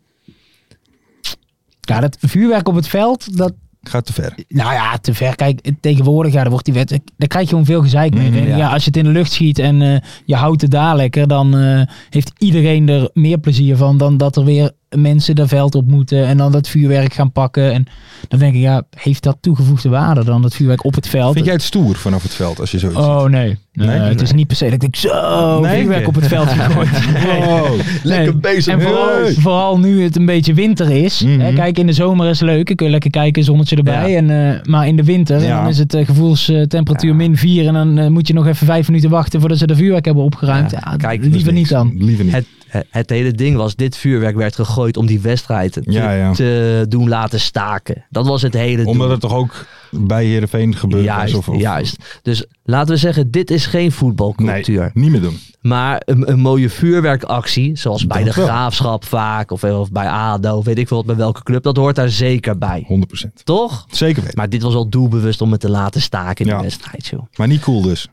Speaker 6: Ja, dat vuurwerk op het veld, dat,
Speaker 4: Gaat te ver.
Speaker 6: Nou ja, te ver. Kijk, tegenwoordig, ja, dan wordt die wet, daar krijg je gewoon veel gezeik mee.
Speaker 4: Mhm,
Speaker 6: ja.
Speaker 4: ja.
Speaker 6: als je het in de lucht schiet en eh, je houdt het daar lekker, dan eh, heeft iedereen er meer plezier van dan dat er weer mensen dat veld op moeten en dan dat vuurwerk gaan pakken. En dan denk ik, ja, heeft dat toegevoegde waarde dan dat vuurwerk op het veld?
Speaker 4: Vind jij het stoer vanaf het veld als je zoiets [laughs]
Speaker 6: Oh nee. Nee,
Speaker 4: Nee?
Speaker 6: het is niet per se dat ik denk, zo,
Speaker 4: Nee?
Speaker 6: vuurwerk op het veld
Speaker 4: [laughs]
Speaker 6: gegooid. [laughs]
Speaker 4: ziet? Wow.
Speaker 5: Lekker bezig,
Speaker 6: En vooral,
Speaker 4: Hey.
Speaker 6: vooral nu het een beetje winter is.
Speaker 4: Mhm.
Speaker 6: Hè, kijk, in de zomer is het leuk. Dan kun je lekker kijken, zonnetje erbij.
Speaker 5: Ja.
Speaker 6: En, eh, maar in de winter
Speaker 4: Ja.
Speaker 6: dan is het eh, gevoelstemperatuur min 4. En dan eh, moet je nog even vijf minuten wachten voordat ze de vuurwerk hebben opgeruimd.
Speaker 5: Ja,
Speaker 6: Ja,
Speaker 5: kijk,
Speaker 6: liever niet dan.
Speaker 4: Liever niet.
Speaker 5: Het, het- het hele ding was, dit vuurwerk werd gegooid om die wedstrijd te,
Speaker 4: Ja, ja.
Speaker 5: te doen laten staken. Dat was het hele doel.
Speaker 4: Omdat het toch ook bij Heerenveen gebeurt.
Speaker 5: Juist,
Speaker 4: alsof, of-
Speaker 5: juist. Dus laten we zeggen, dit is geen
Speaker 4: Nee,
Speaker 5: voetbalcultuur.
Speaker 4: niet meer doen.
Speaker 5: Maar een, een mooie vuurwerkactie, zoals bij
Speaker 4: Dat
Speaker 5: de
Speaker 4: wel.
Speaker 5: Graafschap vaak, of, of bij ADO, weet ik veel wat, bij welke club, dat hoort daar zeker bij.
Speaker 4: 100%.
Speaker 5: Toch?
Speaker 4: Zeker weten.
Speaker 5: Maar dit was al doelbewust om het te laten staken in
Speaker 4: Ja.
Speaker 5: de wedstrijd, joh.
Speaker 4: Maar niet cool dus.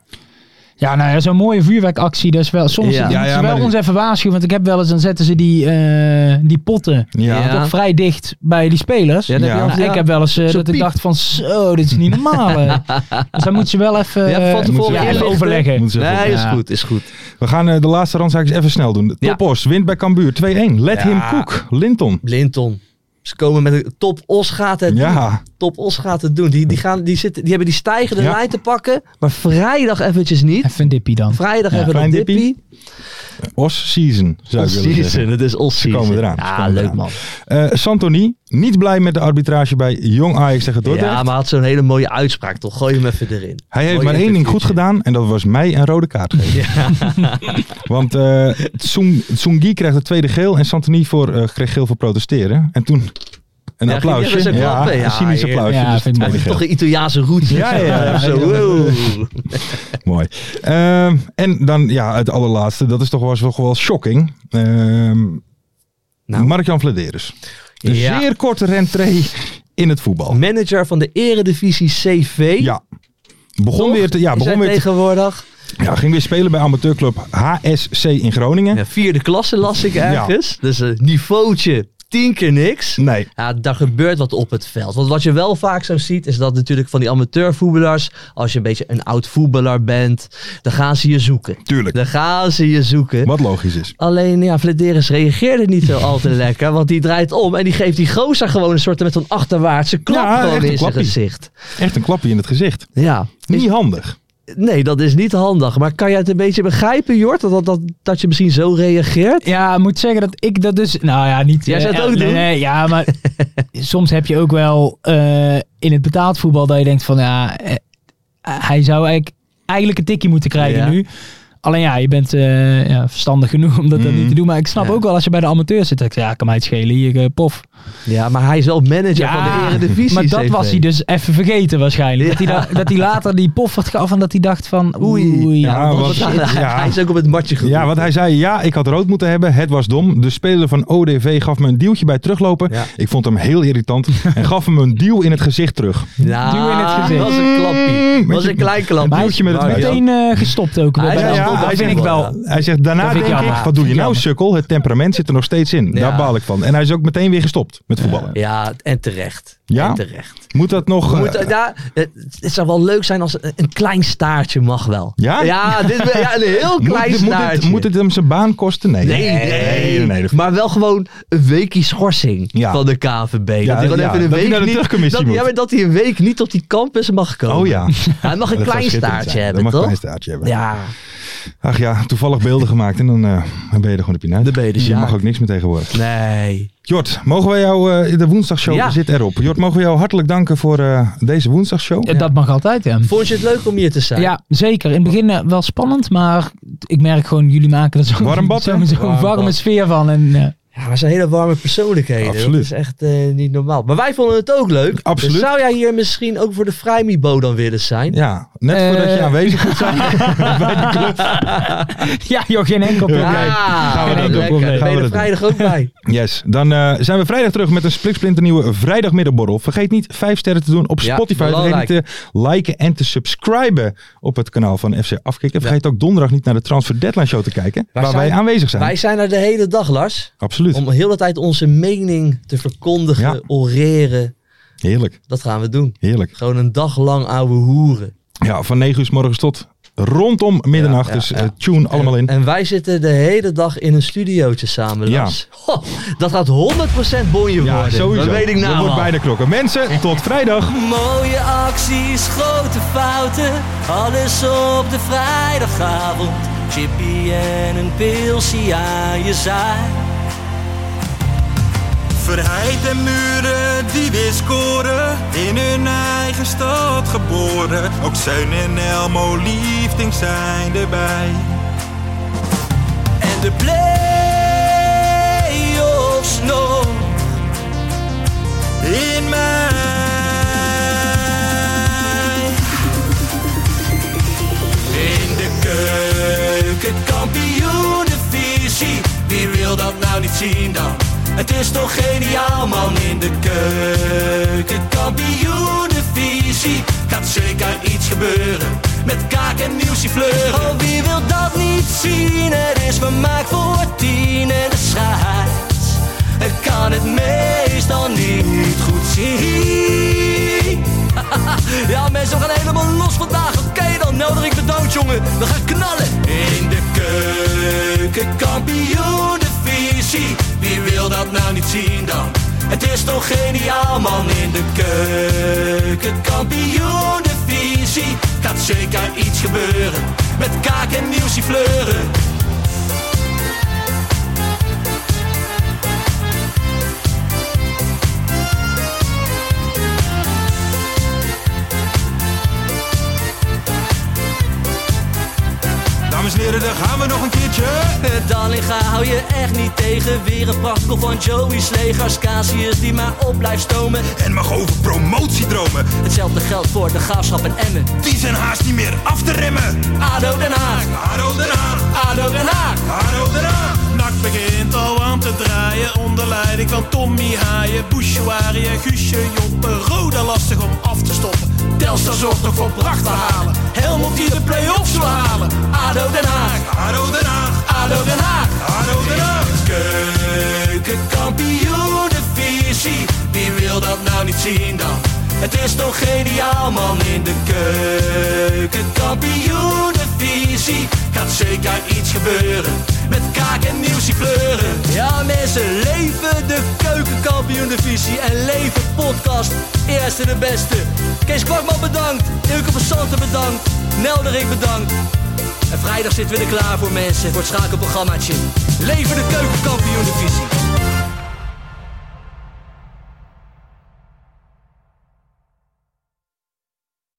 Speaker 6: Ja, nou ja, zo'n mooie vuurwerkactie. Dat is wel, soms
Speaker 5: Ja.
Speaker 6: moeten
Speaker 4: Ja, ja,
Speaker 6: ze wel
Speaker 4: maar-
Speaker 6: ons even waarschuwen. Want ik heb wel eens, dan zetten ze die, eh, die potten
Speaker 4: Ja.
Speaker 5: Ja.
Speaker 6: toch vrij dicht bij die
Speaker 5: dat
Speaker 6: spelers.
Speaker 4: Ja.
Speaker 5: heb je
Speaker 6: Nou,
Speaker 5: al-
Speaker 6: Ik heb wel eens eh,
Speaker 5: Zo
Speaker 6: dat ik
Speaker 5: piep.
Speaker 6: dacht van zo, dit is niet normaal.
Speaker 5: [laughs]
Speaker 6: hè. dus dan moet je wel even,
Speaker 5: Ja, van
Speaker 6: eh,
Speaker 5: tevoren
Speaker 6: ja, even
Speaker 5: inlichten.
Speaker 6: overleggen.
Speaker 4: Moeten ze even-
Speaker 5: Nee, is
Speaker 6: Ja.
Speaker 5: goed, is goed.
Speaker 4: We gaan eh, de laatste randzaakjes even snel doen.
Speaker 5: Ja.
Speaker 4: Topos wint bij Cambuur 2-1. Let
Speaker 5: Ja.
Speaker 4: him cook. Linton.
Speaker 5: Linton. Ze komen met een top Os gaat het doen.
Speaker 4: Ja.
Speaker 5: Top Os gaat het doen. Die, die, gaan, die, zitten, die hebben die stijgende
Speaker 4: Ja.
Speaker 5: lijn te pakken, maar vrijdag eventjes niet.
Speaker 6: Even een dippie dan.
Speaker 5: Vrijdag
Speaker 6: Ja.
Speaker 5: hebben we
Speaker 4: Klein
Speaker 5: dat dippie.
Speaker 4: Os season, zou ik willen zeggen.
Speaker 5: Het is off-season.
Speaker 4: Ze komen eraan, ze
Speaker 5: Ja,
Speaker 4: komen
Speaker 5: Ah, leuk
Speaker 4: eraan.
Speaker 5: man.
Speaker 4: Eh, Santoni, niet blij met de arbitrage bij Jong Ajax tegen Dordrecht.
Speaker 5: Ja, maar had zo'n hele mooie uitspraak toch. Gooi hem even erin.
Speaker 4: Hij heeft
Speaker 5: Mooi
Speaker 4: maar één ding goed
Speaker 5: interviewtje.
Speaker 4: gedaan en dat was mij een rode kaart geven. [laughs] Want eh Tsung- Tsungi kreeg de tweede geel en Santoni voor, eh, kreeg geel voor protesteren. En toen een
Speaker 5: Ja,
Speaker 4: applausje.
Speaker 5: ging er eens een klap mee.
Speaker 4: een
Speaker 5: Ja,
Speaker 4: cynisch
Speaker 5: heerlijk.
Speaker 4: applausje.
Speaker 6: Ja,
Speaker 4: dus
Speaker 6: vind ik
Speaker 4: tweede
Speaker 6: mooi.
Speaker 4: geel.
Speaker 5: Toch een Italiaanse route. [laughs]
Speaker 4: Ja, ja, ja.
Speaker 5: Zo,
Speaker 4: Ja,
Speaker 5: wow.
Speaker 4: Mooi. Ehm, en dan ja, het allerlaatste. Dat is toch wel, toch wel shocking. Ehm,
Speaker 5: Nou.
Speaker 4: Mark-Jan Vladeris. Een
Speaker 5: Ja.
Speaker 4: zeer korte rentree in het voetbal.
Speaker 5: Manager van de Eredivisie CV.
Speaker 4: Ja. Begon
Speaker 5: Toch?
Speaker 4: weer te, ja,
Speaker 5: Is hij
Speaker 4: begon weer te-
Speaker 5: tegenwoordig.
Speaker 4: ja, ging weer spelen bij amateurclub HSC in Groningen.
Speaker 5: Ja, vierde klasse las ik ergens. Dus een niveautje. Tien keer niks.
Speaker 4: Nee.
Speaker 5: Ja, daar gebeurt wat op het veld. Want wat je wel vaak zo ziet, is dat natuurlijk van die amateurvoetballers, als je een beetje een oud voetballer bent, dan gaan ze je zoeken.
Speaker 4: Tuurlijk.
Speaker 5: Dan gaan ze je zoeken.
Speaker 4: Wat logisch is.
Speaker 5: Alleen, ja, Vladeris reageerde niet zo al te lekker, want die draait om en die geeft die gozer gewoon een soort met zo'n achterwaartse klap
Speaker 4: Ja,
Speaker 5: gewoon
Speaker 4: echt een
Speaker 5: in zijn
Speaker 4: klappie.
Speaker 5: gezicht.
Speaker 4: Echt een klapje in het gezicht.
Speaker 5: Ja. Is-
Speaker 4: Niet handig.
Speaker 5: nee, dat is niet handig. Maar kan je het een beetje begrijpen, Jort, dat, dat, dat, dat je misschien zo reageert?
Speaker 6: Ja, ik moet zeggen dat ik dat dus... Nou ja, niet...
Speaker 5: Jij
Speaker 6: eh,
Speaker 5: zou het
Speaker 6: eh,
Speaker 5: ook
Speaker 6: nee,
Speaker 5: doen?
Speaker 6: nee,
Speaker 5: [laughs]
Speaker 6: ja, maar soms heb je ook wel eh, in het betaald voetbal dat je denkt van... Ja, eh, hij zou eigenlijk, eigenlijk een tikje moeten krijgen
Speaker 5: Ja.
Speaker 6: nu. Alleen ja, je bent eh, ja, verstandig genoeg om dat dan niet te doen. Maar ik snap
Speaker 5: Mm. Ja.
Speaker 6: ook wel als je bij de amateur zit. Dat ik, ja, kan mij het schelen. Hier, eh, pof.
Speaker 5: Ja, maar hij is wel manager
Speaker 6: Ja,
Speaker 5: van de Eredivisie.
Speaker 6: Maar dat
Speaker 5: CV.
Speaker 6: was hij dus even vergeten waarschijnlijk. Dat, hij da- dat hij later die poffert gaf en dat hij dacht van... Oei.
Speaker 4: Ja,
Speaker 5: Ja,
Speaker 4: want-
Speaker 5: want hij, [laughs]
Speaker 4: ja.
Speaker 5: hij is ook op het matje geroepen.
Speaker 4: Ja, want hij zei ja, ik had rood moeten hebben. Het was dom. De speler van ODV gaf me een duwtje bij teruglopen.
Speaker 5: Ja.
Speaker 4: Ik vond hem heel
Speaker 5: [laughs]
Speaker 4: irritant en gaf hem een duw in het gezicht terug.
Speaker 5: Ja,
Speaker 6: Duw in het gezicht.
Speaker 5: Dat was een klappie.
Speaker 4: met
Speaker 5: Dat was
Speaker 4: je-
Speaker 5: een klein klappie.
Speaker 4: een duwtje met het
Speaker 5: Maar ja.
Speaker 6: Meteen eh, gestopt ook.
Speaker 5: Hij
Speaker 6: bij
Speaker 5: zei,
Speaker 6: de
Speaker 5: ja,
Speaker 6: hand.
Speaker 5: hij
Speaker 6: dat vind
Speaker 5: zei
Speaker 6: ik
Speaker 5: wel,
Speaker 6: wel.
Speaker 4: Hij zegt daarna
Speaker 6: Dat vind
Speaker 4: denk
Speaker 6: ik
Speaker 4: ik,
Speaker 6: jammer.
Speaker 4: wat doe je
Speaker 6: Vind ik
Speaker 4: nou
Speaker 6: jammer.
Speaker 4: sukkel? Het temperament zit er nog steeds in.
Speaker 5: Ja.
Speaker 4: Daar baal ik van. En hij is ook meteen weer gestopt met voetballen.
Speaker 5: Ja, en terecht.
Speaker 4: Ja?
Speaker 5: En terecht.
Speaker 4: Moet dat nog...
Speaker 5: We
Speaker 4: eh,
Speaker 5: moeten- ja, het, het zou wel leuk zijn als een, een klein staartje mag wel.
Speaker 4: Ja?
Speaker 5: Ja, dit, ja een heel
Speaker 4: [laughs] moet,
Speaker 5: klein
Speaker 4: dit- moet,
Speaker 5: staartje.
Speaker 4: dit, moet dit hem zijn baan kosten? Nee.
Speaker 5: Nee, nee.
Speaker 4: nee, nee, dat-
Speaker 5: Maar wel gewoon een weekje schorsing
Speaker 4: Ja.
Speaker 5: van de KVB.
Speaker 4: Ja,
Speaker 5: dat hij gewoon
Speaker 4: ja,
Speaker 5: even een
Speaker 4: dat hij
Speaker 5: week
Speaker 4: naar de
Speaker 5: niet-
Speaker 4: terugcommissie
Speaker 5: dat,
Speaker 4: moet.
Speaker 5: Ja, maar dat hij een week niet op die campus [laughs] mag komen.
Speaker 4: Oh ja.
Speaker 5: Hij mag een
Speaker 4: Dat zou
Speaker 5: klein
Speaker 4: schitterend
Speaker 5: staartje
Speaker 4: zijn.
Speaker 5: hebben,
Speaker 4: Dat mag
Speaker 5: toch?
Speaker 4: een klein staartje hebben.
Speaker 5: Ja,
Speaker 4: Ach ja, toevallig beelden gemaakt en dan, eh, dan ben je er gewoon op je uit.
Speaker 5: Dan ben je de
Speaker 4: Je
Speaker 5: Sjaak.
Speaker 4: mag ook niks meer tegenwoordig.
Speaker 5: nee.
Speaker 4: Jort, mogen wij jou, eh, de woensdagshow
Speaker 5: Ja.
Speaker 4: zit erop. Jort, mogen we jou hartelijk danken voor eh, deze woensdagshow.
Speaker 6: Ja, Dat mag altijd, ja.
Speaker 5: Vond je het leuk om hier te zijn?
Speaker 6: Ja, zeker. In het begin eh, wel spannend, maar ik merk gewoon, jullie maken er zo'n
Speaker 4: Warm bad, hè?
Speaker 6: zo'n- zo'n
Speaker 5: Warm
Speaker 6: warme
Speaker 5: bad.
Speaker 6: sfeer van. En, eh, [laughs]
Speaker 5: Ja, maar ze zijn hele warme persoonlijkheden.
Speaker 4: Absoluut.
Speaker 5: Dat is echt eh, niet normaal. Maar wij vonden het ook leuk.
Speaker 4: Absoluut.
Speaker 5: Dus zou jij hier misschien ook voor de Vrijmibo dan willen zijn?
Speaker 4: Ja, net voordat je
Speaker 6: Eh.
Speaker 4: aanwezig
Speaker 5: [laughs]
Speaker 4: moet zijn.
Speaker 6: ja, joh, geen enkel probleem.
Speaker 5: Ah,
Speaker 4: Gaan we dat doen.
Speaker 5: lekker.
Speaker 4: Gaan we
Speaker 5: Ben je
Speaker 4: dat
Speaker 5: er
Speaker 4: doen.
Speaker 5: vrijdag ook
Speaker 4: [laughs]
Speaker 5: bij?
Speaker 4: Yes, dan eh, zijn we vrijdag terug met een spliksplinternieuwe vrijdagmiddagborrel. Vergeet niet vijf sterren te doen op
Speaker 5: Ja,
Speaker 4: Spotify. Vergeet niet
Speaker 5: belangrijk.
Speaker 4: te liken en te subscriben op het kanaal van FC Afkikken. Vergeet ook donderdag niet naar de Transfer Deadline Show te kijken, waar,
Speaker 5: Wij
Speaker 4: wij
Speaker 5: zijn-
Speaker 4: aanwezig zijn.
Speaker 5: Wij zijn er de hele dag, Lars.
Speaker 4: Absoluut,
Speaker 5: Om heel de tijd onze mening te verkondigen,
Speaker 4: Dus- Ja.
Speaker 5: oreren.
Speaker 4: heerlijk,
Speaker 5: Dat gaan we doen.
Speaker 4: heerlijk.
Speaker 5: Gewoon een dag lang ouwe hoeren.
Speaker 4: Ja, van 9 uur 's morgens tot rondom middernacht.
Speaker 5: Ja,
Speaker 4: dus
Speaker 5: ja,
Speaker 4: eh,
Speaker 5: ja.
Speaker 4: tune allemaal in.
Speaker 5: En wij zitten de hele dag in een studiootje samen,
Speaker 4: Ja.
Speaker 5: Lars. [laughs] Ho, dat gaat 100% bonje
Speaker 4: Ja,
Speaker 5: worden.
Speaker 4: sowieso.
Speaker 5: Dat weet ik nou
Speaker 4: Dat wordt
Speaker 5: al.
Speaker 4: bijna klokken. Mensen, tot vrijdag.
Speaker 2: Mooie acties, grote fouten, alles op de vrijdagavond. Chippy en een pilsie aan je zaai.
Speaker 3: Verheid en muren die weer scoren, in hun eigen stad geboren. Ook Zeun en Elmo liefding zijn erbij.
Speaker 2: En de play-offs nog.
Speaker 3: In mij.
Speaker 2: In de keuken, kampioenenvisie. Wie wil dat nou niet zien dan? Het is toch geniaal man in de keuken, kampioenenvisie. Gaat zeker iets gebeuren met kaak en nieuwsie fleuren. Oh, wie wil dat niet zien? Het is vermaakt voor tien en de scheids. Ik kan het meestal niet goed zien. Ja, mensen, we gaan helemaal los vandaag. Oké, dan nodig ik bedankt, jongen. We gaan knallen. In de keuken, kampioenenvisie. Wie wil dat nou niet zien dan? Het is toch geniaal, man. In de keuken, kampioenenvisie. Gaat zeker iets gebeuren. Met kaak en nieuwsie fleuren.
Speaker 3: gaan we nog een keertje.
Speaker 5: Dallinga hou je echt niet tegen. Weer een prachtkel van Joey's legers. Casius die maar op blijft stomen.
Speaker 3: En mag over promotiedromen.
Speaker 5: Hetzelfde geldt voor de graafschap en Emmen.
Speaker 3: Die zijn haast niet meer af te remmen.
Speaker 5: ADO Den Haag,
Speaker 3: Haro eraan,
Speaker 5: ADO Den Haag.
Speaker 3: haro eraan.
Speaker 10: Nak begint al aan te draaien onder leiding van Tommy Haaien, Bouchouari en Guusje Joppen. Roda lastig om af te stoppen.
Speaker 5: Telstar zorgt nog voor pracht te halen. Helmond die de play-offs wil halen. ADO Den Haag,
Speaker 3: Haro eraan,
Speaker 5: ADO Den Haag.
Speaker 3: haro eraan.
Speaker 5: Keukenkampioenenvisie, wie wil dat nou niet zien dan? Het is toch geniaal man in de keukenkampioenenvisie Gaat zeker iets gebeuren, met kaak en nieuwsie kleuren Ja mensen, leven de keukenkampioenenvisie en leven podcast Eerste de beste Kees Kwakman bedankt, Ilke van Santen bedankt, Nelderik bedankt en vrijdag zitten we er klaar voor mensen, voor het schakelprogrammaatje. Leven de keukenkampioen divisie.